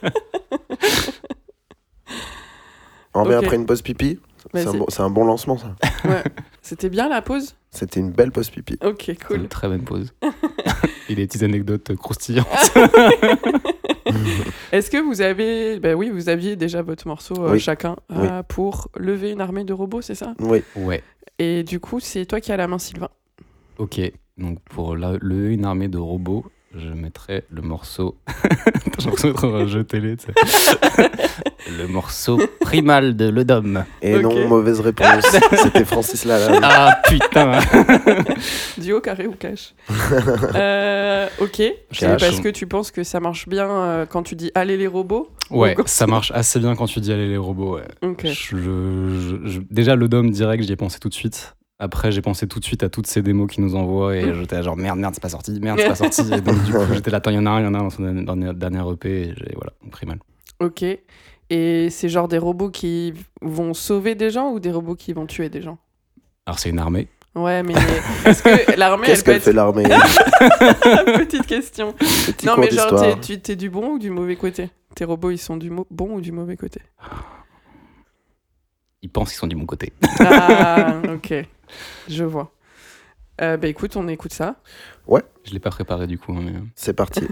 Speaker 3: On revient
Speaker 2: Ok.
Speaker 3: après une pause pipi. C'est un,
Speaker 2: Vas-y.
Speaker 3: bon, c'est un bon lancement, ça.
Speaker 2: C'était bien la pause
Speaker 3: C'était une belle pause pipi.
Speaker 2: Ok,
Speaker 4: C'est Une
Speaker 2: cool.
Speaker 4: très bonne pause. Et des petites anecdotes croustillantes.
Speaker 2: Est-ce que vous avez. Ben oui, vous aviez déjà votre morceau euh,
Speaker 3: Oui.
Speaker 2: chacun
Speaker 3: Oui.
Speaker 2: euh, pour lever une armée de robots, c'est ça
Speaker 3: Oui,
Speaker 4: Ouais.
Speaker 2: Et du coup, c'est toi qui as la main, Sylvain.
Speaker 4: Ok, donc pour la- le une armée de robots, je mettrai le morceau. J'ai l'impression d'être dans un jeu télé, tu sais. Le morceau primal de Le Dom.
Speaker 3: et
Speaker 2: Ok.
Speaker 3: non, mauvaise réponse. C'était Francis Lalanne.
Speaker 4: Ah putain
Speaker 2: Duo, carré ou cash Euh, Ok, c'est
Speaker 4: Cash.
Speaker 2: parce que tu penses que ça marche bien euh, quand tu dis allez les robots
Speaker 4: Ouais, ça marche assez bien quand tu dis aller les robots. ouais.
Speaker 2: Ok.
Speaker 4: Je- je- je- déjà, Le Dom direct, j'y ai pensé tout de suite. Après, j'ai pensé tout de suite à toutes ces démos qu'ils nous envoient et j'étais là genre merde, merde, c'est pas sorti, merde, c'est pas sorti. Et donc, du coup, j'étais là, attends, il y en a un, il y en a un dans son dernier, dernier EP et j'ai- voilà, primal.
Speaker 2: Ok. Et c'est genre des robots qui vont sauver des gens ou des robots qui vont tuer des gens
Speaker 4: Alors, c'est une armée.
Speaker 2: Ouais, mais est-ce que l'armée, elle
Speaker 3: Qu'est-ce
Speaker 2: peut
Speaker 3: qu'elle
Speaker 2: être
Speaker 3: fait l'armée
Speaker 2: petite question
Speaker 3: Petit
Speaker 2: Non,
Speaker 3: cours
Speaker 2: mais genre, t'es-
Speaker 3: d'histoire.
Speaker 2: tu t'es du bon ou du mauvais côté Tes robots, ils sont du mo- bon ou du mauvais côté
Speaker 4: Ils pensent qu'ils sont du bon côté.
Speaker 2: Ah, ok. Je vois. Euh, bah écoute, on écoute ça.
Speaker 3: Ouais.
Speaker 4: Je l'ai pas préparé du coup, hein, mais. euh.
Speaker 3: C'est parti.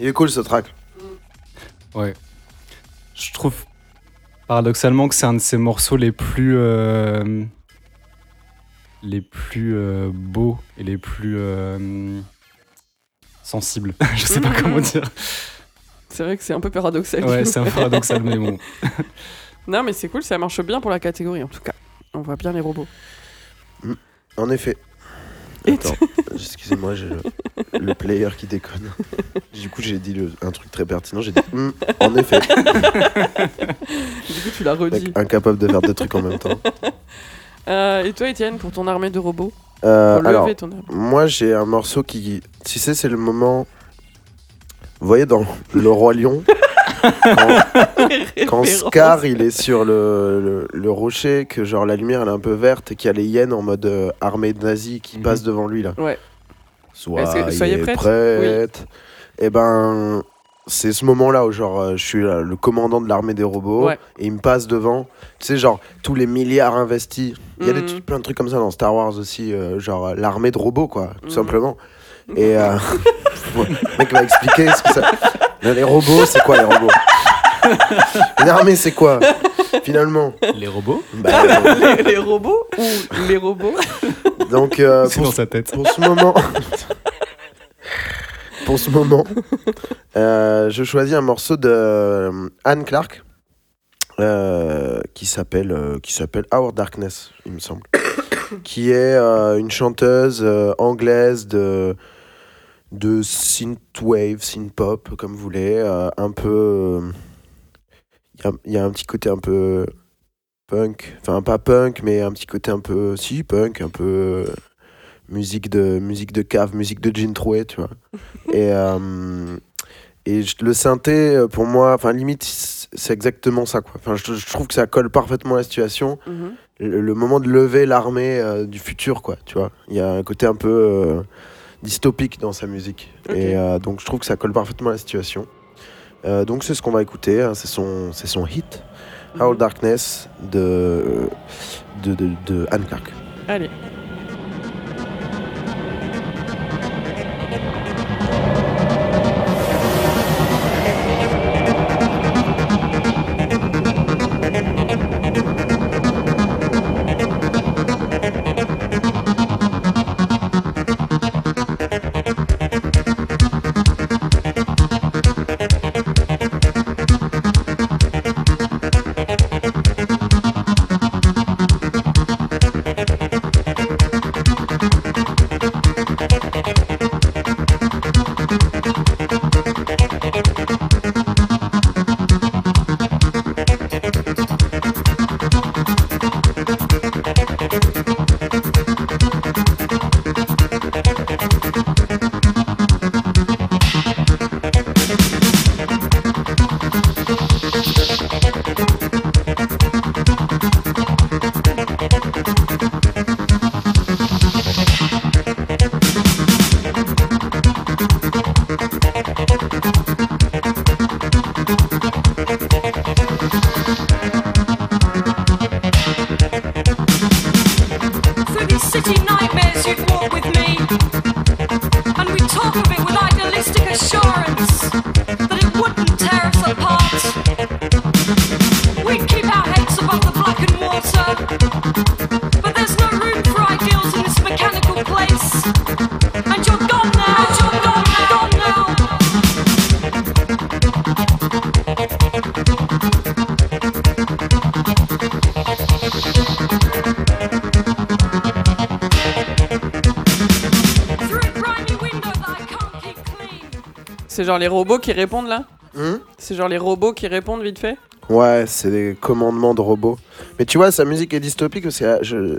Speaker 3: Il est cool ce track.
Speaker 4: Je trouve paradoxalement que c'est un de ses morceaux les plus. euh, les plus euh, beaux et les plus. euh, sensibles. Je sais pas comment dire.
Speaker 2: C'est vrai que c'est un peu paradoxal.
Speaker 4: Mm-hmm. Ouais, c'est un peu paradoxal, mais bon.
Speaker 2: Non, mais c'est cool, ça marche bien pour la catégorie en tout cas. On voit bien les robots.
Speaker 3: En effet.
Speaker 2: Et
Speaker 3: Attends, excusez-moi, j'ai le, le player qui déconne. Du coup, j'ai dit le- un truc très pertinent. J'ai dit, Hmm, en effet,
Speaker 2: Du coup, tu l'as redit.
Speaker 3: mec, incapable de faire deux trucs en même temps.
Speaker 2: Euh, et toi, Étienne, pour ton armée de robots
Speaker 3: Euh,
Speaker 2: Pour
Speaker 3: alors,
Speaker 2: lever ton armée.
Speaker 3: moi, j'ai un morceau qui, tu sais, c'est le moment. Vous voyez dans Le Roi Lion, quand, quand Scar il est sur le, le- le rocher, que genre la lumière elle est un peu verte et qu'il y a les hyènes en mode euh, armée de nazis qui
Speaker 4: Mhm.
Speaker 3: passent devant lui là.
Speaker 2: Ouais. Est-ce
Speaker 3: Soyez,
Speaker 2: que- soyez
Speaker 3: prête.
Speaker 2: prête
Speaker 3: Et ben, c'est ce moment-là où genre euh, je suis là, le commandant de l'armée des robots
Speaker 2: Ouais.
Speaker 3: et il me passe devant. Tu sais genre tous les milliards investis. Il y a des
Speaker 2: Mhm.
Speaker 3: trucs- plein de trucs comme ça dans Star Wars aussi, euh, genre euh, l'armée de robots quoi, tout
Speaker 2: Mhm.
Speaker 3: simplement. Et euh, le mec va expliquer ce que ça. Mais les robots, c'est quoi les robots Une armée, c'est quoi finalement
Speaker 4: Les robots
Speaker 3: Bah,
Speaker 2: les, les robots ou les robots
Speaker 3: Donc euh,
Speaker 4: C'est
Speaker 3: pour
Speaker 4: dans sa tête.
Speaker 3: pour ce moment. pour ce moment, euh, je choisis un morceau de euh, Anne Clark euh, qui s'appelle euh, qui s'appelle Our Darkness, il me semble, qui est euh, une chanteuse euh, anglaise de de synthwave, synthpop, comme vous voulez, euh, un peu. Il y, a un petit côté un peu punk, enfin pas punk, mais un petit côté un peu si punk, un peu musique de musique de cave, musique de jean troué, tu vois. et euh, et je- le synthé euh, pour moi, enfin limite c- c'est exactement ça quoi. Enfin je, je trouve que ça colle parfaitement à la situation.
Speaker 2: Mhm.
Speaker 3: Le, le moment de lever l'armée euh, du futur quoi, tu vois. Il y a un côté un peu euh, dystopique dans sa musique
Speaker 2: Ok.
Speaker 3: et euh, donc je trouve que ça colle parfaitement à la situation. Euh, donc c'est ce qu'on va écouter, hein, c'est son c'est son hit. Howl Darkness de, de, de, de Anne Clark.
Speaker 2: Allez. C'est genre les robots qui répondent là
Speaker 3: Hum
Speaker 2: C'est genre les robots qui répondent vite fait
Speaker 3: Ouais, c'est des commandements de robots. Mais tu vois, sa musique est dystopique parce que euh, je,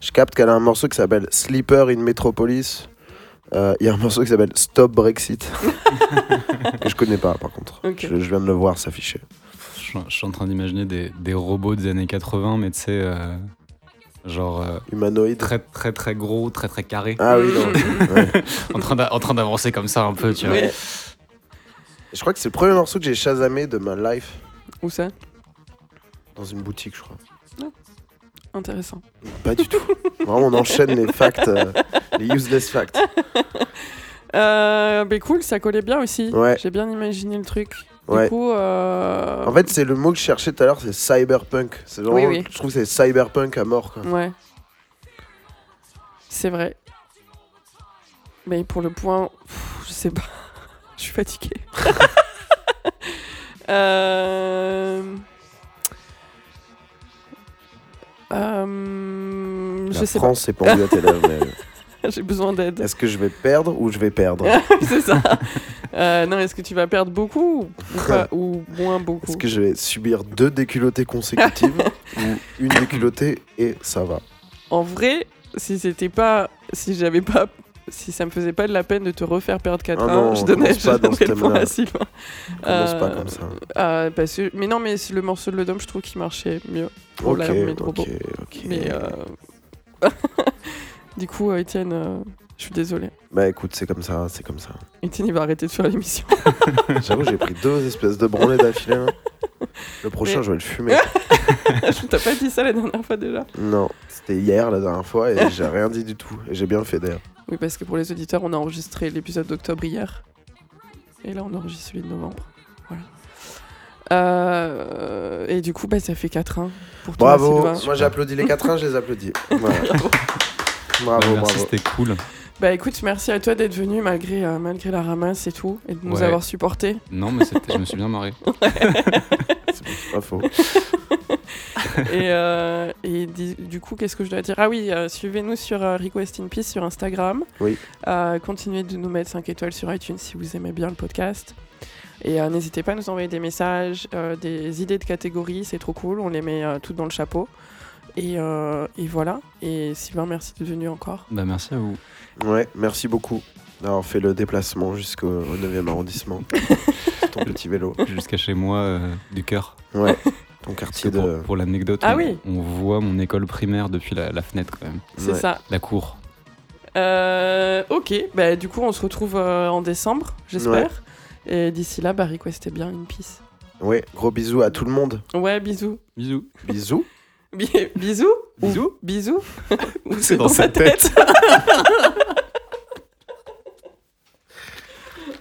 Speaker 3: je capte qu'elle a un morceau qui s'appelle Sleeper in Metropolis. Euh, Il y a un morceau qui s'appelle Stop Brexit. que je connais pas, par contre.
Speaker 2: Ok.
Speaker 3: Je, je viens de le voir s'afficher.
Speaker 4: Je, suis- je suis en train d'imaginer des, des robots des années 80, mais tu sais, euh, genre euh,
Speaker 3: Humanoïde.
Speaker 4: très très très gros, très très carré,
Speaker 3: Ah oui, non. Ouais.
Speaker 4: en train d'a- en train d'avancer comme ça un peu, tu vois.
Speaker 2: Oui.
Speaker 3: Je crois que c'est le premier morceau que j'ai chasamé de ma life
Speaker 2: Où ça
Speaker 3: dans une boutique, je crois.
Speaker 2: Intéressant.
Speaker 3: Pas du tout. Vraiment, on enchaîne les facts, euh, les useless facts.
Speaker 2: Euh, mais cool, ça collait bien aussi.
Speaker 3: Ouais.
Speaker 2: J'ai bien imaginé le truc.
Speaker 3: Ouais.
Speaker 2: Du coup, euh,
Speaker 3: En fait, c'est le mot que je cherchais tout à l'heure, c'est cyberpunk. C'est vraiment-
Speaker 2: Oui, oui. Mm,
Speaker 3: Je trouve que c'est cyberpunk à mort. quoi.
Speaker 2: ouais. C'est vrai. Mais pour le point, pff, je sais pas. je suis fatiguée. Euh, euh,
Speaker 3: La
Speaker 2: Je sais
Speaker 3: France s'est pendue à tes lèvres. mais euh,
Speaker 2: pas, j'ai besoin d'aide.
Speaker 3: Est-ce que je vais perdre ou je vais perdre
Speaker 2: C'est ça. Euh, non, est-ce que tu vas perdre beaucoup ou, pas- ou moins beaucoup
Speaker 3: Est-ce que je vais subir deux déculottées consécutives ou une déculottée et ça va
Speaker 2: En vrai, si c'était pas, si j'avais pas, si ça me faisait pas de la peine de te refaire perdre 4
Speaker 3: Ah non,
Speaker 2: je
Speaker 3: on
Speaker 2: donnais,
Speaker 3: commence
Speaker 2: je
Speaker 3: pas dans ce
Speaker 2: donnerais le point
Speaker 3: thème-là.
Speaker 2: à Sylvain.
Speaker 3: Commence pas
Speaker 2: Euh,
Speaker 3: comme ça.
Speaker 2: euh, parce que, mais non, mais c'est le morceau de Le Dôme, je trouve qu'il marchait mieux. pour
Speaker 3: Ok,
Speaker 2: la remettre au
Speaker 3: ok,
Speaker 2: beau.
Speaker 3: ok.
Speaker 2: Mais euh, du coup, euh, Étienne, euh, je suis désolé.
Speaker 3: Bah écoute, c'est comme ça, c'est comme ça.
Speaker 2: Étienne, il va arrêter de faire l'émission.
Speaker 3: J'avoue, j'ai pris deux espèces de branlées d'affilée. là. Le prochain,
Speaker 2: Mais-
Speaker 3: je vais le fumer.
Speaker 2: je t'ai pas dit ça la dernière fois déjà.
Speaker 3: Non, c'était hier la dernière fois et j'ai rien dit du tout. Et j'ai bien fait d'ailleurs.
Speaker 2: Oui, parce que pour les auditeurs, on a enregistré l'épisode d'octobre hier. Et là, on enregistre celui de novembre. Voilà. Euh, et du coup, bah, ça fait 4-1 pour toi,
Speaker 3: Bravo
Speaker 2: Sylvain.
Speaker 3: Moi j'ai applaudi les 4 uns, je les applaudis. Voilà.
Speaker 4: Ouais,
Speaker 3: Bravo,
Speaker 4: merci,
Speaker 3: bravo.
Speaker 4: c'était cool.
Speaker 2: Bah écoute, merci à toi d'être venu malgré, euh, malgré la ramasse et tout, et de nous
Speaker 4: Ouais.
Speaker 2: avoir supportés.
Speaker 4: Non, mais c'était- je me suis bien marré.
Speaker 3: C'est pas faux.
Speaker 2: et euh, et di- du coup, qu'est-ce que je dois dire Ah oui, euh, suivez-nous sur euh, Request in Peace sur Instagram.
Speaker 3: Oui.
Speaker 2: Euh, continuez de nous mettre 5 étoiles sur iTunes si vous aimez bien le podcast. Et euh, n'hésitez pas à nous envoyer des messages, euh, des idées de catégories, c'est trop cool, on les met euh, toutes dans le chapeau. Et, euh, et voilà. Et Sylvain, merci de venir encore.
Speaker 4: Bah, merci à vous.
Speaker 3: Ouais, merci beaucoup d'avoir fait le déplacement jusqu'au au 9e arrondissement. ton petit vélo.
Speaker 4: Jusqu'à chez moi, euh, du cœur.
Speaker 3: Ouais, ton
Speaker 4: Parce
Speaker 3: quartier
Speaker 4: que
Speaker 3: de.
Speaker 4: Pour, pour l'anecdote,
Speaker 2: Ah
Speaker 4: on,
Speaker 2: oui.
Speaker 4: on voit mon école primaire depuis la, la fenêtre quand même.
Speaker 2: C'est
Speaker 3: Ouais.
Speaker 2: ça.
Speaker 4: La cour.
Speaker 2: Euh, ok, bah, du coup, on se retrouve euh, en décembre, j'espère. Et d'ici là, bah, requestez bien une pisse.
Speaker 3: Ouais, gros bisous à tout le monde.
Speaker 2: Ouais, bisous.
Speaker 4: Bisous.
Speaker 3: Bisous.
Speaker 2: Bi- bisous ou
Speaker 4: Bisous
Speaker 2: Bisous Ou
Speaker 4: C'est dans sa
Speaker 2: ma Ah,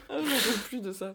Speaker 2: J'en peux plus de ça.